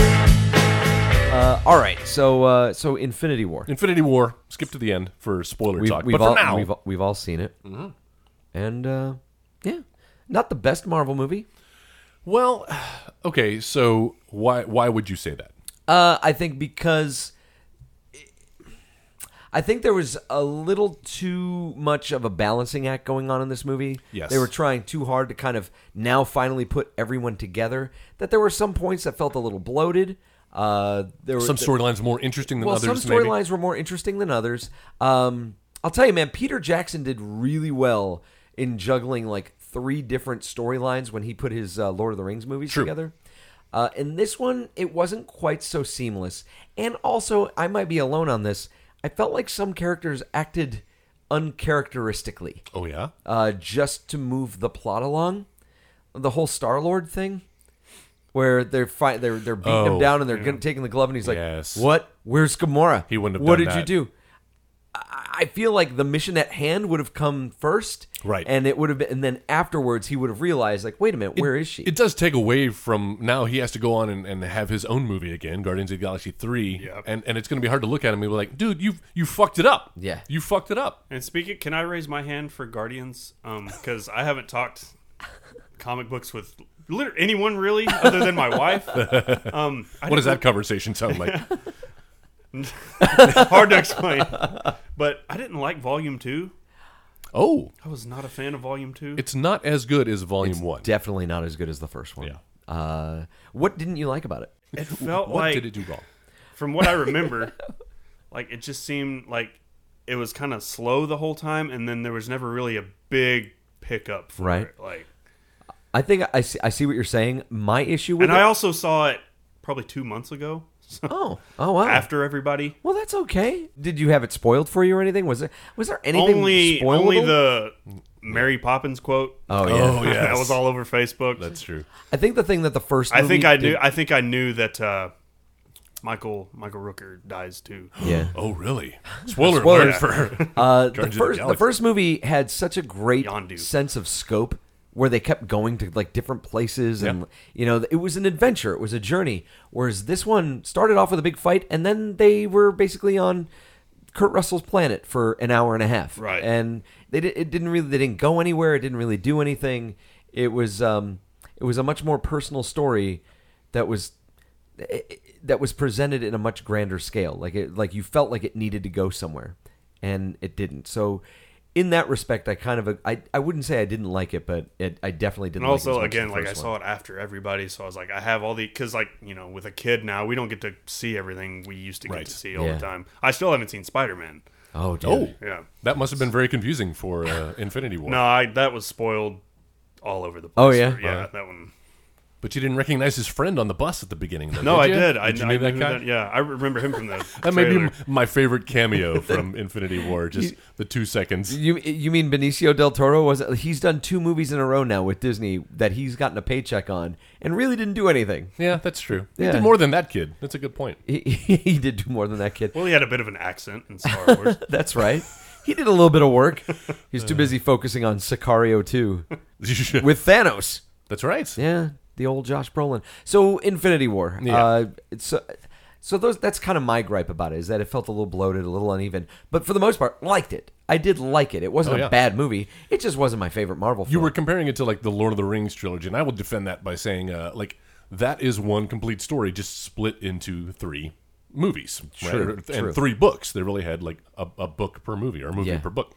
Speaker 4: Uh, all right, so uh, so Infinity War.
Speaker 3: Infinity War. Skip to the end for spoiler talk. but for
Speaker 4: all,
Speaker 3: now, Mm-hmm.
Speaker 4: we've, all- we've all seen it, and uh, yeah, not the best Marvel movie.
Speaker 3: well, okay. So why why would you say that?
Speaker 4: Uh, I think because I think there was a little too much of a balancing act going on in this movie.
Speaker 3: Yes.
Speaker 4: They were trying too hard to kind of now finally put everyone together. That there were some points that felt a little bloated. Uh, there were
Speaker 3: Some storylines more interesting than
Speaker 4: well,
Speaker 3: others.
Speaker 4: some
Speaker 3: maybe.
Speaker 4: storylines were more interesting than others. Um, I'll tell you, man, Peter Jackson did really well in juggling like three different storylines when he put his uh, Lord of the Rings movies
Speaker 3: True.
Speaker 4: together. Uh, in this one, it wasn't quite so seamless. And also, I might be alone on this. I felt like some characters acted uncharacteristically
Speaker 3: Oh yeah.
Speaker 4: uh, just to move the plot along. The whole Star Lord thing, where they're fi- they're they're beating
Speaker 3: Oh.
Speaker 4: him down and they're gonna, taking the glove, and he's like,
Speaker 3: Yes.
Speaker 4: "What? Where's Gamora?
Speaker 3: He wouldn't have
Speaker 4: What
Speaker 3: done
Speaker 4: did
Speaker 3: that.
Speaker 4: you do?" I I feel like the mission at hand would have come first,
Speaker 3: Right.
Speaker 4: And it would have been, and then afterwards he would have realized, like, wait a minute, where is she?
Speaker 3: It does take away from now. He has to go on and, and have his own movie again, Guardians of the Galaxy three,
Speaker 5: Yep.
Speaker 3: and and it's going to be hard to look at him and be like, dude, you you fucked it up.
Speaker 4: Yeah.
Speaker 3: you fucked it up.
Speaker 5: And speaking, can I raise my hand for Guardians? Because I haven't talked comic books with liter- anyone really, other than my wife. Um, I
Speaker 3: What does
Speaker 5: didn't-
Speaker 3: that conversation sound
Speaker 4: <laughs>
Speaker 3: like?
Speaker 5: Hard to explain. But I didn't like Volume Two.
Speaker 3: oh,
Speaker 5: I was not a fan of Volume Two.
Speaker 3: it's not as good as Volume One.
Speaker 4: Definitely not as good as the first one. Yeah. Uh, what didn't you like about it?
Speaker 5: It felt
Speaker 3: what
Speaker 5: like
Speaker 3: did it do wrong?
Speaker 5: from
Speaker 3: <laughs>
Speaker 5: what I remember, like it just seemed like it was kind of slow the whole time, and then there was never really a big pickup for
Speaker 4: Right.
Speaker 5: it. Like,
Speaker 4: I think I see, I see what you're saying. My issue with
Speaker 5: and I
Speaker 4: it.
Speaker 5: also saw it probably two months ago. So
Speaker 4: oh, oh wow.
Speaker 5: after everybody,
Speaker 4: Well, that's okay. Did you have it spoiled for you or anything? Was there was there anything
Speaker 5: only
Speaker 4: spoilable?
Speaker 5: only the Mary Poppins quote.
Speaker 4: Oh yeah.
Speaker 3: Oh yeah,
Speaker 5: <laughs> that was all over Facebook.
Speaker 3: That's true.
Speaker 4: I think the thing that the first
Speaker 5: I think
Speaker 4: movie
Speaker 5: I knew.
Speaker 4: did-
Speaker 5: I think I knew that uh, Michael Michael Rooker
Speaker 3: <gasps>
Speaker 5: dies too.
Speaker 4: yeah.
Speaker 3: Oh really? Spoiler alert
Speaker 4: Spoilers. <laughs>
Speaker 3: for
Speaker 4: Uh, the
Speaker 3: Guardians of the
Speaker 4: first the
Speaker 3: Galaxy.
Speaker 4: first movie had such a great
Speaker 5: Yondu.
Speaker 4: sense of scope where they kept going to like different places and
Speaker 3: Yeah.
Speaker 4: you know it was an adventure it was a journey whereas this one started off with a big fight and then they were basically on Kurt Russell's planet for an hour and a half.
Speaker 5: Right.
Speaker 4: And they di- it didn't really they didn't go anywhere. It didn't really do anything. It was um it was a much more personal story that was eh, that was presented in a much grander scale. Like it like you felt like it needed to go somewhere and it didn't. So in that respect, I kind of I, I wouldn't say I didn't like it, but it, I definitely didn't.
Speaker 5: And
Speaker 4: like it as
Speaker 5: also,
Speaker 4: much as
Speaker 5: again,
Speaker 4: the
Speaker 5: like I
Speaker 4: first
Speaker 5: saw
Speaker 4: one.
Speaker 5: it after everybody, so I was like, I have all the because, like you know, with a kid now, we don't get to see everything we used to get
Speaker 3: Right.
Speaker 5: to see all
Speaker 4: Yeah.
Speaker 5: the time. I still haven't seen Spider Man.
Speaker 4: Oh, dude.
Speaker 3: Oh,
Speaker 5: Yeah,
Speaker 3: that must have been very confusing for uh, Infinity War.
Speaker 5: no, I that was spoiled all over the place.
Speaker 4: Oh, yeah?
Speaker 5: yeah,
Speaker 3: Alright.
Speaker 5: that one.
Speaker 3: But you didn't recognize his friend on the bus at the beginning. Though,
Speaker 5: No, I
Speaker 3: you?
Speaker 5: did. I,
Speaker 3: you
Speaker 5: I
Speaker 3: know that
Speaker 5: knew
Speaker 3: guy?
Speaker 5: that- yeah, I remember him from the.
Speaker 3: <laughs> That may be
Speaker 5: trailer.
Speaker 3: m- my favorite
Speaker 5: <laughs>
Speaker 3: cameo from Infinity War. Just the two seconds.
Speaker 4: You you mean Benicio del Toro was he's done two movies in a row now with Disney that he's gotten a paycheck on and really didn't do anything. <laughs>
Speaker 3: Yeah, that's true. He
Speaker 4: Yeah.
Speaker 3: did more than that kid. That's a good point.
Speaker 4: He, he did do more than that kid.
Speaker 5: Well, he had a bit of an accent in Star
Speaker 3: <laughs>
Speaker 5: Wars.
Speaker 4: That's right. He did a little bit of work. He's
Speaker 5: <laughs>
Speaker 4: too busy focusing on Sicario 2 with Thanos.
Speaker 3: that's right.
Speaker 4: Yeah, the old Josh Brolin. So Infinity War.
Speaker 3: Yeah.
Speaker 4: Uh, it's, uh, so those that's kind of my gripe about it is that it felt a little bloated, a little uneven. But for the most part, liked it. I did like it. It wasn't
Speaker 3: Oh,
Speaker 4: a
Speaker 3: yeah.
Speaker 4: bad movie. It just wasn't my favorite Marvel.
Speaker 3: You
Speaker 4: film.
Speaker 3: were comparing it to like the Lord of the Rings trilogy, and I will defend that by saying, uh, like, that is one complete story, just split into three movies, right?
Speaker 4: True,
Speaker 3: and
Speaker 4: true.
Speaker 3: three books. They really had like a, a book per movie or a movie
Speaker 4: Yeah.
Speaker 3: per book.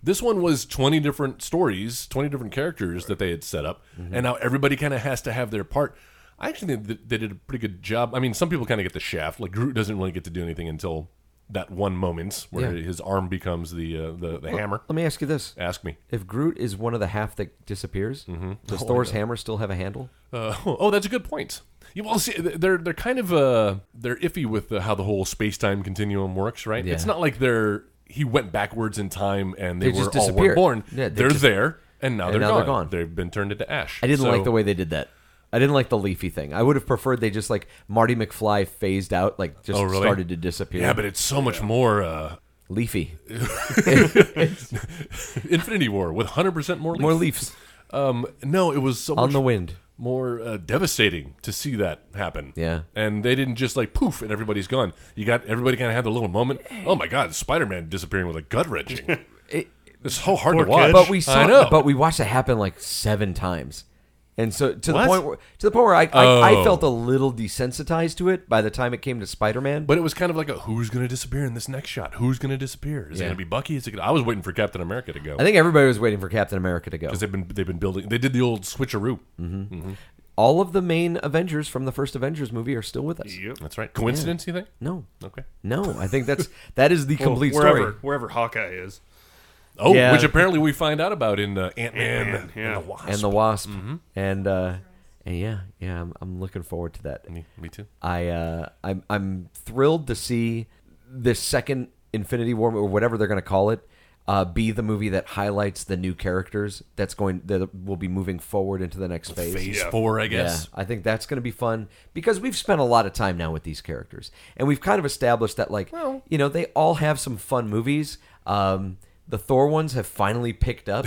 Speaker 3: This one was twenty different stories, twenty different characters that they had set up,
Speaker 4: Mm-hmm.
Speaker 3: and now everybody kind of has to have their part. I actually think that they did a pretty good job. I mean, some people kind of get the shaft. Like Groot doesn't really get to do anything until that one moment where
Speaker 4: Yeah.
Speaker 3: his arm becomes the uh, the, the hammer.
Speaker 4: Let me ask you this:
Speaker 3: Ask Mm-hmm. me.
Speaker 4: If Groot is one of the half that disappears, does
Speaker 3: Oh,
Speaker 4: Thor's hammer still have a handle?
Speaker 3: Uh, <laughs> oh, that's a good point. You well, see, they're they're kind of uh, they're iffy with uh, how the whole space time continuum works, right?
Speaker 4: Yeah.
Speaker 3: It's not like they're he went backwards in time and they,
Speaker 4: They
Speaker 3: were
Speaker 4: just
Speaker 3: all were
Speaker 4: disappeared.
Speaker 3: born.
Speaker 4: Yeah, they
Speaker 3: they're
Speaker 4: just-
Speaker 3: there and now,
Speaker 4: and
Speaker 3: they're,
Speaker 4: now
Speaker 3: gone.
Speaker 4: they're gone.
Speaker 3: They've been turned into ash.
Speaker 4: I didn't
Speaker 3: So-
Speaker 4: like the way they did that. I didn't like the leafy thing. I would have preferred they just like Marty McFly phased out, like just
Speaker 3: Oh, really?
Speaker 4: started to disappear.
Speaker 3: Yeah, but it's so much
Speaker 4: <laughs>
Speaker 3: more uh,
Speaker 4: leafy,
Speaker 3: <laughs> Infinity War with hundred percent <laughs> more leaf.
Speaker 4: more leaves
Speaker 3: Um, no, it was so
Speaker 4: on
Speaker 3: much
Speaker 4: the wind.
Speaker 3: more uh, devastating to see that happen.
Speaker 4: Yeah.
Speaker 3: And they didn't just like poof and everybody's gone. You got everybody kind of had their little moment. Oh my God, Spider Man disappearing was a gut wrenching.
Speaker 5: <laughs>
Speaker 4: It-
Speaker 3: it's so hard
Speaker 5: Poor
Speaker 3: to watch.
Speaker 5: kid.
Speaker 4: But we
Speaker 3: I
Speaker 4: saw,
Speaker 3: know.
Speaker 4: but we watched it happen like seven times, and so to the
Speaker 5: What?
Speaker 4: point where to the point where I, I, I
Speaker 3: Oh.
Speaker 4: felt a little desensitized to it by the time it came to Spider Man.
Speaker 3: But it was kind of like a who's going to disappear in this next shot? Who's going to disappear? Is
Speaker 4: Yeah.
Speaker 3: it going to be Bucky? Is it gonna, I was waiting for Captain America to go
Speaker 4: I
Speaker 3: because
Speaker 4: think everybody was waiting for Captain America to go.
Speaker 3: they've been they've been building. They did the old switcheroo.
Speaker 4: Mm. All of the main Avengers from the first Avengers movie are still with us.
Speaker 5: Yep.
Speaker 3: That's right. Coincidence? You think?
Speaker 4: No,
Speaker 3: Okay.
Speaker 4: no, I think that's that is the
Speaker 5: <laughs> Well,
Speaker 4: complete
Speaker 5: wherever
Speaker 4: story.
Speaker 5: wherever Hawkeye is.
Speaker 3: Oh,
Speaker 4: Yeah.
Speaker 3: which apparently we find out about in uh, Ant Man
Speaker 5: Ant-Man,
Speaker 3: and
Speaker 5: yeah.
Speaker 3: the Wasp.
Speaker 4: and the Wasp,
Speaker 5: Mm-hmm.
Speaker 4: and uh, and yeah, yeah, I'm, I'm looking forward to that.
Speaker 3: me, me too.
Speaker 4: I uh, I'm I'm thrilled to see this second Infinity War or whatever they're going to call it. Uh, be the movie that highlights the new characters that's going that will be moving forward into the next phase.
Speaker 3: Phase
Speaker 5: Yeah.
Speaker 3: four, I
Speaker 4: Yeah,
Speaker 3: guess.
Speaker 4: I think that's going to be fun because we've spent a lot of time now with these characters, and we've kind of established that, like, you know, they all have some fun movies. Um, the Thor ones have finally picked up.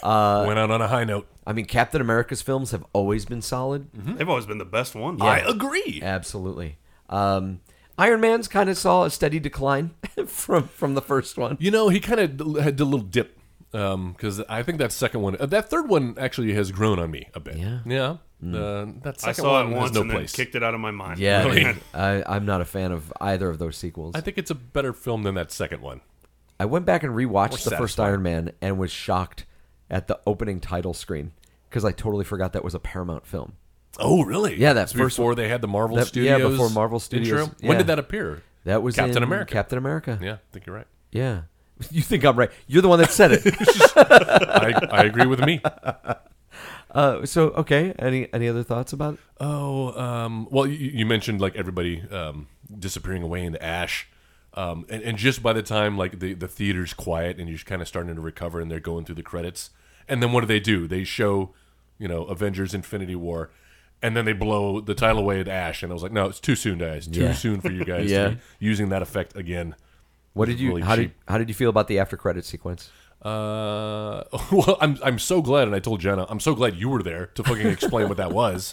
Speaker 4: Uh,
Speaker 3: Went out on a high note.
Speaker 4: I mean, Captain America's films have always been solid.
Speaker 5: They've always been the best ones.
Speaker 3: Hmm? I uh, agree.
Speaker 4: Absolutely. Um, Iron Man's kind of saw a steady decline <laughs> from from the first one.
Speaker 3: You know, he kind of had a little dip because I think that second one, uh, that third one actually has grown on me a bit.
Speaker 4: Yeah. Mm.
Speaker 3: yeah. Uh, that second
Speaker 5: I saw
Speaker 3: one
Speaker 5: it
Speaker 3: has
Speaker 5: once
Speaker 3: no
Speaker 5: and
Speaker 3: place.
Speaker 5: then kicked it out of my mind.
Speaker 4: Yeah,
Speaker 3: Really? <laughs>
Speaker 4: dude, I, I'm not a fan of either of those sequels.
Speaker 3: I think it's a better film than that second one.
Speaker 4: I went back and rewatched the
Speaker 3: satisfying.
Speaker 4: first Iron Man and was shocked at the opening title screen because I totally forgot that was a Paramount film.
Speaker 3: Oh, really?
Speaker 4: Yeah, that
Speaker 3: It's
Speaker 4: first-
Speaker 3: before they had the Marvel
Speaker 4: that- yeah,
Speaker 3: Studios.
Speaker 4: before Marvel Studios,
Speaker 3: intro?
Speaker 4: yeah.
Speaker 3: When did that appear?
Speaker 4: That was
Speaker 3: Captain
Speaker 4: in
Speaker 3: America.
Speaker 4: Captain America.
Speaker 3: yeah, I think you're right.
Speaker 4: Yeah. <laughs> You think I'm right? You're the one that said it.
Speaker 3: <laughs> I, I agree with
Speaker 4: <laughs>
Speaker 3: me.
Speaker 4: uh, so okay. Any any other thoughts about? It?
Speaker 3: Oh, um, well, you, you mentioned like everybody um, disappearing away into ash, um, and, and just by the time like the, the theater's quiet and you're kind of starting to recover, and they're going through the credits, and then what do they do? They show, you know, Avengers: Infinity War, and then they blow the title away into ash, and I was like, no, it's too soon, guys. Too
Speaker 4: Yeah. <laughs>
Speaker 3: soon for you guys
Speaker 4: Yeah.
Speaker 3: to be using that effect again.
Speaker 4: What did you?
Speaker 3: Really
Speaker 4: how did
Speaker 3: cheap.
Speaker 4: how did you feel about the after credit sequence?
Speaker 3: Uh, <laughs> well, I'm I'm so glad, and I told Jenna, I'm so glad you were there to fucking explain what that was.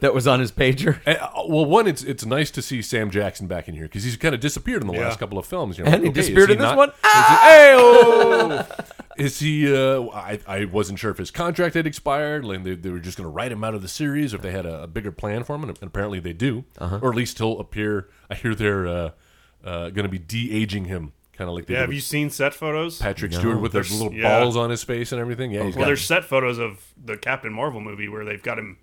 Speaker 4: That was on his pager. <laughs>
Speaker 3: And, uh, well, one, it's it's nice to see Sam Jackson back in here because he's kind of disappeared in the last couple of films. You're
Speaker 4: And
Speaker 3: like,
Speaker 4: he
Speaker 3: okay, is
Speaker 4: disappeared in this
Speaker 3: not-
Speaker 4: one. Ah! <laughs>
Speaker 3: Is he? Uh, I I wasn't sure if his contract had expired, and they, they were just going to write him out of the series, or if they had a, a bigger plan for him, and, apparently they do,
Speaker 4: Uh-huh.
Speaker 3: or at least he'll appear. I hear they're uh, uh, going to be de aging him, kind of like they
Speaker 5: Yeah,
Speaker 3: did
Speaker 5: have
Speaker 3: with
Speaker 5: you seen set photos?
Speaker 3: Patrick Stewart with those little
Speaker 5: yeah.
Speaker 3: balls on his face and everything. Yeah, he's
Speaker 5: well,
Speaker 3: got
Speaker 5: there's set photos of the Captain Marvel movie where they've got him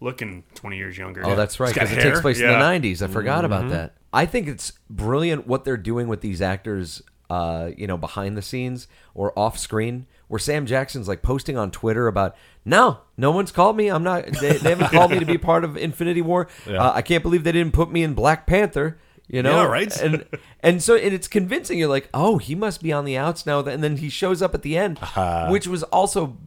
Speaker 5: looking 20 years younger.
Speaker 4: Oh, that's right,
Speaker 5: He's got
Speaker 4: because it
Speaker 5: hair.
Speaker 4: takes place
Speaker 5: Yeah. Mm-hmm.
Speaker 4: in the '90s. I forgot about that. I think it's brilliant what they're doing with these actors, uh, you know, behind the scenes or off screen. Where Sam Jackson's like posting on Twitter about, no, no one's called me. I'm not. They, they haven't called me to
Speaker 5: <laughs>
Speaker 4: be part of Infinity War. Uh, I can't believe they didn't put me in Black Panther. You know,
Speaker 5: Yeah, right?
Speaker 4: and and so and it's convincing. You're like, oh, he must be on the outs now. And then he shows up at the end,
Speaker 5: Uh-huh.
Speaker 4: which was also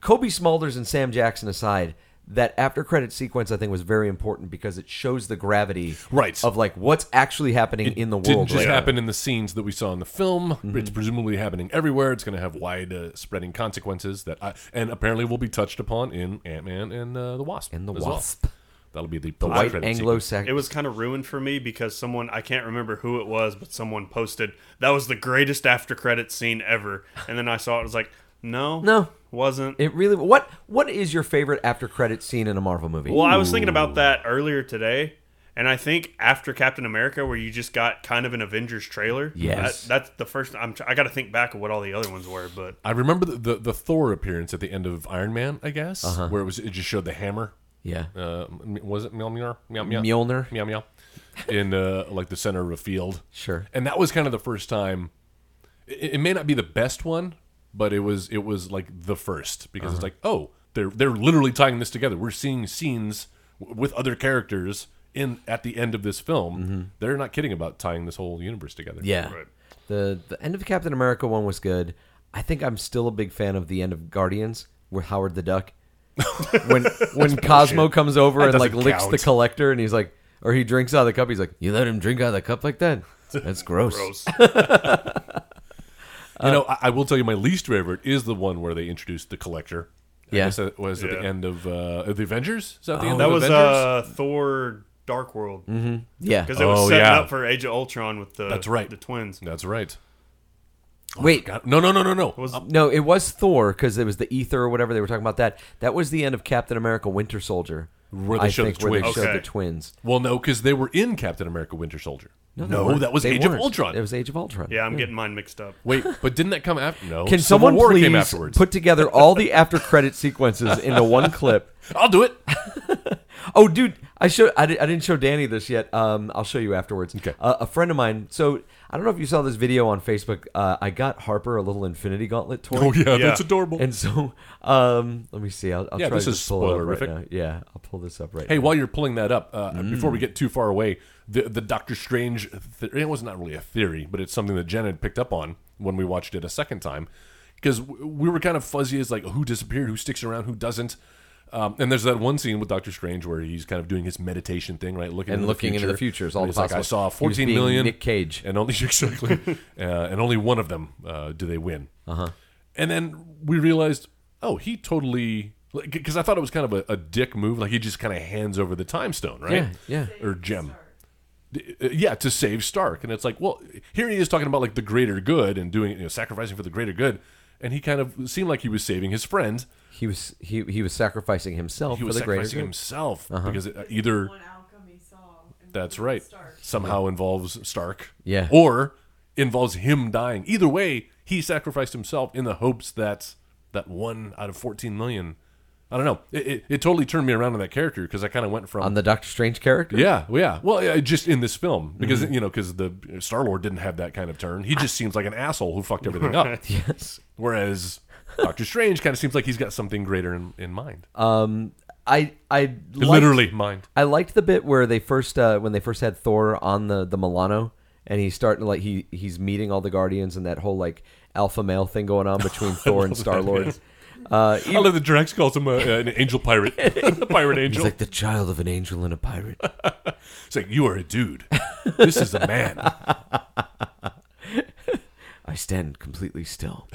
Speaker 4: Kobe Smulders and Sam Jackson aside, that after credit sequence I think was very important because it shows the gravity
Speaker 3: Right.
Speaker 4: of like what's actually happening in the world. Mm-hmm.
Speaker 3: didn't just
Speaker 4: right now.
Speaker 3: happen in the scenes that we saw in the film. It's presumably happening everywhere. It's going to have wide uh, spreading consequences that, I, and apparently will be touched upon in Ant Man and uh, the Wasp.
Speaker 4: And the
Speaker 3: as well.
Speaker 4: Wasp.
Speaker 3: That'll be the, the
Speaker 4: White Anglo Saxon.
Speaker 5: It was kind of ruined for me because someone I can't remember who it was, but someone posted that was the greatest after credit scene ever, and then I saw it. I was like, no,
Speaker 4: No.
Speaker 5: wasn't.
Speaker 4: It really what what is your favorite after credit scene in a Marvel movie?
Speaker 5: well, I was thinking about that earlier today, and I think after Captain America, where you just got kind of an Avengers trailer.
Speaker 4: Yes.
Speaker 5: that, that's the first. I'm. tr- I got to think back of what all the other ones were,
Speaker 4: <laughs>
Speaker 5: but
Speaker 3: I remember the, the the Thor appearance at the end of Iron Man. I guess
Speaker 4: Uh-huh.
Speaker 3: where it was it just showed the hammer.
Speaker 4: yeah.
Speaker 3: Uh, m- was it Mjolnir? Meow, meow.
Speaker 4: Mjolnir.
Speaker 3: Meow meow. In uh, like the center of a field.
Speaker 4: Sure.
Speaker 3: And that was kind of the first time. It, it may not be the best one, but it was it was like the first because
Speaker 4: Uh-huh.
Speaker 3: it's like oh they're they're literally tying this together. We're seeing scenes w- with other characters in at the end of this film. They're not kidding about tying this whole universe together.
Speaker 4: Mm-hmm. Yeah. The the end of Captain America one was good. I think I'm still a big fan of the end of Guardians with Howard the
Speaker 3: <laughs>
Speaker 4: Duck. when when Cosmo comes over and like
Speaker 3: doesn't
Speaker 4: licks the
Speaker 3: count.
Speaker 4: collector and he's like or he drinks out of the cup, he's like, You let him drink out of the cup like that? That's
Speaker 3: <laughs>
Speaker 4: gross.
Speaker 5: gross.
Speaker 3: You know,
Speaker 4: Uh,
Speaker 3: I, I will tell you, my least favorite is the one where they introduced the Collector. I
Speaker 4: Yeah. Oh,
Speaker 3: guess that was at the
Speaker 5: Yeah.
Speaker 3: end of uh, the Avengers. Is that the end
Speaker 5: that
Speaker 3: of
Speaker 5: was
Speaker 3: Avengers?
Speaker 5: uh, Thor Dark World.
Speaker 4: Yeah.
Speaker 5: Because it was
Speaker 3: Oh,
Speaker 5: setting
Speaker 3: yeah.
Speaker 5: up for Age of Ultron with the
Speaker 3: That's right.
Speaker 5: the twins.
Speaker 3: That's right.
Speaker 4: Wait,
Speaker 3: God, no, no, no, no, no.
Speaker 4: no, it was Thor because it was the ether or whatever they were talking about. That that was the end of Captain America: Winter Soldier.
Speaker 3: Where they
Speaker 4: I
Speaker 3: showed the
Speaker 4: think where they
Speaker 3: twins.
Speaker 4: showed
Speaker 5: Okay.
Speaker 4: the twins.
Speaker 3: Well, no, because they were in Captain America: Winter Soldier. No,
Speaker 4: they weren't.
Speaker 3: that was
Speaker 4: They
Speaker 3: Age of
Speaker 4: weren't.
Speaker 3: Ultron.
Speaker 4: It was Age of Ultron.
Speaker 5: Yeah, I'm getting mine mixed up.
Speaker 3: Wait, but didn't that come after? No,
Speaker 4: Can
Speaker 3: Civil
Speaker 4: someone
Speaker 3: War
Speaker 4: please
Speaker 3: came afterwards.
Speaker 4: put together all the after credit <laughs> sequences into one clip?
Speaker 3: I'll do it.
Speaker 4: Oh, dude, I showed I, di- I didn't show Danny this yet. Um, I'll show you afterwards. Okay. Uh, a friend of mine. So I don't know if you saw this video on Facebook. Uh, I got Harper a little Infinity Gauntlet toy.
Speaker 3: <laughs> Oh yeah, that's
Speaker 5: Yeah.
Speaker 3: adorable.
Speaker 4: And so, um, let me see. I'll, I'll
Speaker 3: Yeah,
Speaker 4: try
Speaker 3: this
Speaker 4: to
Speaker 3: is
Speaker 4: just pull it up right
Speaker 3: spoilerific.
Speaker 4: now. Yeah, I'll pull this up right Mm.
Speaker 3: hey,
Speaker 4: now.
Speaker 3: while you're pulling that up, uh, before we get too far away, the the Doctor Strange th- it was not really a theory, but it's something that Jen had picked up on when we watched it a second time because we were kind of fuzzy as like who disappeared, who sticks around, who doesn't. Um, and there's that one scene with Doctor Strange where he's kind of doing his meditation thing, right? Looking
Speaker 4: And
Speaker 3: into
Speaker 4: looking
Speaker 3: the
Speaker 4: into the future is all
Speaker 3: And he's
Speaker 4: the
Speaker 3: like, I
Speaker 4: possible-
Speaker 3: saw
Speaker 4: He was
Speaker 3: 14
Speaker 4: being
Speaker 3: million
Speaker 4: Nick Cage.
Speaker 3: and only <laughs> exactly, uh, and only one of them uh, do they win. Uh-huh. And then we realized, oh, he totally because I thought it was kind of a, a dick move, like he just kind of hands over the time stone, right?
Speaker 4: Yeah,
Speaker 3: or gem. D- uh, Yeah, to save Stark, and it's like, well, here he is talking about like the greater good and doing, you know, sacrificing for the greater good, and he kind of seemed like he was saving his friend.
Speaker 4: he was he he was sacrificing himself
Speaker 3: He
Speaker 4: for
Speaker 3: was
Speaker 4: the greater
Speaker 3: sacrificing
Speaker 4: good. Uh-huh.
Speaker 3: himself because it, uh, either
Speaker 6: One outcome he saw. and
Speaker 3: That's
Speaker 6: one
Speaker 3: right.
Speaker 6: Stark.
Speaker 3: Somehow involves Stark.
Speaker 4: Yeah.
Speaker 3: Or involves him dying. Either way, he sacrificed himself in the hopes that that one out of 14 million. I don't know. It, it, it totally turned me around on that character because I kind of went from.
Speaker 4: on the Mm-hmm. Doctor Strange character.
Speaker 3: yeah, well, yeah. Well, yeah, just in this film because you know because the Star Lord didn't have that kind of turn. He just seems like an asshole who fucked everything up.
Speaker 4: <laughs> Yes.
Speaker 3: Whereas Doctor Strange kind of seems like he's got something greater in, in mind.
Speaker 4: I I liked-
Speaker 3: Literally mind.
Speaker 4: I liked the bit where they first uh, when they first had Thor on the the Milano and he's starting like he he's meeting all the Guardians and that whole like alpha male thing going
Speaker 3: <laughs> Oh,
Speaker 4: on between Thor and Star Lord. Uh,
Speaker 3: I love that Drax calls him a, an
Speaker 4: <laughs>
Speaker 3: angel pirate, <laughs> a pirate angel.
Speaker 4: he's like the child of an angel and a pirate. <laughs>
Speaker 3: It's like you are a dude. This is a man.
Speaker 4: I I stand completely
Speaker 3: <laughs>
Speaker 4: still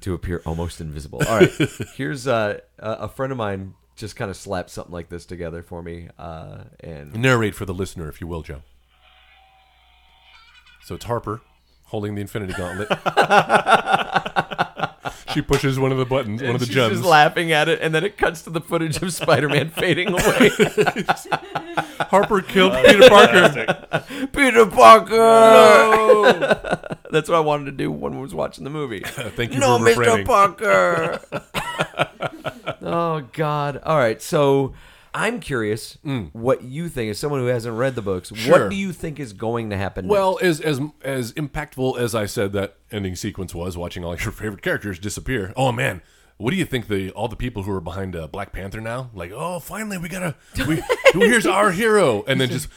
Speaker 4: to appear almost invisible. All right, here's uh, a a friend of mine just kind of slapped something like this together for me, uh, and
Speaker 3: Narrate for the listener, if you will, Joe. So it's Harper holding the Infinity
Speaker 4: <laughs>
Speaker 3: Gauntlet. she pushes one of the buttons, one of the
Speaker 4: she's
Speaker 3: gems.
Speaker 4: just laughing at it, and then it cuts to the footage
Speaker 3: <laughs>
Speaker 4: of Spider-Man fading away.
Speaker 3: Harper killed Peter Parker.
Speaker 4: Peter Parker. That's what I wanted to do when I was watching the <laughs> movie.
Speaker 3: Thank you
Speaker 4: no,
Speaker 3: for
Speaker 4: Mr.
Speaker 3: refraining.
Speaker 4: <laughs> Parker. oh God! All right, so I'm curious what you think as someone who hasn't read the books.
Speaker 3: Sure.
Speaker 4: What do you think is going to happen?
Speaker 3: Well, as as as impactful as I said that ending sequence was, watching all your favorite characters disappear. Oh man, what do you think the all the people who are behind uh, Black Panther now? Like, oh, finally we gotta,
Speaker 4: <laughs>
Speaker 3: we, here's our hero, and then just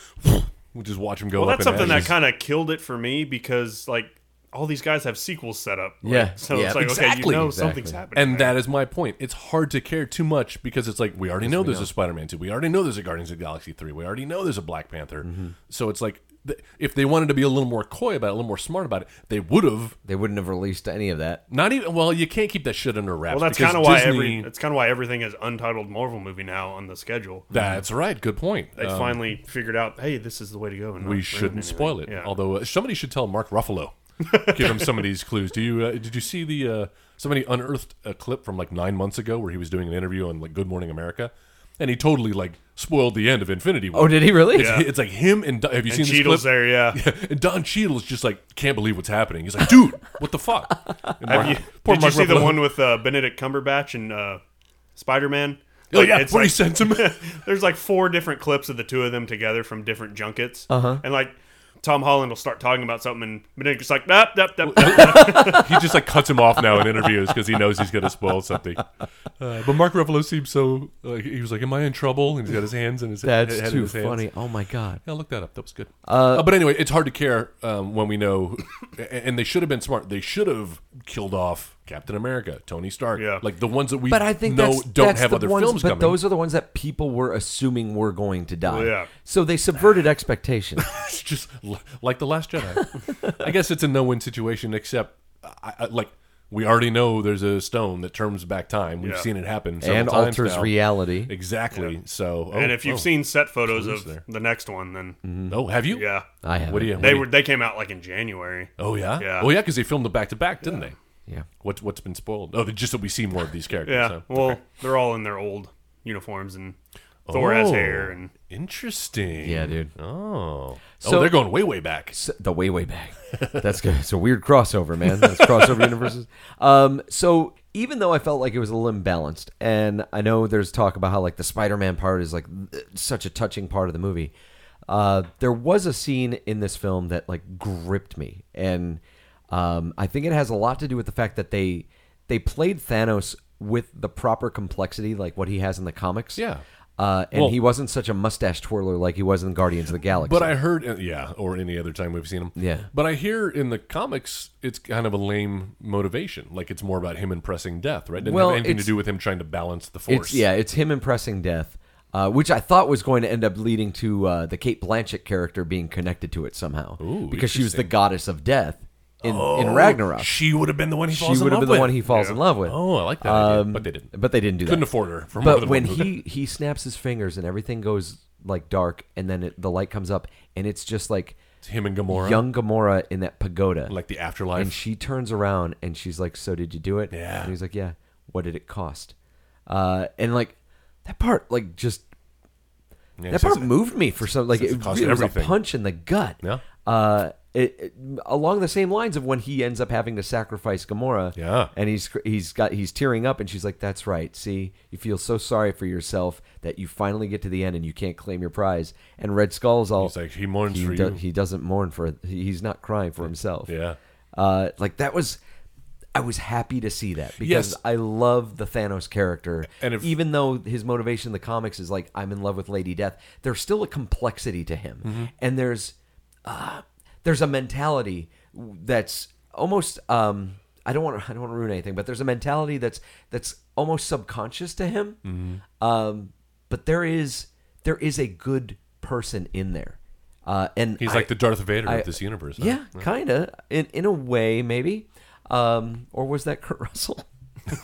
Speaker 3: we just watch him go.
Speaker 5: Well,
Speaker 3: up
Speaker 5: that's something that
Speaker 3: of
Speaker 5: kind of killed it for me because like all these guys have sequels set up. right?
Speaker 4: Yeah.
Speaker 5: so
Speaker 4: Yeah,
Speaker 5: it's like okay, you
Speaker 3: exactly.
Speaker 5: know
Speaker 4: Exactly.
Speaker 5: something's happening,
Speaker 3: and that is my point. It's hard to care too much because it's like we already know there's a Spider-Man two, we already know there's a Guardians of the Galaxy three, we already know there's a Black Panther.
Speaker 5: Mm-hmm.
Speaker 3: So it's like th- if they wanted to be a little more coy about it, a little more smart about it, they would have
Speaker 4: they wouldn't have released any of that.
Speaker 3: Not even well. You can't keep that shit under wraps.
Speaker 5: Well, that's
Speaker 3: because
Speaker 5: kind of why
Speaker 3: Disney-
Speaker 5: every that's kind of why everything is untitled Marvel movie now on the schedule.
Speaker 3: That's right. Good point.
Speaker 5: They
Speaker 3: Um,
Speaker 5: finally figured out, hey, this is the way to go. And not
Speaker 3: we
Speaker 5: ruin
Speaker 3: shouldn't
Speaker 5: anything.
Speaker 3: spoil it.
Speaker 5: Yeah.
Speaker 3: Although uh, somebody should tell Mark Ruffalo, give him some of these clues. Do you? Uh, did you see the? Uh, somebody unearthed a clip from like nine months ago where he was doing an interview on like Good Morning America, and he totally like spoiled the end of Infinity War.
Speaker 4: Oh, did he really?
Speaker 3: It's, it's like him and Don- have you
Speaker 5: and
Speaker 3: seen
Speaker 5: Cheadle's
Speaker 3: this clip?
Speaker 5: there, yeah.
Speaker 3: <laughs> And Don Cheadle's just like can't believe what's happening. He's like, dude, what the fuck? And
Speaker 5: Have
Speaker 3: Mark-
Speaker 5: you,
Speaker 3: poor
Speaker 5: did
Speaker 3: Mark
Speaker 5: you see the
Speaker 3: Ruffalo.
Speaker 5: one with uh, Benedict Cumberbatch and uh, Spider Man?
Speaker 3: Oh yeah,
Speaker 5: it's
Speaker 3: what he
Speaker 5: like,
Speaker 3: sent him.
Speaker 5: <laughs> there's like four different clips of the two of them together from different junkets, uh-huh. and like Tom Holland will start talking about something, and Benedict's like, "Dup, dup, dup, dup."
Speaker 3: <laughs> he just like cuts him off now in interviews because he knows he's going to spoil something. Uh, but Mark Ruffalo seems so like he was like, "Am I in trouble?" And he's got his hands in his
Speaker 4: That's
Speaker 3: head in
Speaker 4: too
Speaker 3: his hands.
Speaker 4: funny. Oh my god.
Speaker 3: Yeah, look that up. That was good. Uh, but anyway, it's hard to care um, when we know, and they should have been smart. They should have killed off Captain America, Tony Stark,
Speaker 5: Yeah.
Speaker 3: like the ones that we
Speaker 4: But I think
Speaker 3: know
Speaker 4: that's,
Speaker 3: don't
Speaker 4: that's
Speaker 3: have
Speaker 4: the
Speaker 3: other
Speaker 4: ones,
Speaker 3: films
Speaker 4: But
Speaker 3: coming.
Speaker 4: those are the ones that people were assuming were going to die.
Speaker 5: Well, yeah.
Speaker 4: So they subverted expectations.
Speaker 3: <laughs>
Speaker 4: <laughs>
Speaker 3: It's just l- like the Last Jedi. I guess it's a no-win situation, except I, I, like we already know there's a stone that turns back time. We've
Speaker 5: Yeah.
Speaker 3: seen it happen several
Speaker 4: and
Speaker 3: times
Speaker 4: alters
Speaker 3: now.
Speaker 4: reality.
Speaker 3: Exactly. So, <laughs> oh,
Speaker 5: and if you've
Speaker 3: oh.
Speaker 5: seen set photos
Speaker 3: clues
Speaker 5: of
Speaker 3: there.
Speaker 5: the next one, then
Speaker 3: oh, have you?
Speaker 5: yeah,
Speaker 4: I have.
Speaker 3: What do you? what
Speaker 5: they
Speaker 3: do you-
Speaker 5: were they came out like in January.
Speaker 3: Oh yeah.
Speaker 5: Yeah.
Speaker 3: Oh yeah, because they filmed them back to back, didn't they?
Speaker 4: Yeah.
Speaker 3: What what's been spoiled? Oh, just that we see more of these characters.
Speaker 5: Yeah,
Speaker 3: huh?
Speaker 5: well, they're all in their old uniforms, and Thor has
Speaker 3: Oh,
Speaker 5: hair, and
Speaker 3: interesting.
Speaker 4: Yeah, dude.
Speaker 3: Oh. oh,
Speaker 4: So-
Speaker 3: they're going way way back.
Speaker 4: S- the way way back. That's good. It's a weird crossover, man. That's crossover
Speaker 3: <laughs>
Speaker 4: universes. Um, so even though I felt like it was a little imbalanced, and I know there's talk about how like the Spider-Man part is like th- such a touching part of the movie, uh, there was a scene in this film that like gripped me, and um, I think it has a lot to do with the fact that they they played Thanos with the proper complexity, like what he has in the comics.
Speaker 3: Yeah.
Speaker 4: Uh, and
Speaker 3: Well-
Speaker 4: he wasn't such a mustache twirler like he was in Guardians of the Galaxy.
Speaker 3: But I heard, uh, yeah, or any other time we've seen him.
Speaker 4: Yeah.
Speaker 3: But I hear in the comics, it's kind of a lame motivation. Like it's more about him impressing death, right? Didn't
Speaker 4: Well,
Speaker 3: have anything to
Speaker 4: it's-
Speaker 3: do with him trying to balance the force.
Speaker 4: It's yeah, it's him impressing death, uh, which I thought was going to end up leading to uh, the Kate Blanchett character being connected to it somehow,
Speaker 3: Ooh,
Speaker 4: because she was the
Speaker 3: interesting. Oh,
Speaker 4: goddess of death in, in Ragnarok.
Speaker 3: She would have been the one he
Speaker 4: She
Speaker 3: falls in
Speaker 4: would have
Speaker 3: love
Speaker 4: been the
Speaker 3: with.
Speaker 4: one he falls in love with.
Speaker 3: Oh, I like that idea, but they didn't.
Speaker 4: But they didn't do
Speaker 3: Couldn't
Speaker 4: that.
Speaker 3: afford her for more
Speaker 4: But
Speaker 3: than
Speaker 4: when
Speaker 3: one movie.
Speaker 4: he he snaps his fingers and everything goes like dark, and then it, the light comes up, and it's just like
Speaker 3: It's <laughs> him and Gamora,
Speaker 4: young Gamora in that pagoda,
Speaker 3: like the afterlife.
Speaker 4: and she turns around and she's like, "So did you do it?"
Speaker 3: Yeah.
Speaker 4: And he's like, "Yeah." What did it cost? Uh, and like that part, like just
Speaker 3: Yeah,
Speaker 4: that
Speaker 3: so
Speaker 4: part
Speaker 3: it's-
Speaker 4: moved me for some like
Speaker 3: says
Speaker 4: it,
Speaker 3: it cost
Speaker 4: really was a
Speaker 3: everything.
Speaker 4: punch in the gut.
Speaker 3: Yeah.
Speaker 4: Uh, it, it- along the same lines of when he ends up having to sacrifice Gamora.
Speaker 3: Yeah.
Speaker 4: And he's he's got he's tearing up, and she's like, "That's right. See, you feel so sorry for yourself that you finally get to the end and you can't claim your prize." And Red Skull's all
Speaker 3: He's like, "He mourns for you."
Speaker 4: He doesn't mourn for he- he's not crying for himself.
Speaker 3: Yeah.
Speaker 4: Uh, like that was. I was happy to see that because
Speaker 3: Yes.
Speaker 4: I love the Thanos character,
Speaker 3: And if-
Speaker 4: even though his motivation in the comics is like I'm in love with Lady Death, there's still a complexity to him,
Speaker 3: Mm-hmm.
Speaker 4: and there's uh, there's a mentality that's almost um, I don't want to <laughs> I don't want to ruin anything, but there's a mentality that's that's almost subconscious to him.
Speaker 3: Mm-hmm.
Speaker 4: Um, but there is there is a good person in there. Uh, and
Speaker 3: He's
Speaker 4: I-
Speaker 3: like the Darth Vader
Speaker 4: I-
Speaker 3: of this universe. huh?
Speaker 4: yeah, kind of in in a way, maybe. Um, or was that Kurt <laughs> Russell?
Speaker 3: <laughs>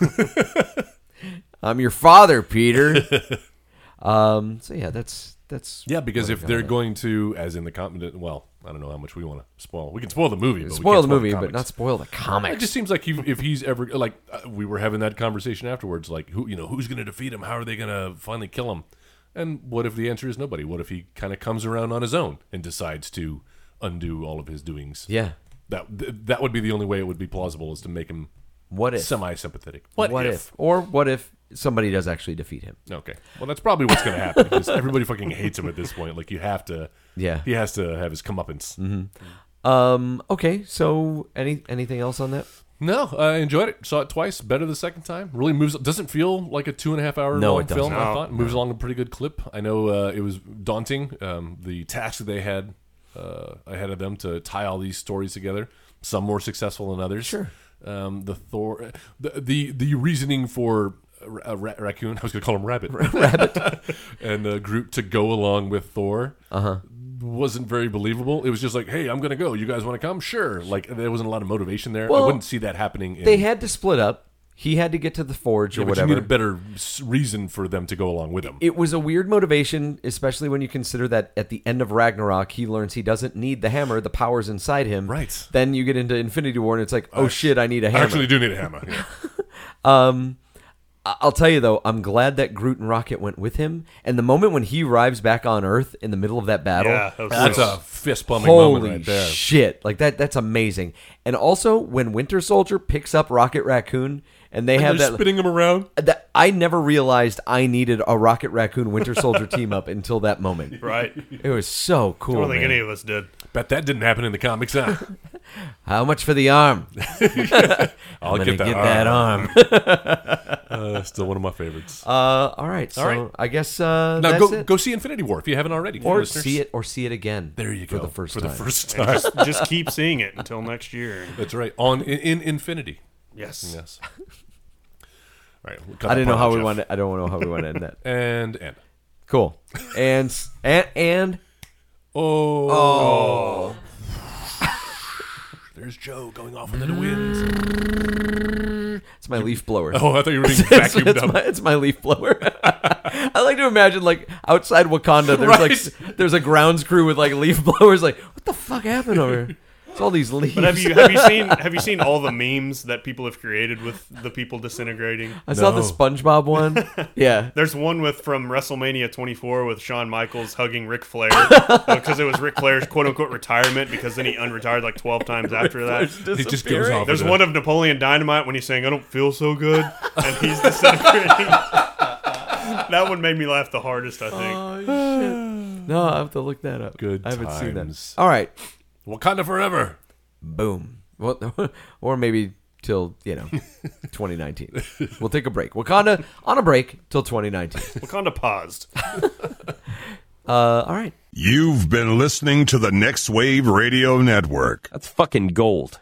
Speaker 4: I'm your father, Peter. <laughs> um, so yeah, that's that's
Speaker 3: Yeah, because
Speaker 4: what
Speaker 3: if
Speaker 4: I got
Speaker 3: they're
Speaker 4: on it.
Speaker 3: going to, as in the competent, well, I don't know how much we want to spoil. We can spoil the movie. But we
Speaker 4: spoil
Speaker 3: can't
Speaker 4: the movie, but
Speaker 3: comics.
Speaker 4: not spoil the comics.
Speaker 3: It just seems like he, if he's ever like uh, we were having that conversation afterwards, like who you know who's going to defeat him? How are they going to finally kill him? And what if the answer is nobody? What if he kind of comes around on his own and decides to undo all of his doings?
Speaker 4: yeah.
Speaker 3: that th- that would be the only way it would be plausible is to make him
Speaker 4: What if?
Speaker 3: semi sympathetic.
Speaker 4: what if? Or what if somebody does actually defeat him?
Speaker 3: Okay, well that's probably what's going to happen because everybody fucking hates him at this point. Like you have to,
Speaker 4: Yeah.
Speaker 3: he has to have his comeuppance.
Speaker 4: Um. Okay. So any anything else on that?
Speaker 3: No, I enjoyed it. Saw it twice. Better the second time. Really moves. Doesn't feel like a two and a half hour
Speaker 4: No,
Speaker 3: long
Speaker 4: it doesn't.
Speaker 3: film. I
Speaker 5: No.
Speaker 3: thought moves along a pretty good clip. I know uh, it was daunting. Um, the task that they had uh, ahead of them to tie all these stories together. Some more successful than others.
Speaker 4: Sure.
Speaker 3: Um, the Thor, the the, the reasoning for. A ra- raccoon. I was going to call
Speaker 4: <laughs>
Speaker 3: him Rabbit. <laughs> and the group to go along with Thor
Speaker 4: Uh-huh.
Speaker 3: wasn't very believable. It was just like, "Hey, I'm going to go. You guys want to come? Sure." Like there wasn't a lot of motivation there. I
Speaker 4: Well,
Speaker 3: wouldn't see that happening. In,
Speaker 4: They had to split up. He had to get to the forge or
Speaker 3: yeah, but
Speaker 4: whatever.
Speaker 3: you need a better s- reason for them to go along with him.
Speaker 4: it was a weird motivation, especially when you consider that at the end of Ragnarok, he learns he doesn't need the hammer; the power's inside him.
Speaker 3: Right.
Speaker 4: Then you get into Infinity War, and it's like, oh shit, I need a
Speaker 3: I
Speaker 4: hammer.
Speaker 3: actually do need a hammer. yeah.
Speaker 4: I- I'll tell you though, I'm glad that Groot and Rocket went with him. And the moment when he arrives back on Earth in the middle of that battle,
Speaker 5: Yeah, that
Speaker 3: <laughs>
Speaker 5: was
Speaker 3: That's
Speaker 5: gross.
Speaker 3: a fist pumping
Speaker 4: holy
Speaker 3: moment right there.
Speaker 4: shit! Like that—that's amazing. And also when Winter Soldier picks up Rocket Raccoon, and they have
Speaker 3: They're
Speaker 4: that
Speaker 3: spinning him around.
Speaker 4: that I never realized I needed a Rocket Raccoon Winter Soldier team up until that
Speaker 3: <laughs>
Speaker 4: moment.
Speaker 5: right?
Speaker 4: It was so cool.
Speaker 3: Oh,
Speaker 5: I don't think
Speaker 4: man.
Speaker 5: any of us did.
Speaker 3: Bet that didn't happen in the comics.
Speaker 4: <laughs>
Speaker 3: Huh?
Speaker 4: How much for the arm?
Speaker 3: <laughs> I'll
Speaker 4: I'm gonna
Speaker 3: get that. <laughs>
Speaker 4: arm.
Speaker 3: Uh, still one of my favorites.
Speaker 4: uh, all right. So
Speaker 3: right.
Speaker 4: I guess uh,
Speaker 3: now
Speaker 4: that's
Speaker 3: go
Speaker 4: it.
Speaker 3: go see Infinity War if you haven't already.
Speaker 4: or
Speaker 3: listeners.
Speaker 4: see it or see it again.
Speaker 3: There you
Speaker 4: for
Speaker 3: go
Speaker 4: the first
Speaker 3: for
Speaker 4: time.
Speaker 3: the
Speaker 4: <laughs>
Speaker 3: first time.
Speaker 5: Just, just keep seeing it until next year.
Speaker 3: That's right. On in, in Infinity.
Speaker 5: Yes.
Speaker 3: Yes. All right. we'll cut
Speaker 4: I
Speaker 3: that
Speaker 4: didn't know
Speaker 3: part
Speaker 4: how
Speaker 3: out,
Speaker 4: we
Speaker 3: Jeff.
Speaker 4: want. To, I don't know how we want to end that.
Speaker 3: And and
Speaker 4: Cool. And s- and and
Speaker 3: oh. <laughs> There's Joe going off into the
Speaker 4: Mm.
Speaker 3: winds.
Speaker 4: it's my leaf blower.
Speaker 3: Oh, I thought you were
Speaker 4: <laughs>
Speaker 3: being
Speaker 4: It's,
Speaker 3: vacuumed
Speaker 4: it's
Speaker 3: up.
Speaker 4: my, it's my leaf blower. <laughs> I like to imagine like outside Wakanda, there's like
Speaker 3: Right.
Speaker 4: s- there's a grounds crew with like leaf <laughs> blowers. Like, what the fuck happened over here? It's all these leaves.
Speaker 5: But have you have you seen have you seen all the memes that people have created with the people disintegrating?
Speaker 4: <laughs> I saw the
Speaker 3: No.
Speaker 4: SpongeBob
Speaker 3: <laughs>
Speaker 4: one. yeah,
Speaker 5: There's one with from WrestleMania 24 with Shawn Michaels hugging Ric Flair because it was Ric Flair's quote unquote retirement because then he unretired like 12 times after that.
Speaker 3: He just goes off.
Speaker 5: There's
Speaker 3: into-
Speaker 5: one of Napoleon Dynamite when he's saying I don't feel so good and he's disintegrating. that one made me laugh the hardest, I think.
Speaker 4: no, I have to look that up.
Speaker 3: Good
Speaker 4: I haven't seen that.
Speaker 3: times.
Speaker 4: All right,
Speaker 3: Wakanda forever.
Speaker 4: boom. Well, <laughs> or maybe till you
Speaker 3: <laughs>
Speaker 4: know, 2019. We'll take a break. Wakanda on a break till 2019.
Speaker 5: Wakanda paused.
Speaker 4: Uh, all right.
Speaker 1: You've been listening to the Next Wave Radio Network.
Speaker 8: That's fucking gold.